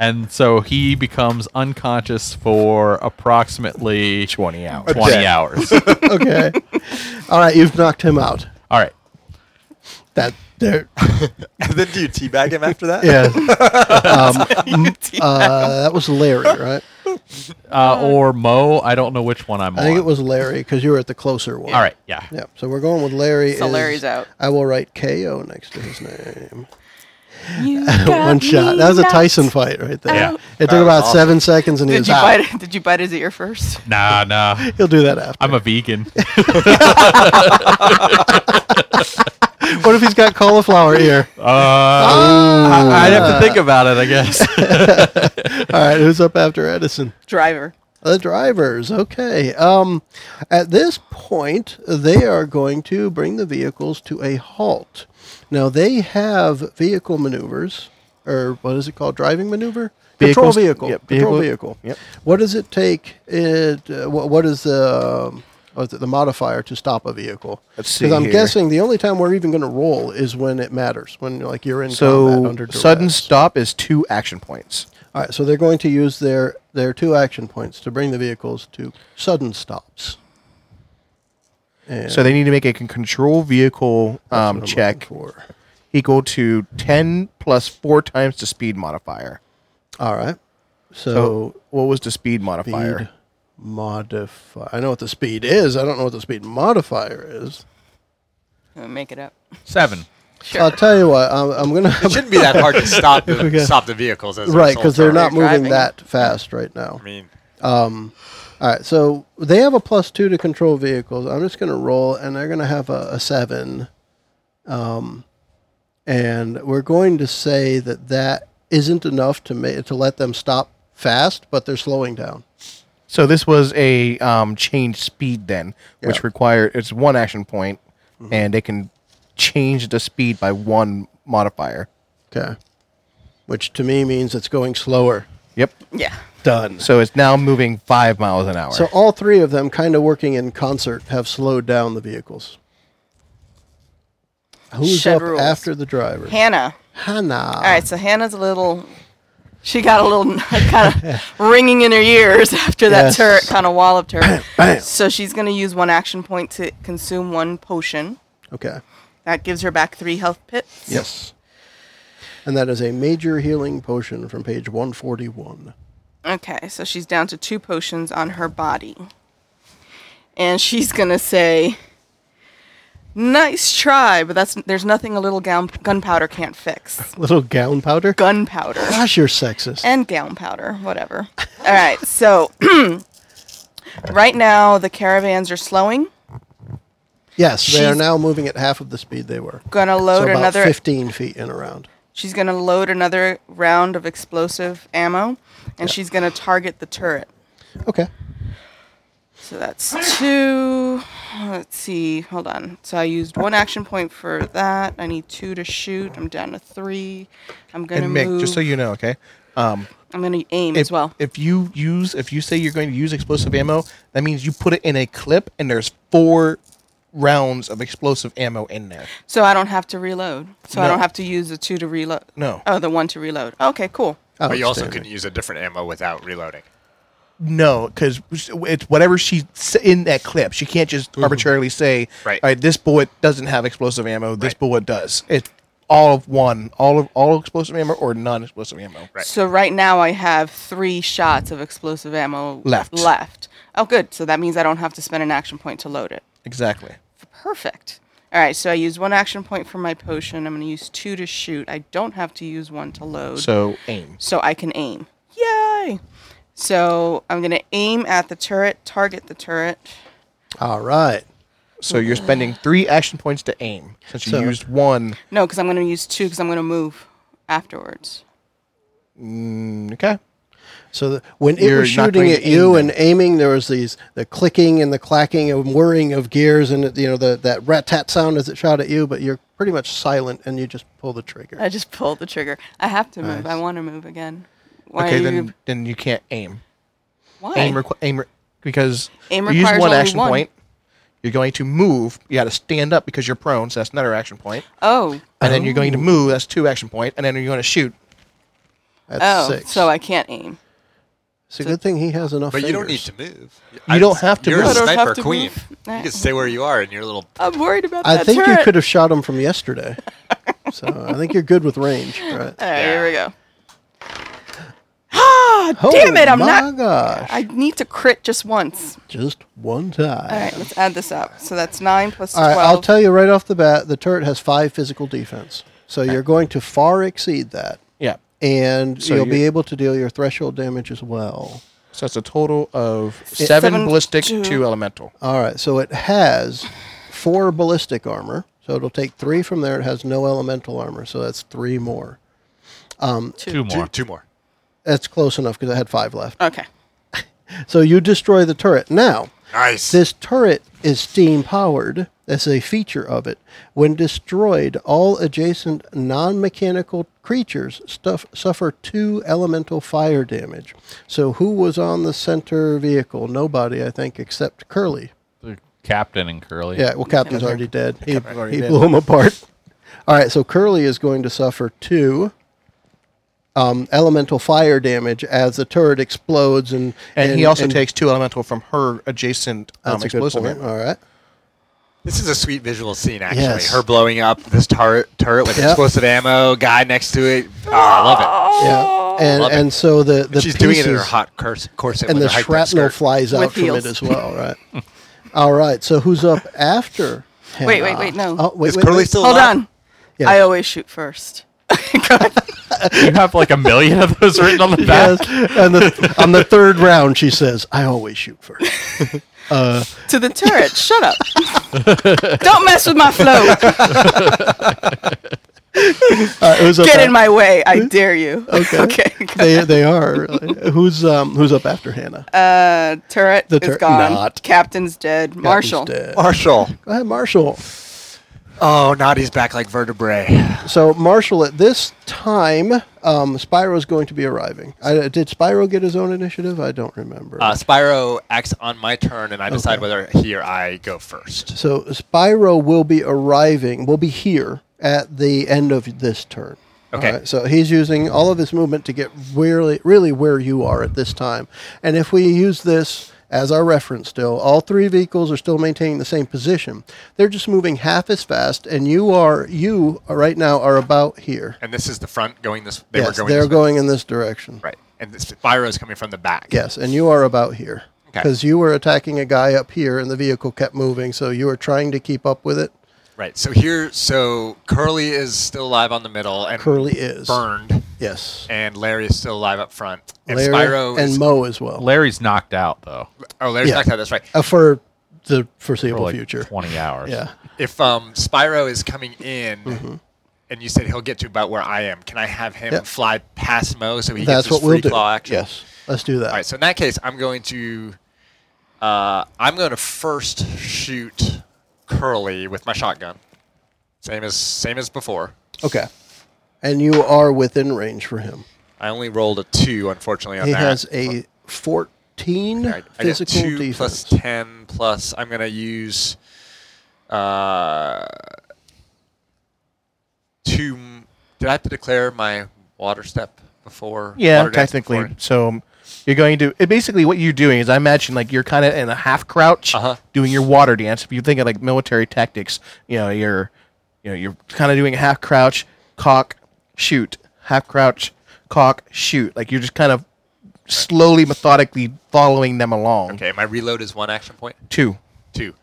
And so he becomes unconscious for approximately
twenty
20
out.
hours.
(laughs)
(laughs)
okay. All right. You've knocked him out.
All right.
That There,
and (laughs) then do you teabag him after that?
(laughs) yeah. Um, m- uh, that was Larry, right?
Oh,
Uh, or Mo. I don't know which one (laughs) I'm
I
on.
think it was Larry because you were at the closer one.
All right. Yeah.
Yeah. So we're going with Larry.
So
is-
Larry's out.
I will write KO next to his name. (laughs)
You
One
got
shot.
me
That was a
knocked
Tyson fight right there.
Yeah.
It took about seven seconds and he
Did
was
you
Ah.
out.
bite? Did you bite his ear first?
Nah, nah.
He'll do that after.
I'm
(laughs)
a vegan. (laughs)
What if he's got cauliflower ear?
Uh, I, I'd have
Uh.
to think about it. I
(laughs)
guess.
All right, who's up after Edison?
driver.
The drivers. Okay. Um, at this point, they are going to bring the vehicles to a halt. Now they have vehicle maneuvers, or what is it called? Driving maneuver. Patrol
Vehicles-
vehicle.
yep,
Patrol vehicle.
vehicle- yep.
What does it take? It. Uh, what, what is the um, what is it, the modifier to stop a vehicle?
Let's see
Because I'm
here.
guessing the only time we're even going to roll is when it matters, when like you're in combat
So
under duress.
sudden stop is two action points.
All right, so they're going to use their their two action points to bring the vehicles to sudden stops. And
So they need to make a con- control vehicle
that's
um,
what I'm
check
looking for.
equal to ten plus four times the speed modifier.
All right, so,
So what was the speed
speed
modifier?
modifier. I know what the speed is. I don't know what the speed modifier is.
Uh, Make it up.
Seven.
I'll tell you what. I'm, I'm gonna (laughs)
It shouldn't be that hard to stop
we
the,
go-
stop the vehicles as a
right
result
because they're
of-
not moving
driving.
that fast right now.
I mean,
All right, so they have a plus two to control vehicles. I'm just going to roll, and they're going to have a, a seven. Um, and we're going to say that that isn't enough to ma- to let them stop fast, but they're slowing down.
So this was a um, change speed then,
Yeah. Mm-hmm.
which required it's one action point, and they can change the speed by one modifier.
Okay, which to me means it's going slower.
Yep.
Yeah.
Done.
So it's now moving five miles an hour.
So all three of them, kind of working in concert, have slowed down the vehicles. Who's
Shed
up
rules.
after the driver?
Hannah.
Hannah.
All right, so Hannah's a little. She got a little (laughs) kind
(laughs)
of ringing in her ears after that
Yes.
turret kind of
(laughs)
walloped her.
Bam.
So she's going to use one action point to consume one potion.
Okay.
That gives her back three health pits.
Yes. And that is a major healing potion from page 141.
Okay, so she's down to two potions on her body. And she's going to say, Nice try, but that's there's nothing a little gown, gunpowder can't fix.
Little gown powder?
Gunpowder.
Gosh, you're sexist.
and gown powder, whatever. All right, so (clears throat) right now the caravans are slowing.
yes, they are
She's-
now moving at half of the speed they were.
Gonna
So
load
about
another.
15 feet in around.
She's gonna load another round of explosive ammo, and she's gonna target the turret.
Okay.
So that's two. Let's see. Hold on. So I used one action point for that. I need two to shoot. I'm down to three. I'm gonna
and Mick,
move.
just so you know, okay. Um,
I'm gonna aim
if,
as well.
if you use, if you say you're going to use explosive ammo, that means you put it in a clip, and there's four rounds of explosive ammo in there.
so I don't have to reload. So I
No.
don't have to use the two to reload.
No.
Oh, the one to reload. Okay, cool.
Oh,
but you also
Outstanding.
couldn't use a different ammo without reloading.
No, because it's whatever she's s- in that clip. She can't just arbitrarily say,
Right.
All right, this bullet doesn't have explosive ammo. This
Right.
bullet does." It's all of one, all of all explosive ammo or non-explosive ammo.
Right.
So right now I have three shots of explosive ammo
Left.
Left. Oh, good. So that means I don't have to spend an action point to load it.
Exactly.
Perfect. All right. So I used one action point for my potion. I'm going to use two to shoot. I don't have to use one to load.
So aim.
so I can aim. Yay! So I'm going to aim at the turret. Target the turret.
All right.
So you're spending three action points to aim since you
So-
used one.
No, because I'm going to use two because I'm going to move afterwards.
Okay.
So the, when it
You're
was
not
shooting
going
at
to
you
aim
and aiming, there was these the clicking and the clacking and whirring of gears and it- you know the, that rat tat sound as it shot at you, but you're pretty much silent and you just pull the trigger.
I just pulled the trigger. I have to move. I want to move again. Why
okay,
are
then
you?
then you can't aim.
Why?
Aim requ- aim re- because
Aim
you use
requires
one
only
action
one.
point. You're going to move. You got to stand up because you're prone, so that's another action point.
oh.
And then you're going to move. That's two action point. And then you're going to shoot.
That's
Oh,
six.
so I can't aim.
it's a good thing he has enough.
But you don't need
fingers.
to move.
You don't have to
You're
move.
a
I don't have
sniper
to
queen.
move.
You can stay where you are in your little.
I'm worried about
I
that
think you
turret. (laughs)
could have shot him from yesterday. So I think you're good with range. Right?
All right, here we go.
(gasps)
Ah,
Oh,
Damn it, I'm
my
not-
gosh.
I need to crit just once.
Just one time.
All right, let's add this up. So that's nine plus
All right, I'll
12.
tell you right off the bat the turret has five physical defense. So you're going to far exceed that.
Yeah.
And
So
you'll be
you-
able to deal your threshold damage as well.
So it's a total of seven,
seven,
ballistic,
two.
two, elemental.
All right, so it has four ballistic armor. So it'll take three from there. It has no elemental armor. So that's three more.
Two more.
Two more.
That's close enough because I had five left.
okay.
So you destroy the turret. Now,
Nice.
This turret is steam powered. That's a feature of it. When destroyed, all adjacent non mechanical creatures stuff, suffer two elemental fire damage. So, who was on the center vehicle? Nobody, I think, except Curly.
The captain and Curly.
Yeah, well, Captain's already dead. He,
already
he
dead.
blew him apart. (laughs) All right, so Curly is going to suffer two um, elemental fire damage as the turret explodes, and
And, he also takes two elemental from her adjacent um,
that's a good
explosive.
point.
armor.
All right.
This is a sweet visual scene, actually.
Yes.
Her blowing up this turret, turret with
Yep.
explosive ammo, guy next to it. Oh, I
Ah.
love
Yeah, and
Love it.
and so the
it.
the
She's
pieces,
doing it in her hot curse, corset
and
with
the
her hiked up
shrapnel
skirt.
flies out
With
from
heels.
it as
(laughs)
well, right? All right, so who's up after? Hannah?
Wait, wait, wait, no.
Oh, wait,
Is
wait,
Curly
wait.
still
Hold
alive?
on.
Yes.
I always shoot first.
You have like a million of those written on
(laughs)
the back.
(laughs) Yes, and the, on the third round, she says, "I always shoot first.
(laughs) to the turret.
(laughs)
Shut up. Don't mess with my flow.
All right, Uh, who's up
Get
af-
in my way. I dare you.
(laughs) Okay.
(laughs) okay.
They they are. really. Who's um who's up after Hannah?
Uh, turret
The
is
turret-
gone.
not.
Captain's dead. Marshall.
Captain's dead.
Marshall.
Go ahead, Marshall.
Oh, Naughty's back like vertebrae.
So Marshall, at this time, um, Spyro's going to be arriving. I, did Spyro get his own initiative? I don't remember.
Uh, Spyro acts on my turn, and I decide whether he or I go first.
So Spyro will be arriving, will be here at the end of this turn.
Okay.
Alright, so he's using all of his movement to get really, really where you are at this time. And if we use this as our reference still, all three vehicles are still maintaining the same position. They're just moving half as fast, and you are, you are- right now are about here.
And this is the front going this. They were
yes,
going.
they're
this way.
going in this direction.
right. And this, Spyro's coming from the back.
Yes, and you are about here.
Okay.
Because you were attacking a guy up here, and the vehicle kept moving, so you were trying to keep up with it.
Right. So here, so Curly is still alive on the middle, and
Curly is.
burned,
Yes.
and Larry is still alive up front, and
Larry
Spyro
and
is.
Mo as well.
Larry's knocked out though
oh, Larry's
Yeah.
knocked out. That's right.
Uh, for the
for
foreseeable
like
future.
twenty hours.
Yeah.
If um, Spyro is coming in, and you said he'll get to about where I am, can I have him
Mm-hmm. Yep.
fly past Mo so he
That's
gets his
what we'll
free
do.
claw action?
Yes. Let's do that.
All right. So in that case, I'm going to, uh, I'm going to first shoot Curly with my shotgun, same as same as before.
Okay. And you are within range for him.
I only rolled a two, unfortunately. On
He
that.
has a 14
I, I get
physical
two plus
defense.
ten plus. I'm gonna use uh, two. m- Did I have to declare my water step before?
Yeah,
water dance
technically.
before?
So um, you're going to it, basically what you're doing is I imagine like you're kind of in a half crouch,
Uh-huh.
doing your water dance. If you think of like military tactics, you know you're you know you're kind of doing a half crouch, cock, shoot, half crouch, cock, shoot. Like you're just kind of slowly, methodically following them along.
Okay, my reload is one action point.
Two.
Two.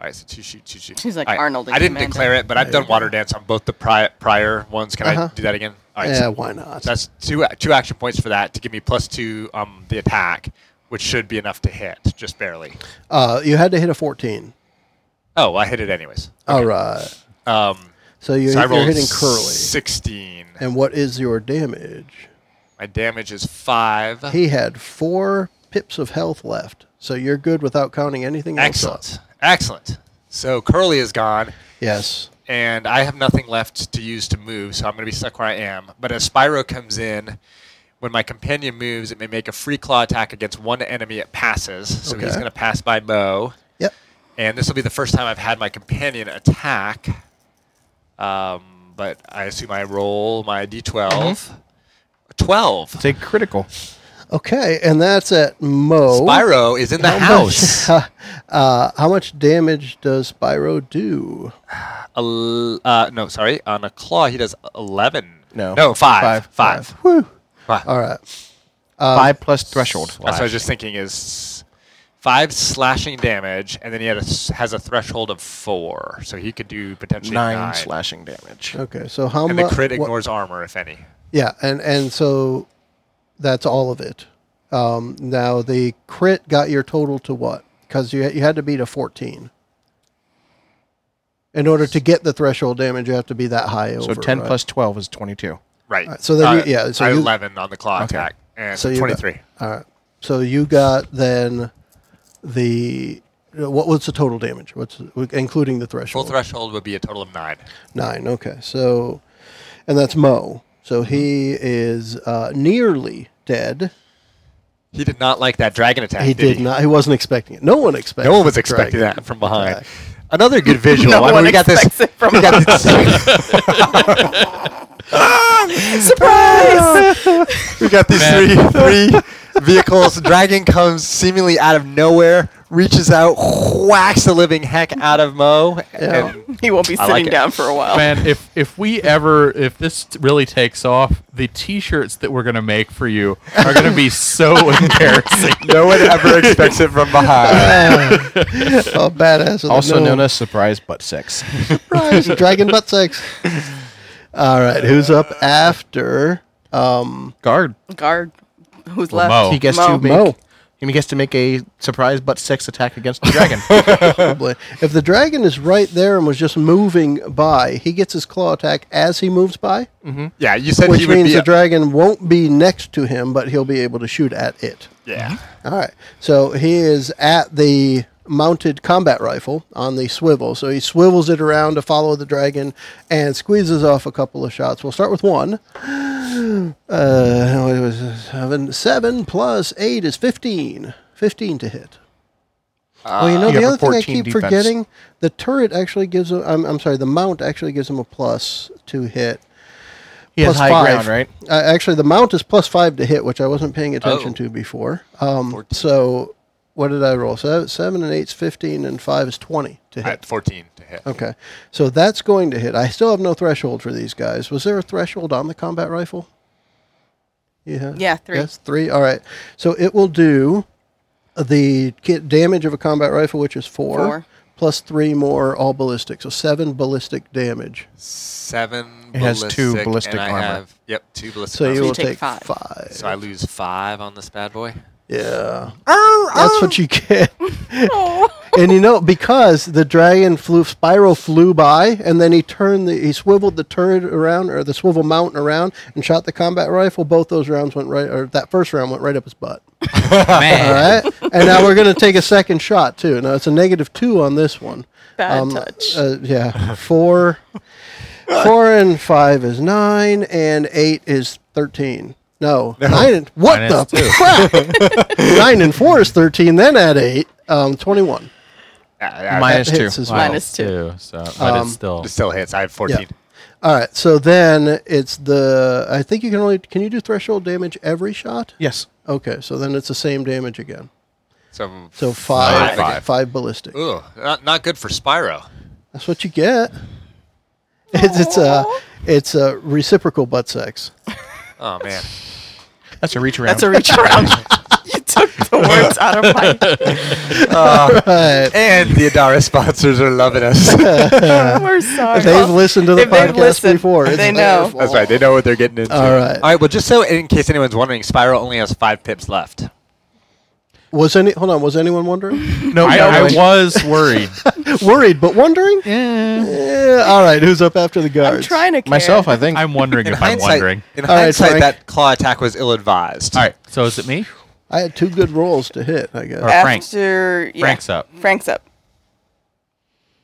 All right, so two shoot, two shoot.
She's like
All right,
Arnold in
I didn't
Commando.
declare it, but I've done water dance on both the pri- prior ones. Can I do that again? All right,
Uh-huh. Yeah,
so
why not?
that's two uh, two action points for that to give me plus two um the attack, which should be enough to hit, just barely.
Uh, you had to hit a 14.
Oh, I hit it anyways.
All right.
Um,
So you're,
so I
you're
rolled
hitting Curly.
16.
And what is your damage?
My damage is 5.
He had four pips of health left. So you're good without counting anything else. up.
Excellent. Excellent. So Curly is gone,
Yes.
and I have nothing left to use to move, so I'm going to be stuck where I am. But as Spyro comes in, when my companion moves, it may make a free claw attack against one enemy it passes. So he's
Okay.
going to pass by Mo.
Yep.
And this will be the first time I've had my companion attack. Um, but I assume I roll my d12. 12.
Mm-hmm.
It's a critical.
Okay, and that's at Mo.
Spyro is in the house.
(laughs) Uh, how much damage does Spyro do?
Ele- uh, no, sorry. On a claw, he does 11.
No.
No, five.
Five.
Five. Five.
Whew. All right. Uh,
Five plus threshold.
That's what I was just thinking is five slashing damage, and then he had a s has a threshold of four. So he could do potentially
Nine
nine.
slashing damage.
Okay, so how
And the
much?
crit ignores armor, if any.
Yeah, and and so that's all of it. Um, now the crit got your total to what? Because you you had to beat a fourteen. In order to get the threshold damage, you have to be that high
So
over.
10
right?
plus 12 is 22.
Right.
right,
Uh,
Uh, so then you- yeah, so
I had
you-
11 on the claw
Okay.
attack. And
So you got-
23.
All right. So you got then the what? What's the total damage? What's including the
Full
threshold?
threshold would be a total of nine.
Nine. Okay. So, and that's Mo. So he
Mm-hmm.
is uh, nearly dead.
He did not like that dragon attack.
He did
he?
not. He wasn't expecting it. No one expected.
No one was
the
expecting (laughs)
dragon.
that from behind. Another good visual.
No
I mean,
one
we got this.
expects it from
we got this-
(laughs)
(laughs)
Surprise!
(laughs)
(laughs)
we got these three three vehicles. Dragon comes seemingly out of nowhere, reaches out, whacks the living heck out of Mo.
Yeah.
And
he won't be
I
sitting
like it.
down for a while.
Man, if if we ever if this t- really takes off, the T-shirts that we're gonna make for you are gonna be
(laughs)
so embarrassing.
no one ever expects it from behind.
Oh, badass. with
Also
no
known as surprise
(laughs)
butt sex.
surprise dragon butt
(laughs)
sex. All right. Who's up after? Um,
Guard.
Guard, who's
Well,
left?
Mo.
He gets
Mo.
to make.
Mo.
He gets to make a surprise butt sex attack against the dragon.
probably. Oh, if the dragon is right there and was just moving by, he gets his claw attack as he moves by,
(laughs) yeah, you said
which
he would
means
be.
the dragon won't be next to him, but he'll be able to shoot at it.
yeah.
All right. So he is at the mounted combat rifle on the swivel. So he swivels it around to follow the dragon and squeezes off a couple of shots. We'll start with one. (gasps) Uh, what was it? seven, seven plus eight is 15. 15 to hit. Oh, you know,
Ah. you
the
have a
other thing I
14
keep
defense.
forgetting the turret actually gives him, I'm, I'm sorry, the mount actually gives him a plus to hit.
he has
Plus
high
five.
ground, right?
Uh, actually, the mount is plus five to hit, which I wasn't paying attention
Oh.
to before. Um, so, what did I roll? So seven and eight's fifteen, and five is twenty to
At
hit.
14 to hit.
Okay, so that's going to hit. I still have no threshold for these guys. Was there a threshold on the combat rifle? Yeah.
Yeah, three.
Yes, three. All right. So it will do the ki- damage of a combat rifle, which is four,
Four.
plus three more all ballistic, so seven ballistic damage.
Seven.
It has two ballistic
and I
armor.
Have, yep, two ballistic.
So you
armor.
will
take
take
five.
five.
So I lose five on this bad boy.
Yeah. That's what you
(laughs)
get. and you know, because the dragon flew, Spyro flew by, and then he turned the, he swiveled the turret around, or the swivel mount around, and shot the combat rifle. Both those rounds went right, or that first round went right up his butt. All
(laughs) Man,
right. and now we're going to take a second shot, too. Now it's a negative two on this one.
Bad touch.
Uh, yeah. Four, four and five is nine, and eight is 13. No, nine and what
Nine is
the crap? nine and four is 13. Then add eight, um, 21.
Yeah, yeah,
Minus
that
two.
hits as well.
Minus two.
so but
Um,
it's still
it still hits. I have 14.
All right. So then it's the. I think you can only. Can you do threshold damage every shot?
Yes.
Okay. So then it's the same damage again.
So,
So five.
Five again.
five ballistic.
Ooh, not, not good for Spyro.
That's what you get. (laughs) It's it's a it's a reciprocal butt sex.
Oh man.
That's a reach around.
That's a reach
(laughs)
around. (laughs) you took the words out of my. (laughs)
Right.
And the Adara sponsors are loving
(laughs)
us.
We're sorry.
They've listened to the
if they've
podcast
listened,
before. It's
they
their
know.
fault.
That's right. They know what they're getting into.
All right.
All right. Well, just so in case anyone's wondering, Spiral only has five pips left.
Was any hold on? Was anyone wondering? (laughs)
no,
I,
no,
I
no.
was worried.
Worried, but wondering. Yeah. All right. Who's up after the guards?
I'm trying to care.
myself. I think.
(laughs)
Um,
I'm wondering
In
if I'm
hindsight,
wondering.
in
right,
hindsight,
Frank.
that claw attack was ill-advised.
All right, so is it me?
I had two good rolls to hit. I guess.
All right. Frank.
After yeah.
Frank's up.
Frank's up.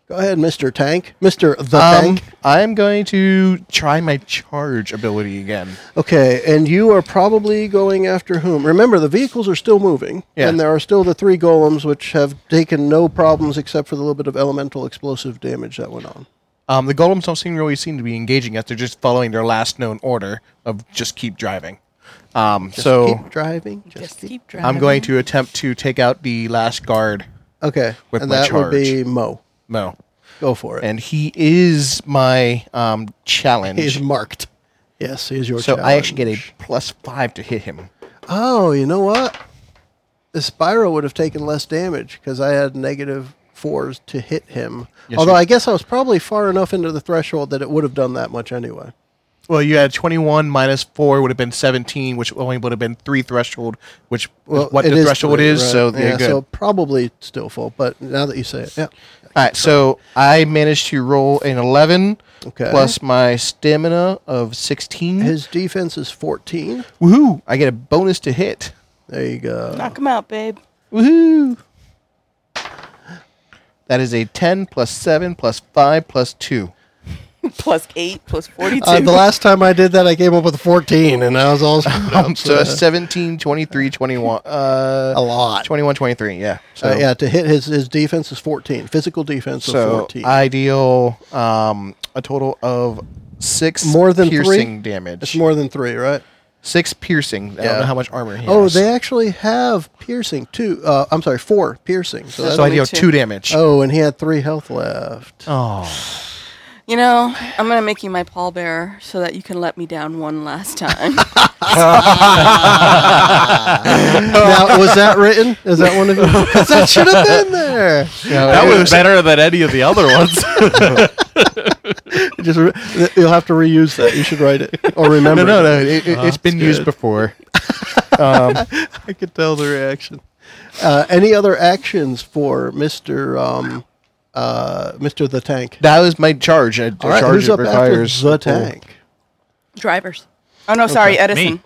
Go ahead, Mister Tank. Mister the
Um,
Tank.
I'm going to try my charge ability again.
Okay, and you are probably going after whom? Remember, the vehicles are still moving,
Yeah.
and there are still the three golems, which have taken no problems except for the little bit of elemental explosive damage that went on.
Um, the golems don't seem really seem to be engaging us. They're just following their last known order of just keep driving. Um,
Just
so
keep driving. Just, keep.
driving.
I'm going to attempt to take out the last guard,
Okay.
With
and
my
that would be
charge.
Mo.
Mo,
Go for it.
and he is my um, challenge.
He's marked. Yes, he's your
so
challenge.
I actually get a plus five to hit him.
Oh, you know what? The Spyro would have taken less damage because I had negative fours to hit him.
Yes,
Although
you-
I guess I was probably far enough into the threshold that it would have done that much anyway.
Well, you had 21 minus 4 would have been 17, which only would have been 3 threshold, which is what
it
the threshold
three,
is.
right?
So,
yeah,
yeah, good.
so probably still full. But now that you say it, yeah,
All right, so I managed to roll an 11
Okay.
plus my stamina of 16.
his defense is fourteen.
Woohoo! I get a bonus to hit.
There you go.
Knock him out, babe.
Woohoo! That is a 10 plus 7 plus 5 plus 2.
Plus eight, plus forty-two.
Uh, the last time I did that, I came up with fourteen, and I was
(laughs)
all screwed up. (laughs)
So that's 17, 23, 21. Uh,
a lot.
21, 23, yeah. So,
Uh, yeah, to hit his his defense is fourteen. Physical defense is
So
fourteen.
I deal um, a total of six
more than
piercing
three?
damage.
It's more than three, right?
six piercing. I
Yeah.
don't know how much armor he
Oh,
has.
they actually have piercing two. Uh, I'm sorry, four piercing. So that's
so I deal two, damage.
oh, and he had three health left.
Oh.
You know, I'm gonna make you my pallbearer so that you can let me down one last
(laughs)
time.
now, was that written? Is that one of you? 'Cause that should have been there.
That was better than any of the other
(laughs)
ones.
Just re- th- you'll have to reuse that. You should write it or remember.
No, no,
it.
no. It, it, has been used before.
I could tell the reaction. Uh, any other actions for Mister um, uh, Mister the Tank?
That was my charge. A
All right,
charge
who's up after
requires
the Tank?
Drivers. Oh no, sorry, Edison.
Me.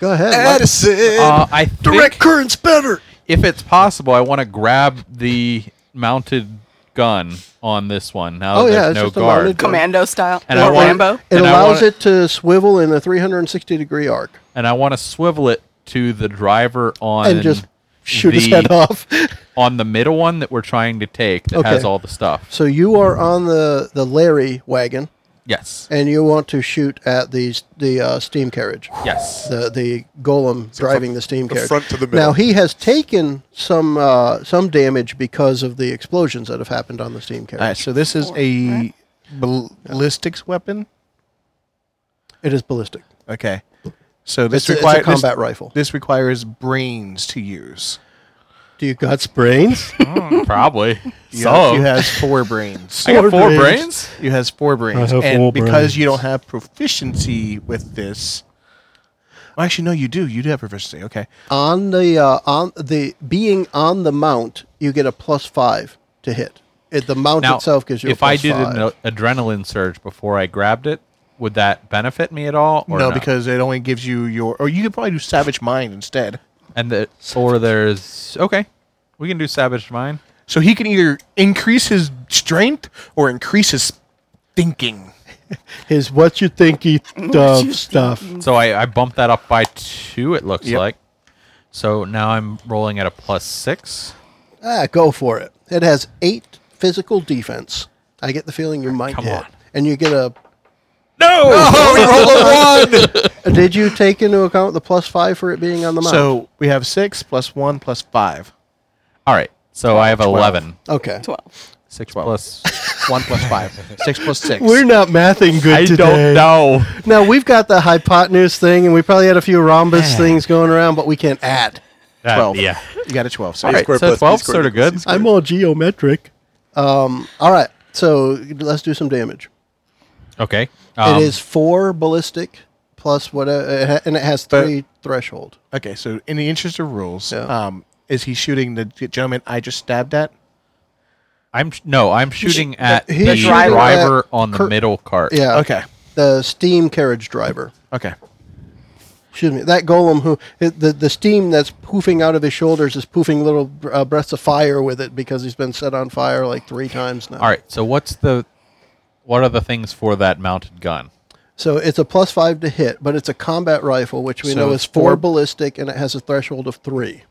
Go ahead.
Edison.
Um,
Uh, I think
Direct current's better.
if it's possible, I want to grab the mounted gun on this one. Now
Oh,
that
yeah,
there's
it's
no
just a
guard.
mounted gun.
Commando style.
And
or
I want-
Rambo.
It
And I
allows
wanna-
it to swivel in a 360 degree arc
and I want to swivel it to the driver on
and just shoot his
the-
head off.
on the middle one that we're trying to take that
Okay.
has all the stuff.
so you are on the the Larry wagon, (laughs)
Yes.
and you want to shoot at the s- the uh, steam carriage,
Yes.
the the golem driving the steam
the
carriage.
front to the
Now
middle.
he has taken some uh, some damage because of the explosions that have happened on the steam carriage.
All right, so this is a bal- ballistics weapon.
It is ballistic.
Okay. So this
It's, a- it's
requires
a combat rifle.
This, this requires brains to use.
Do you got sprains?
(laughs)
Probably.
You
so
have- you has four brains.
(laughs) I got four
brains.
brains.
You has four brains,
have
and
four
because you
brains.
don't have proficiency with this, well, actually, no, you do. You do have proficiency. Okay,
on the uh, on the being on the mount, you get a plus five to hit. It, the mount
Now,
itself gives you. a
if I
plus
did
five.
an uh, adrenaline surge before I grabbed it, would that benefit me at all? Or
no, because it only gives you your, or you could probably do savage mind instead.
and the or there's okay, we can do savage mine.
So he can either increase his strength or increase his thinking.
is what you think he does stuff.
So I, I bumped that up by two. It looks
Yep.
like. So now I'm rolling at a plus six.
Ah, go for it. It has eight physical defense. I get the feeling you might
Come
hit,
on.
and you get a. (laughs) Oh,
No. (laughs)
Did you take into account the plus five for it being on the mount?
So we have six plus one plus five.
All right. So I have eleven.
okay,
Twelve.
Six plus.
(laughs)
One plus
(laughs)
five. six plus six.
we're not mathing good
I
today.
don't know.
Now we've got the hypotenuse thing, and we probably had a few rhombus things going around, but we can't add.
That-
Twelve.
yeah.
You got a twelve. So
All right.
squared
So
plus B
twelve's
squared
sort of good.
equals
I'm all geometric. Um. All right. So let's do some damage.
Okay. Um,
it is four ballistic plus what, uh, and it has three threshold.
Okay, so in the interest of rules,
Yeah.
um, is he shooting the gentleman I just stabbed at?
I'm sh- no. I'm shooting at
he's
the
shooting at
driver on the
Kurt-
middle cart.
Yeah.
Okay.
The steam carriage driver.
Okay.
Excuse me. That golem who it- the the steam that's poofing out of his shoulders is poofing little uh, breaths of fire with it because he's been set on fire like three times now.
All right. So what's the what are the things for that mounted gun?
So it's a plus five to hit, but it's a combat rifle, which we
So
know
it's
is four
four-
ballistic, and it has a threshold of three.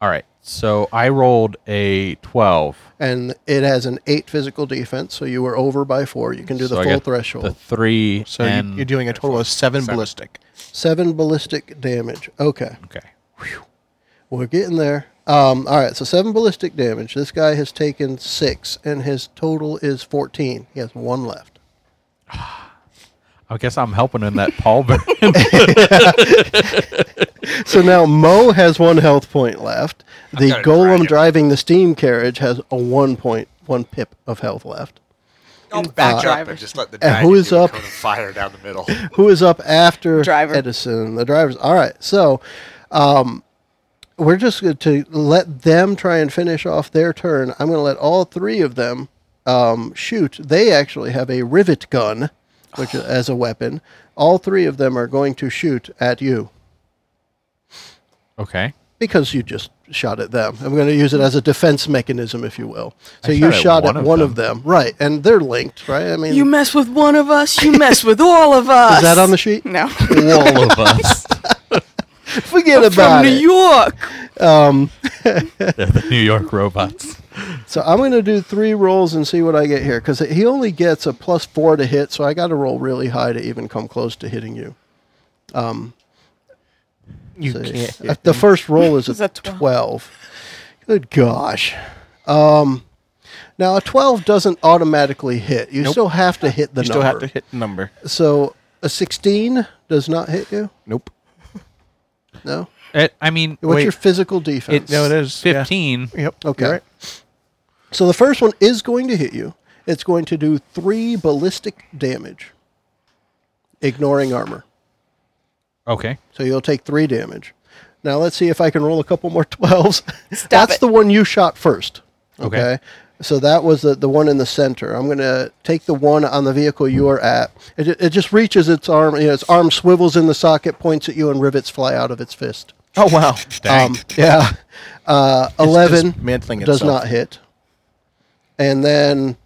All right. So I rolled a 12.
and it has an eight physical defense, so you were over by four. You can do the
so I
full
got
threshold.
The three.
So you-
and,
you're doing a total of seven, ballistic.
Seven ballistic damage. Okay,
Okay.
we're getting there. Um, all right, so seven ballistic damage. This guy has taken six, and his total is fourteen. He has one left.
I guess I'm helping in that Paul (laughs) Bear.
So now Mo has one health point left. The
got a
golem
dragon.
driving the steam carriage has a one point one pip of health left.
Don't back up and just let the
uh, and
dragon
who is
do a
up?
cone of fire down the middle.
Who is up after
Driver.
Edison? The drivers. All right. So, um, we're just going to let them try and finish off their turn. I'm going to let all three of them um, shoot. They actually have a rivet gun, which is, as a weapon. All three of them are going to shoot at you
okay.
because you just shot at them. I'm going to use it as a defense mechanism, if you will. So
I
you shot
shot at one
at
of
one
them.
of them, right? And they're linked, right? I mean,
You mess with one of us, you mess with all of
(laughs)
us.
is that on the
(laughs)
sheet?
No.
All (laughs) of us.
Forget about
From New
it.
York.
the New York robots.
So I'm going to do three rolls and see what I get here because he only gets a plus four to hit, so I got to roll really high to even come close to hitting you.
You
So,
can't.
uh, the first roll is
It's
a
a
12.
12.
Good gosh. Um, now, a 12 doesn't automatically hit. You still have to hit the
You
number.
still have to hit the number.
So a 16 does not hit you?
Nope.
No?
It, I mean,
What's
wait,
your physical defense?
it's
No, it is, yeah.
15.
Yep.
Okay.
You're right.
So the first one is going to hit you. It's going to do three ballistic damage, ignoring armor.
Okay.
So you'll take three damage. Now let's see if I can roll a couple more (laughs) 12s. That's
it.
the one you shot first. Okay.
Okay.
So that was the, the one in the center. I'm going to take the one on the vehicle you are at. It, ju- it just reaches its arm, you know, its arm swivels in the socket, points at you, and rivets fly out of its fist.
Oh wow.
Dang.
Um,
(laughs)
Yeah. Uh, 11
dismantling
does
itself.
not hit. And then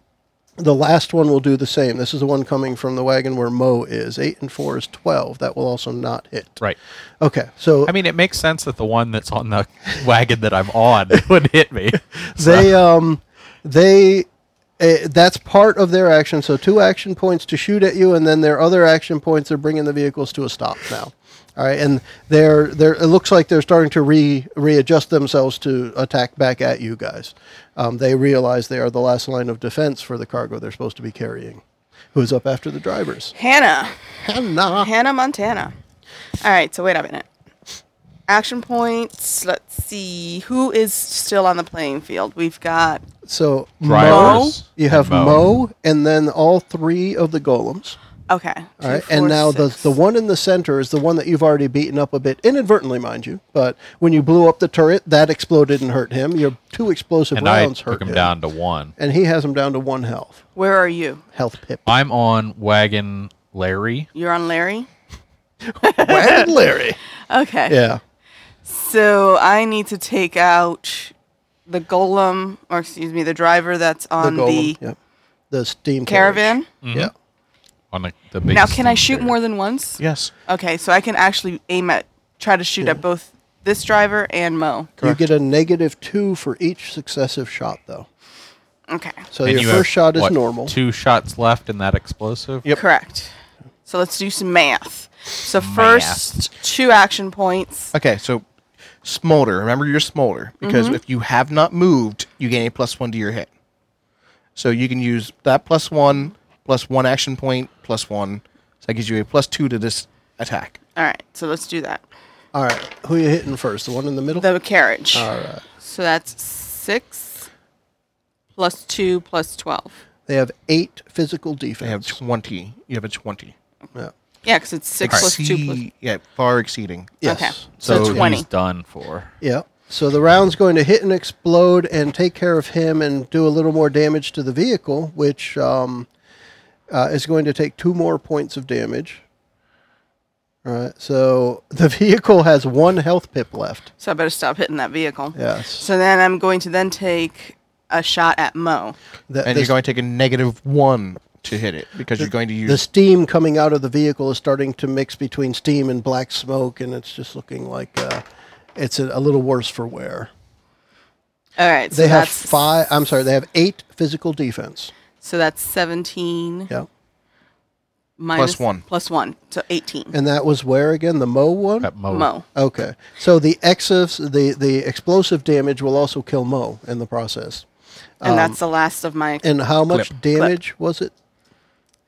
the last one will do the same. This is the one coming from the wagon where Mo is. 8 and 4 is 12. That will also not hit.
right.
Okay. So
I mean, it makes sense that the one that's on the wagon that I'm on (laughs) would hit me.
they um they eh, that's part of their action so two action points to shoot at you and then their other action points are bringing the vehicles to a stop now all right and they're they're it looks like they're starting to re readjust themselves to attack back at you guys um, they realize they are the last line of defense for the cargo they're supposed to be carrying who's up after the drivers
Hannah.
Hannah.
Hannah Montana. All right, so wait a minute. Action points. Let's see. Who is still on the playing field? We've got.
so Mo,
Drivers
you
and
have Mo.
Mo.
and then all three of the golems
Okay.
All right, and now the the one in the center is the one that you've already beaten up a bit, inadvertently, mind you. But when you blew up the turret, that exploded and hurt him. Your two explosive
and I
rounds
took
hurt
him down to one.
and he has him down to one health.
Where are you?
Health pip.
(laughs) I'm on wagon Larry.
You're on Larry?
Wagon Larry.
Okay.
Yeah.
So I need to take out the golem, or excuse me, the driver that's
The
on the,
golem. yep. The steam carriage.
caravan.
Yeah.
Mm-hmm. On the, the big
Now, can I shoot
steam
more than once?
Yes.
Okay, so I can actually aim at, try to shoot at both this driver and Mo.
You get a negative two for each successive shot, though.
Okay.
So
And
your
you
first
have,
shot is
what,
normal.
Two shots left in that explosive.
Yep.
Correct. So let's do some math. So first two action points.
Okay. So, smolder. Remember your smolder because if you have not moved, you gain a plus one to your hit. So you can use that plus one, plus one action point, plus one. So that gives you a plus two to this attack.
All right. So let's do that.
All right. Who you hitting first? The one in the middle.
The carriage. All right. So that's six plus two plus twelve.
they have eight physical
They have
defense.
twenty. You have a twenty.
yeah.
Yeah, because it's six plus two plus.
Exceed- yeah, far exceeding.
Yes.
Okay.
So
So 20.
he's done for.
Yeah. So the round's going to hit and explode and take care of him and do a little more damage to the vehicle, which um, uh, is going to take two more points of damage. All right. So (laughs) the vehicle has one health pip left.
So I better stop hitting that vehicle.
Yes.
So then I'm going to then take a shot at Mo.
The,
and
the,
you're going to take a negative one to hit it because you're going to use
the steam coming out of the vehicle is starting to mix between steam and black smoke, and it's just looking like uh, it's a, a little worse for wear.
All right. So
they have
that's
five. I'm sorry, they have eight physical defense.
So that's 17
Yeah,
minus-
one.
Plus one. So 18.
and that was where again the Mo one.
At Mo.
Mo.
Okay, so the excess, the the explosive damage will also kill Mo in the process.
And that's the last of my.
Um, And how much
Clip.
damage was it?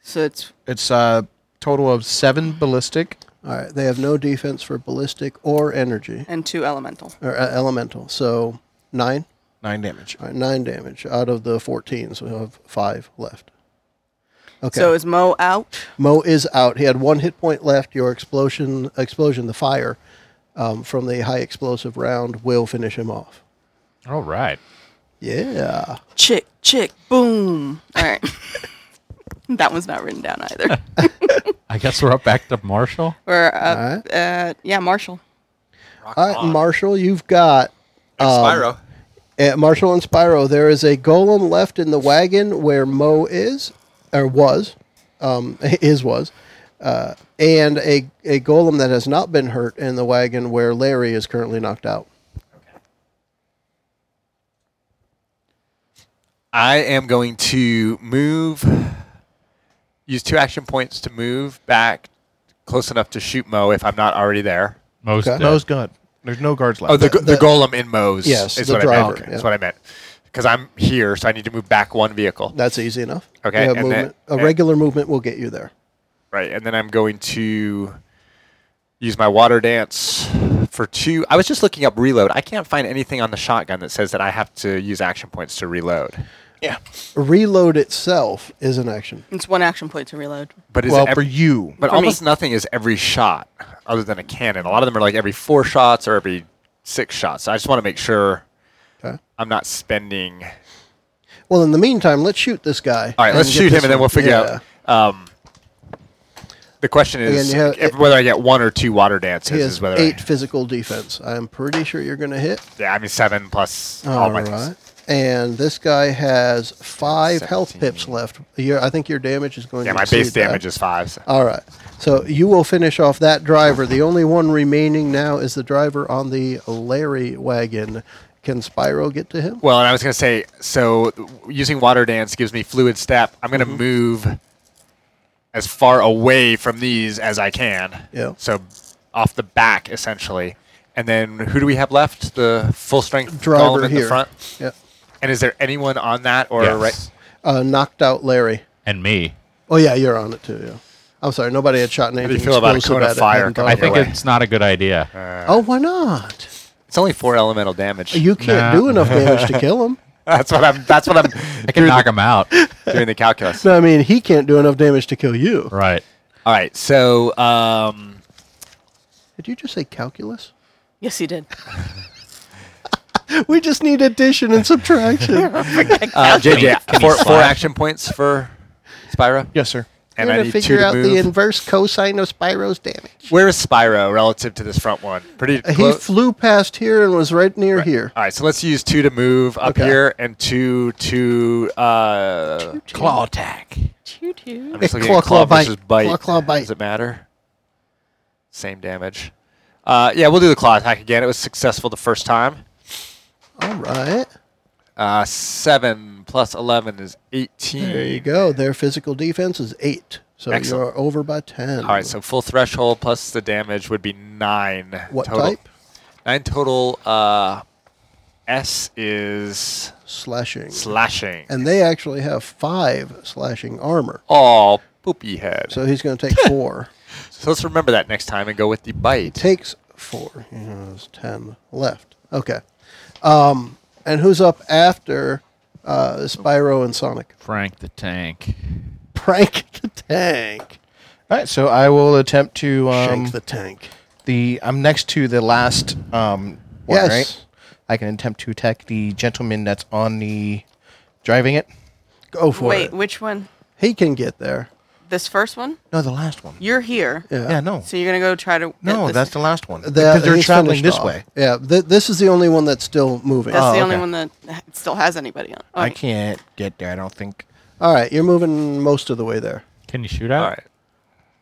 so it's
It's a total of seven ballistic.
All right, they have no defense for ballistic or energy
and two elemental.
or uh, elemental. So nine,
Nine damage.
All right, nine damage out of the fourteen. So we have five left. Okay.
So is Mo out?
Mo is out. He had one hit point left. Your explosion, explosion, the fire um, from the high explosive round will finish him off.
All right.
Yeah.
Chick, chick, boom. All right. (laughs) that one's not written down
(laughs)
either.
I guess we're up back to Marshall.
We're up. Uh, yeah, Marshall.
All right, Marshall, you've got
Spyro.
uh, Marshall and Spyro. There is a golem left in the wagon where Mo is, or was, um, (laughs) is was, uh, and a a golem that has not been hurt in the wagon where Larry is currently knocked out.
I am going to move, use two action points to move back close enough to shoot Mo if I'm not already there.
Most
Okay.
Mo's good. There's no guards left.
Oh, the, the, golem in Mo's.
Yes,
is
the
what I
driver,
meant.
yeah.
That's what I meant. Because I'm here, so I need to move back one vehicle.
That's easy enough.
Okay,
You have
and
movement.
that-
a regular movement will get you there.
Right, and then I'm going to use my water dance for two. I was just looking up reload. I can't find anything on the shotgun that says that I have to use action points to reload.
Reload itself is an action.
It's one action point to reload.
But is
well,
it ev-
for you.
But
For me.
almost nothing is every shot other than a cannon. A lot of them are like every four shots or every six shots. So I just want to make sure
Okay.
I'm not spending. All
Well, in the meantime, let's shoot this guy.
right, let's
get
shoot
this
him and
one.
then we'll figure
Yeah.
out. Um, the question is
Again, you have-
if- whether I get one or two water
He
dances.
has
Is whether
eight
I,
physical defense. I'm pretty sure you're going to hit.
yeah, I mean seven plus all
All
my
right.
things.
And this guy has five health pips
17.
left. Your, I think your damage is going
Yeah,
to
my base
exceed that. Uh,
damage is five. So.
All right. So you will finish off that driver. The only one remaining now is the driver on the Larry wagon. Can Spyro get to him?
Well, and I was gonna say, so using water dance gives me fluid step. I'm gonna
Mm-hmm.
move as far away from these as I can.
Yeah.
So off the back essentially, and then who do we have left? The full strength
Driver
golem in
here.
the front.
Yeah.
And is there anyone on that or
Yes.
right?
Uh, knocked out Larry.
And me.
Oh yeah, you're on it too. Yeah. I'm sorry. Nobody had shot anything
do you feel about a
explosive
cone of
at it,
fire
hadn't thought
coming
I
Either
think
about
way.
it's not a good idea.
it. Oh, why not?
It's only four elemental damage.
You can't
Nah.
do enough damage to kill
(laughs)
him.
that's what I'm. That's what I'm
I can knock him (laughs) out.
doing the
(laughs)
calculus.
No, I mean he can't do enough damage to kill you.
Right.
All right. So um,
Did you just say calculus?
Yes, he did.
We just need addition and (laughs) subtraction.
uh, JJ,
Can he
four, four
slash?
action points for Spyro.
Yes, sir.
And
We're
I
gonna
need two
figure
to
out
move.
the inverse cosine of Spyro's damage.
Where is Spyro relative to this front one? Pretty
Uh, He
close.
flew past here and was right near here.
All right, so let's use two to move up
Okay.
here and two to uh, claw attack.
Two, two.
(laughs)
I'm just
Eh,
looking at
claw, claw,
claw,
bite.
versus bite.
Claw, claw, bite.
Does it matter? Same damage. Uh, yeah, we'll do the claw attack again. It was successful the first time.
All right.
Uh, seven plus eleven is eighteen.
There you go. Their physical defense is eight, so
Excellent.
you're over by ten.
All right, so full threshold plus the damage would be nine
what
total.
type?
Nine total. Uh, S is
Slashing.
slashing.
and they actually have five slashing armor.
Oh, poopy head.
So he's going to
(laughs)
take four.
So let's remember that next time and go with the bite.
Takes four. He has ten left. Okay. Um, and who's up after uh, Spyro and Sonic?
Frank the Tank.
Prank the tank.
All right, so I will attempt to um,
Shank the tank.
the I'm next to the last um one,
Yes.
right? I can attempt to attack the gentleman that's on the driving it.
Go for
Wait,
it.
which one?
He can get there.
This first one?
No, the last one.
You're here.
Yeah.
Yeah, no.
So you're going to go try to.
No,
this-
that's the last one.
That-
because they're
he's
traveling
finished
this
off.
way.
Yeah, th- this is the only one that's still moving.
That's the
Oh,
only
okay.
one that ha- still has anybody on.
I can't get there, I don't think.
All right, you're moving most of the way there.
Can you shoot out?
All right.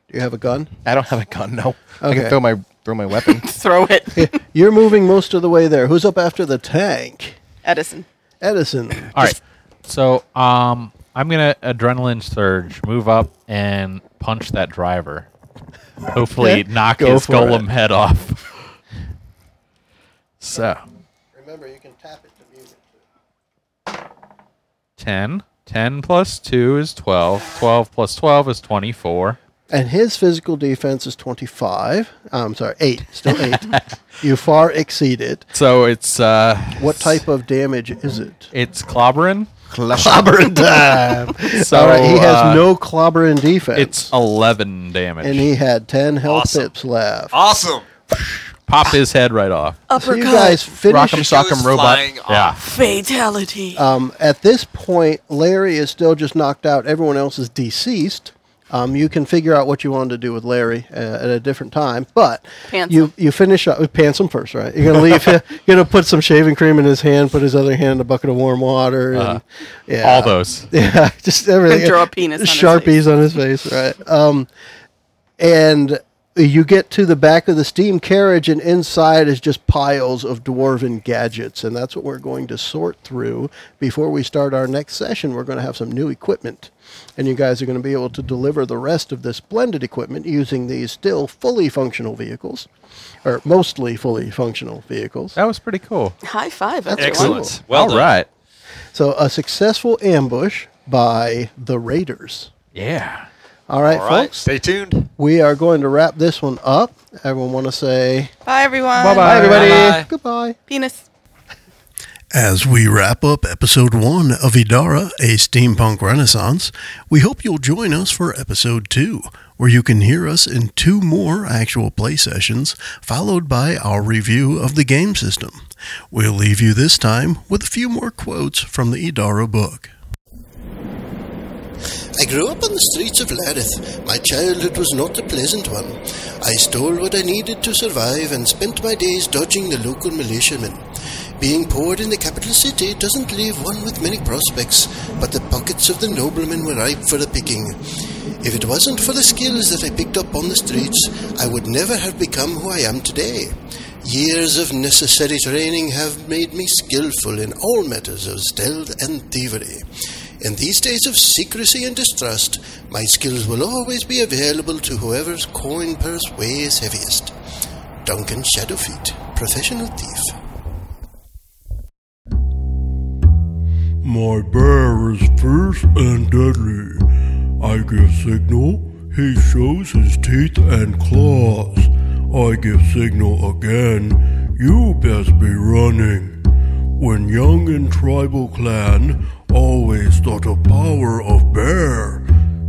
Do you have a gun? (laughs)
I don't have a gun, no. I
Okay.
can throw (laughs) my throw my weapon.
(laughs) Throw it.
you're moving most of the way there. Who's up after the tank?
Edison.
Edison.
All right. So um, I'm gonna adrenaline surge, move up and punch that driver. Hopefully, knock
Go
his
for
golem head off. so
Remember, you can tap it to mute it.
10. 10 plus 2 is 12. 12 plus 12 is 24.
And his physical defense is 25. I'm sorry, 8. Still
(laughs)
8. you far exceed it.
So it's uh
What type of damage is it?
it's clobbering.
Clobbering time. (laughs)
So
All right, he has
uh,
no clobbering defense.
It's 11 damage.
and he had 10 health
Awesome.
pips left.
Awesome.
Pop his head right off.
So you guys finish
Rock'em sock'em
Goes
robot.
flying off.
Yeah.
Fatality.
Um, at this point, Larry is still just knocked out. Everyone else is deceased. Um, you can figure out what you wanted to do with Larry uh, at a different time, but
Pants
you
him.
you finish up with pants him first, right? You're gonna leave him. You're gonna put some shaving cream in his hand, put his other hand in a bucket of warm water, and yeah,
All those.
(laughs) yeah, just everything.
And draw a penis on his
Sharpies on his face, right? Um, and you get to the back of the steam carriage, and inside is just piles of dwarven gadgets, and that's what we're going to sort through before we start our next session. We're going to have some new equipment, and you guys are going to be able to deliver the rest of this blended equipment using these still fully functional vehicles, or mostly fully functional vehicles.
That was pretty cool.
High five. everyone.
Excellent.
All
Well
right.
done.
So, a successful ambush by the raiders.
Yeah.
All right,
All right.
folks.
Stay tuned.
we are going to wrap this one up. Everyone want to say
Bye, everyone.
bye, everybody.
Bye.
Goodbye.
Penis.
As we wrap up episode one of Idara, a steampunk renaissance, we hope you'll join us for episode two, where you can hear us in two more actual play sessions, followed by our review of the game system. We'll leave you this time with a few more quotes from the Idara book.
I grew up on the streets of Larith. My childhood was not a pleasant one. I stole what I needed to survive and spent my days dodging the local militiamen. Being poured in the capital city doesn't leave one with many prospects, but the pockets of the noblemen were ripe for the picking. If it wasn't for the skills that I picked up on the streets, I would never have become who I am today. Years of necessary training have made me skillful in all matters of stealth and thievery. In these days of secrecy and distrust, my skills will always be available to whoever's coin purse weighs heaviest. Duncan Shadowfeet, professional thief.
My bear is fierce and deadly. I give signal, he shows his teeth and claws. I give signal again, you best be running. When young in tribal clan, always thought of power of bear.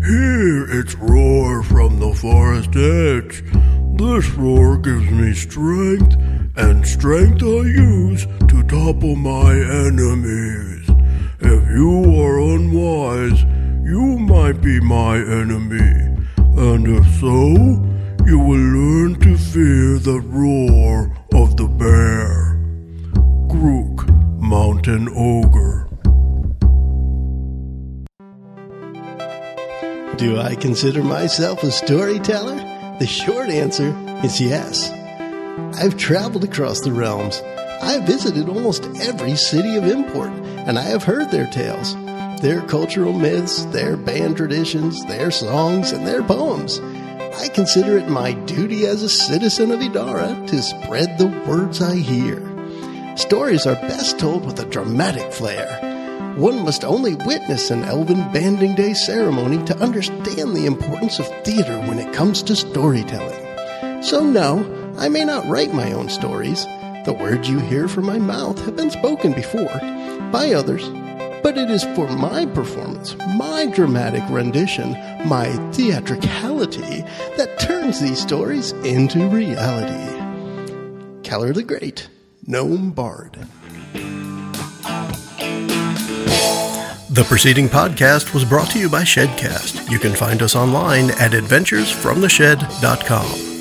Hear its roar from the forest edge. This roar gives me strength, and strength I use to topple my enemies. If you are unwise, you might be my enemy. And if so, you will learn to fear the roar of the bear. Grook, Mountain Ogre.
Do I consider myself a storyteller? The short answer is yes. I've traveled across the realms. I've visited almost every city of import, and I have heard their tales, their cultural myths, their band traditions, their songs, and their poems. I consider it my duty as a citizen of Idara to spread the words I hear. Stories are best told with a dramatic flair. One must only witness an elven banding day ceremony to understand the importance of theater when it comes to storytelling. So, no, I may not write my own stories. The words you hear from my mouth have been spoken before by others, but it is for my performance, my dramatic rendition, my theatricality that turns these stories into reality. Keller the Great, Gnome Bard.
The preceding podcast was brought to you by Shedcast. You can find us online at adventuresfromtheshed.com.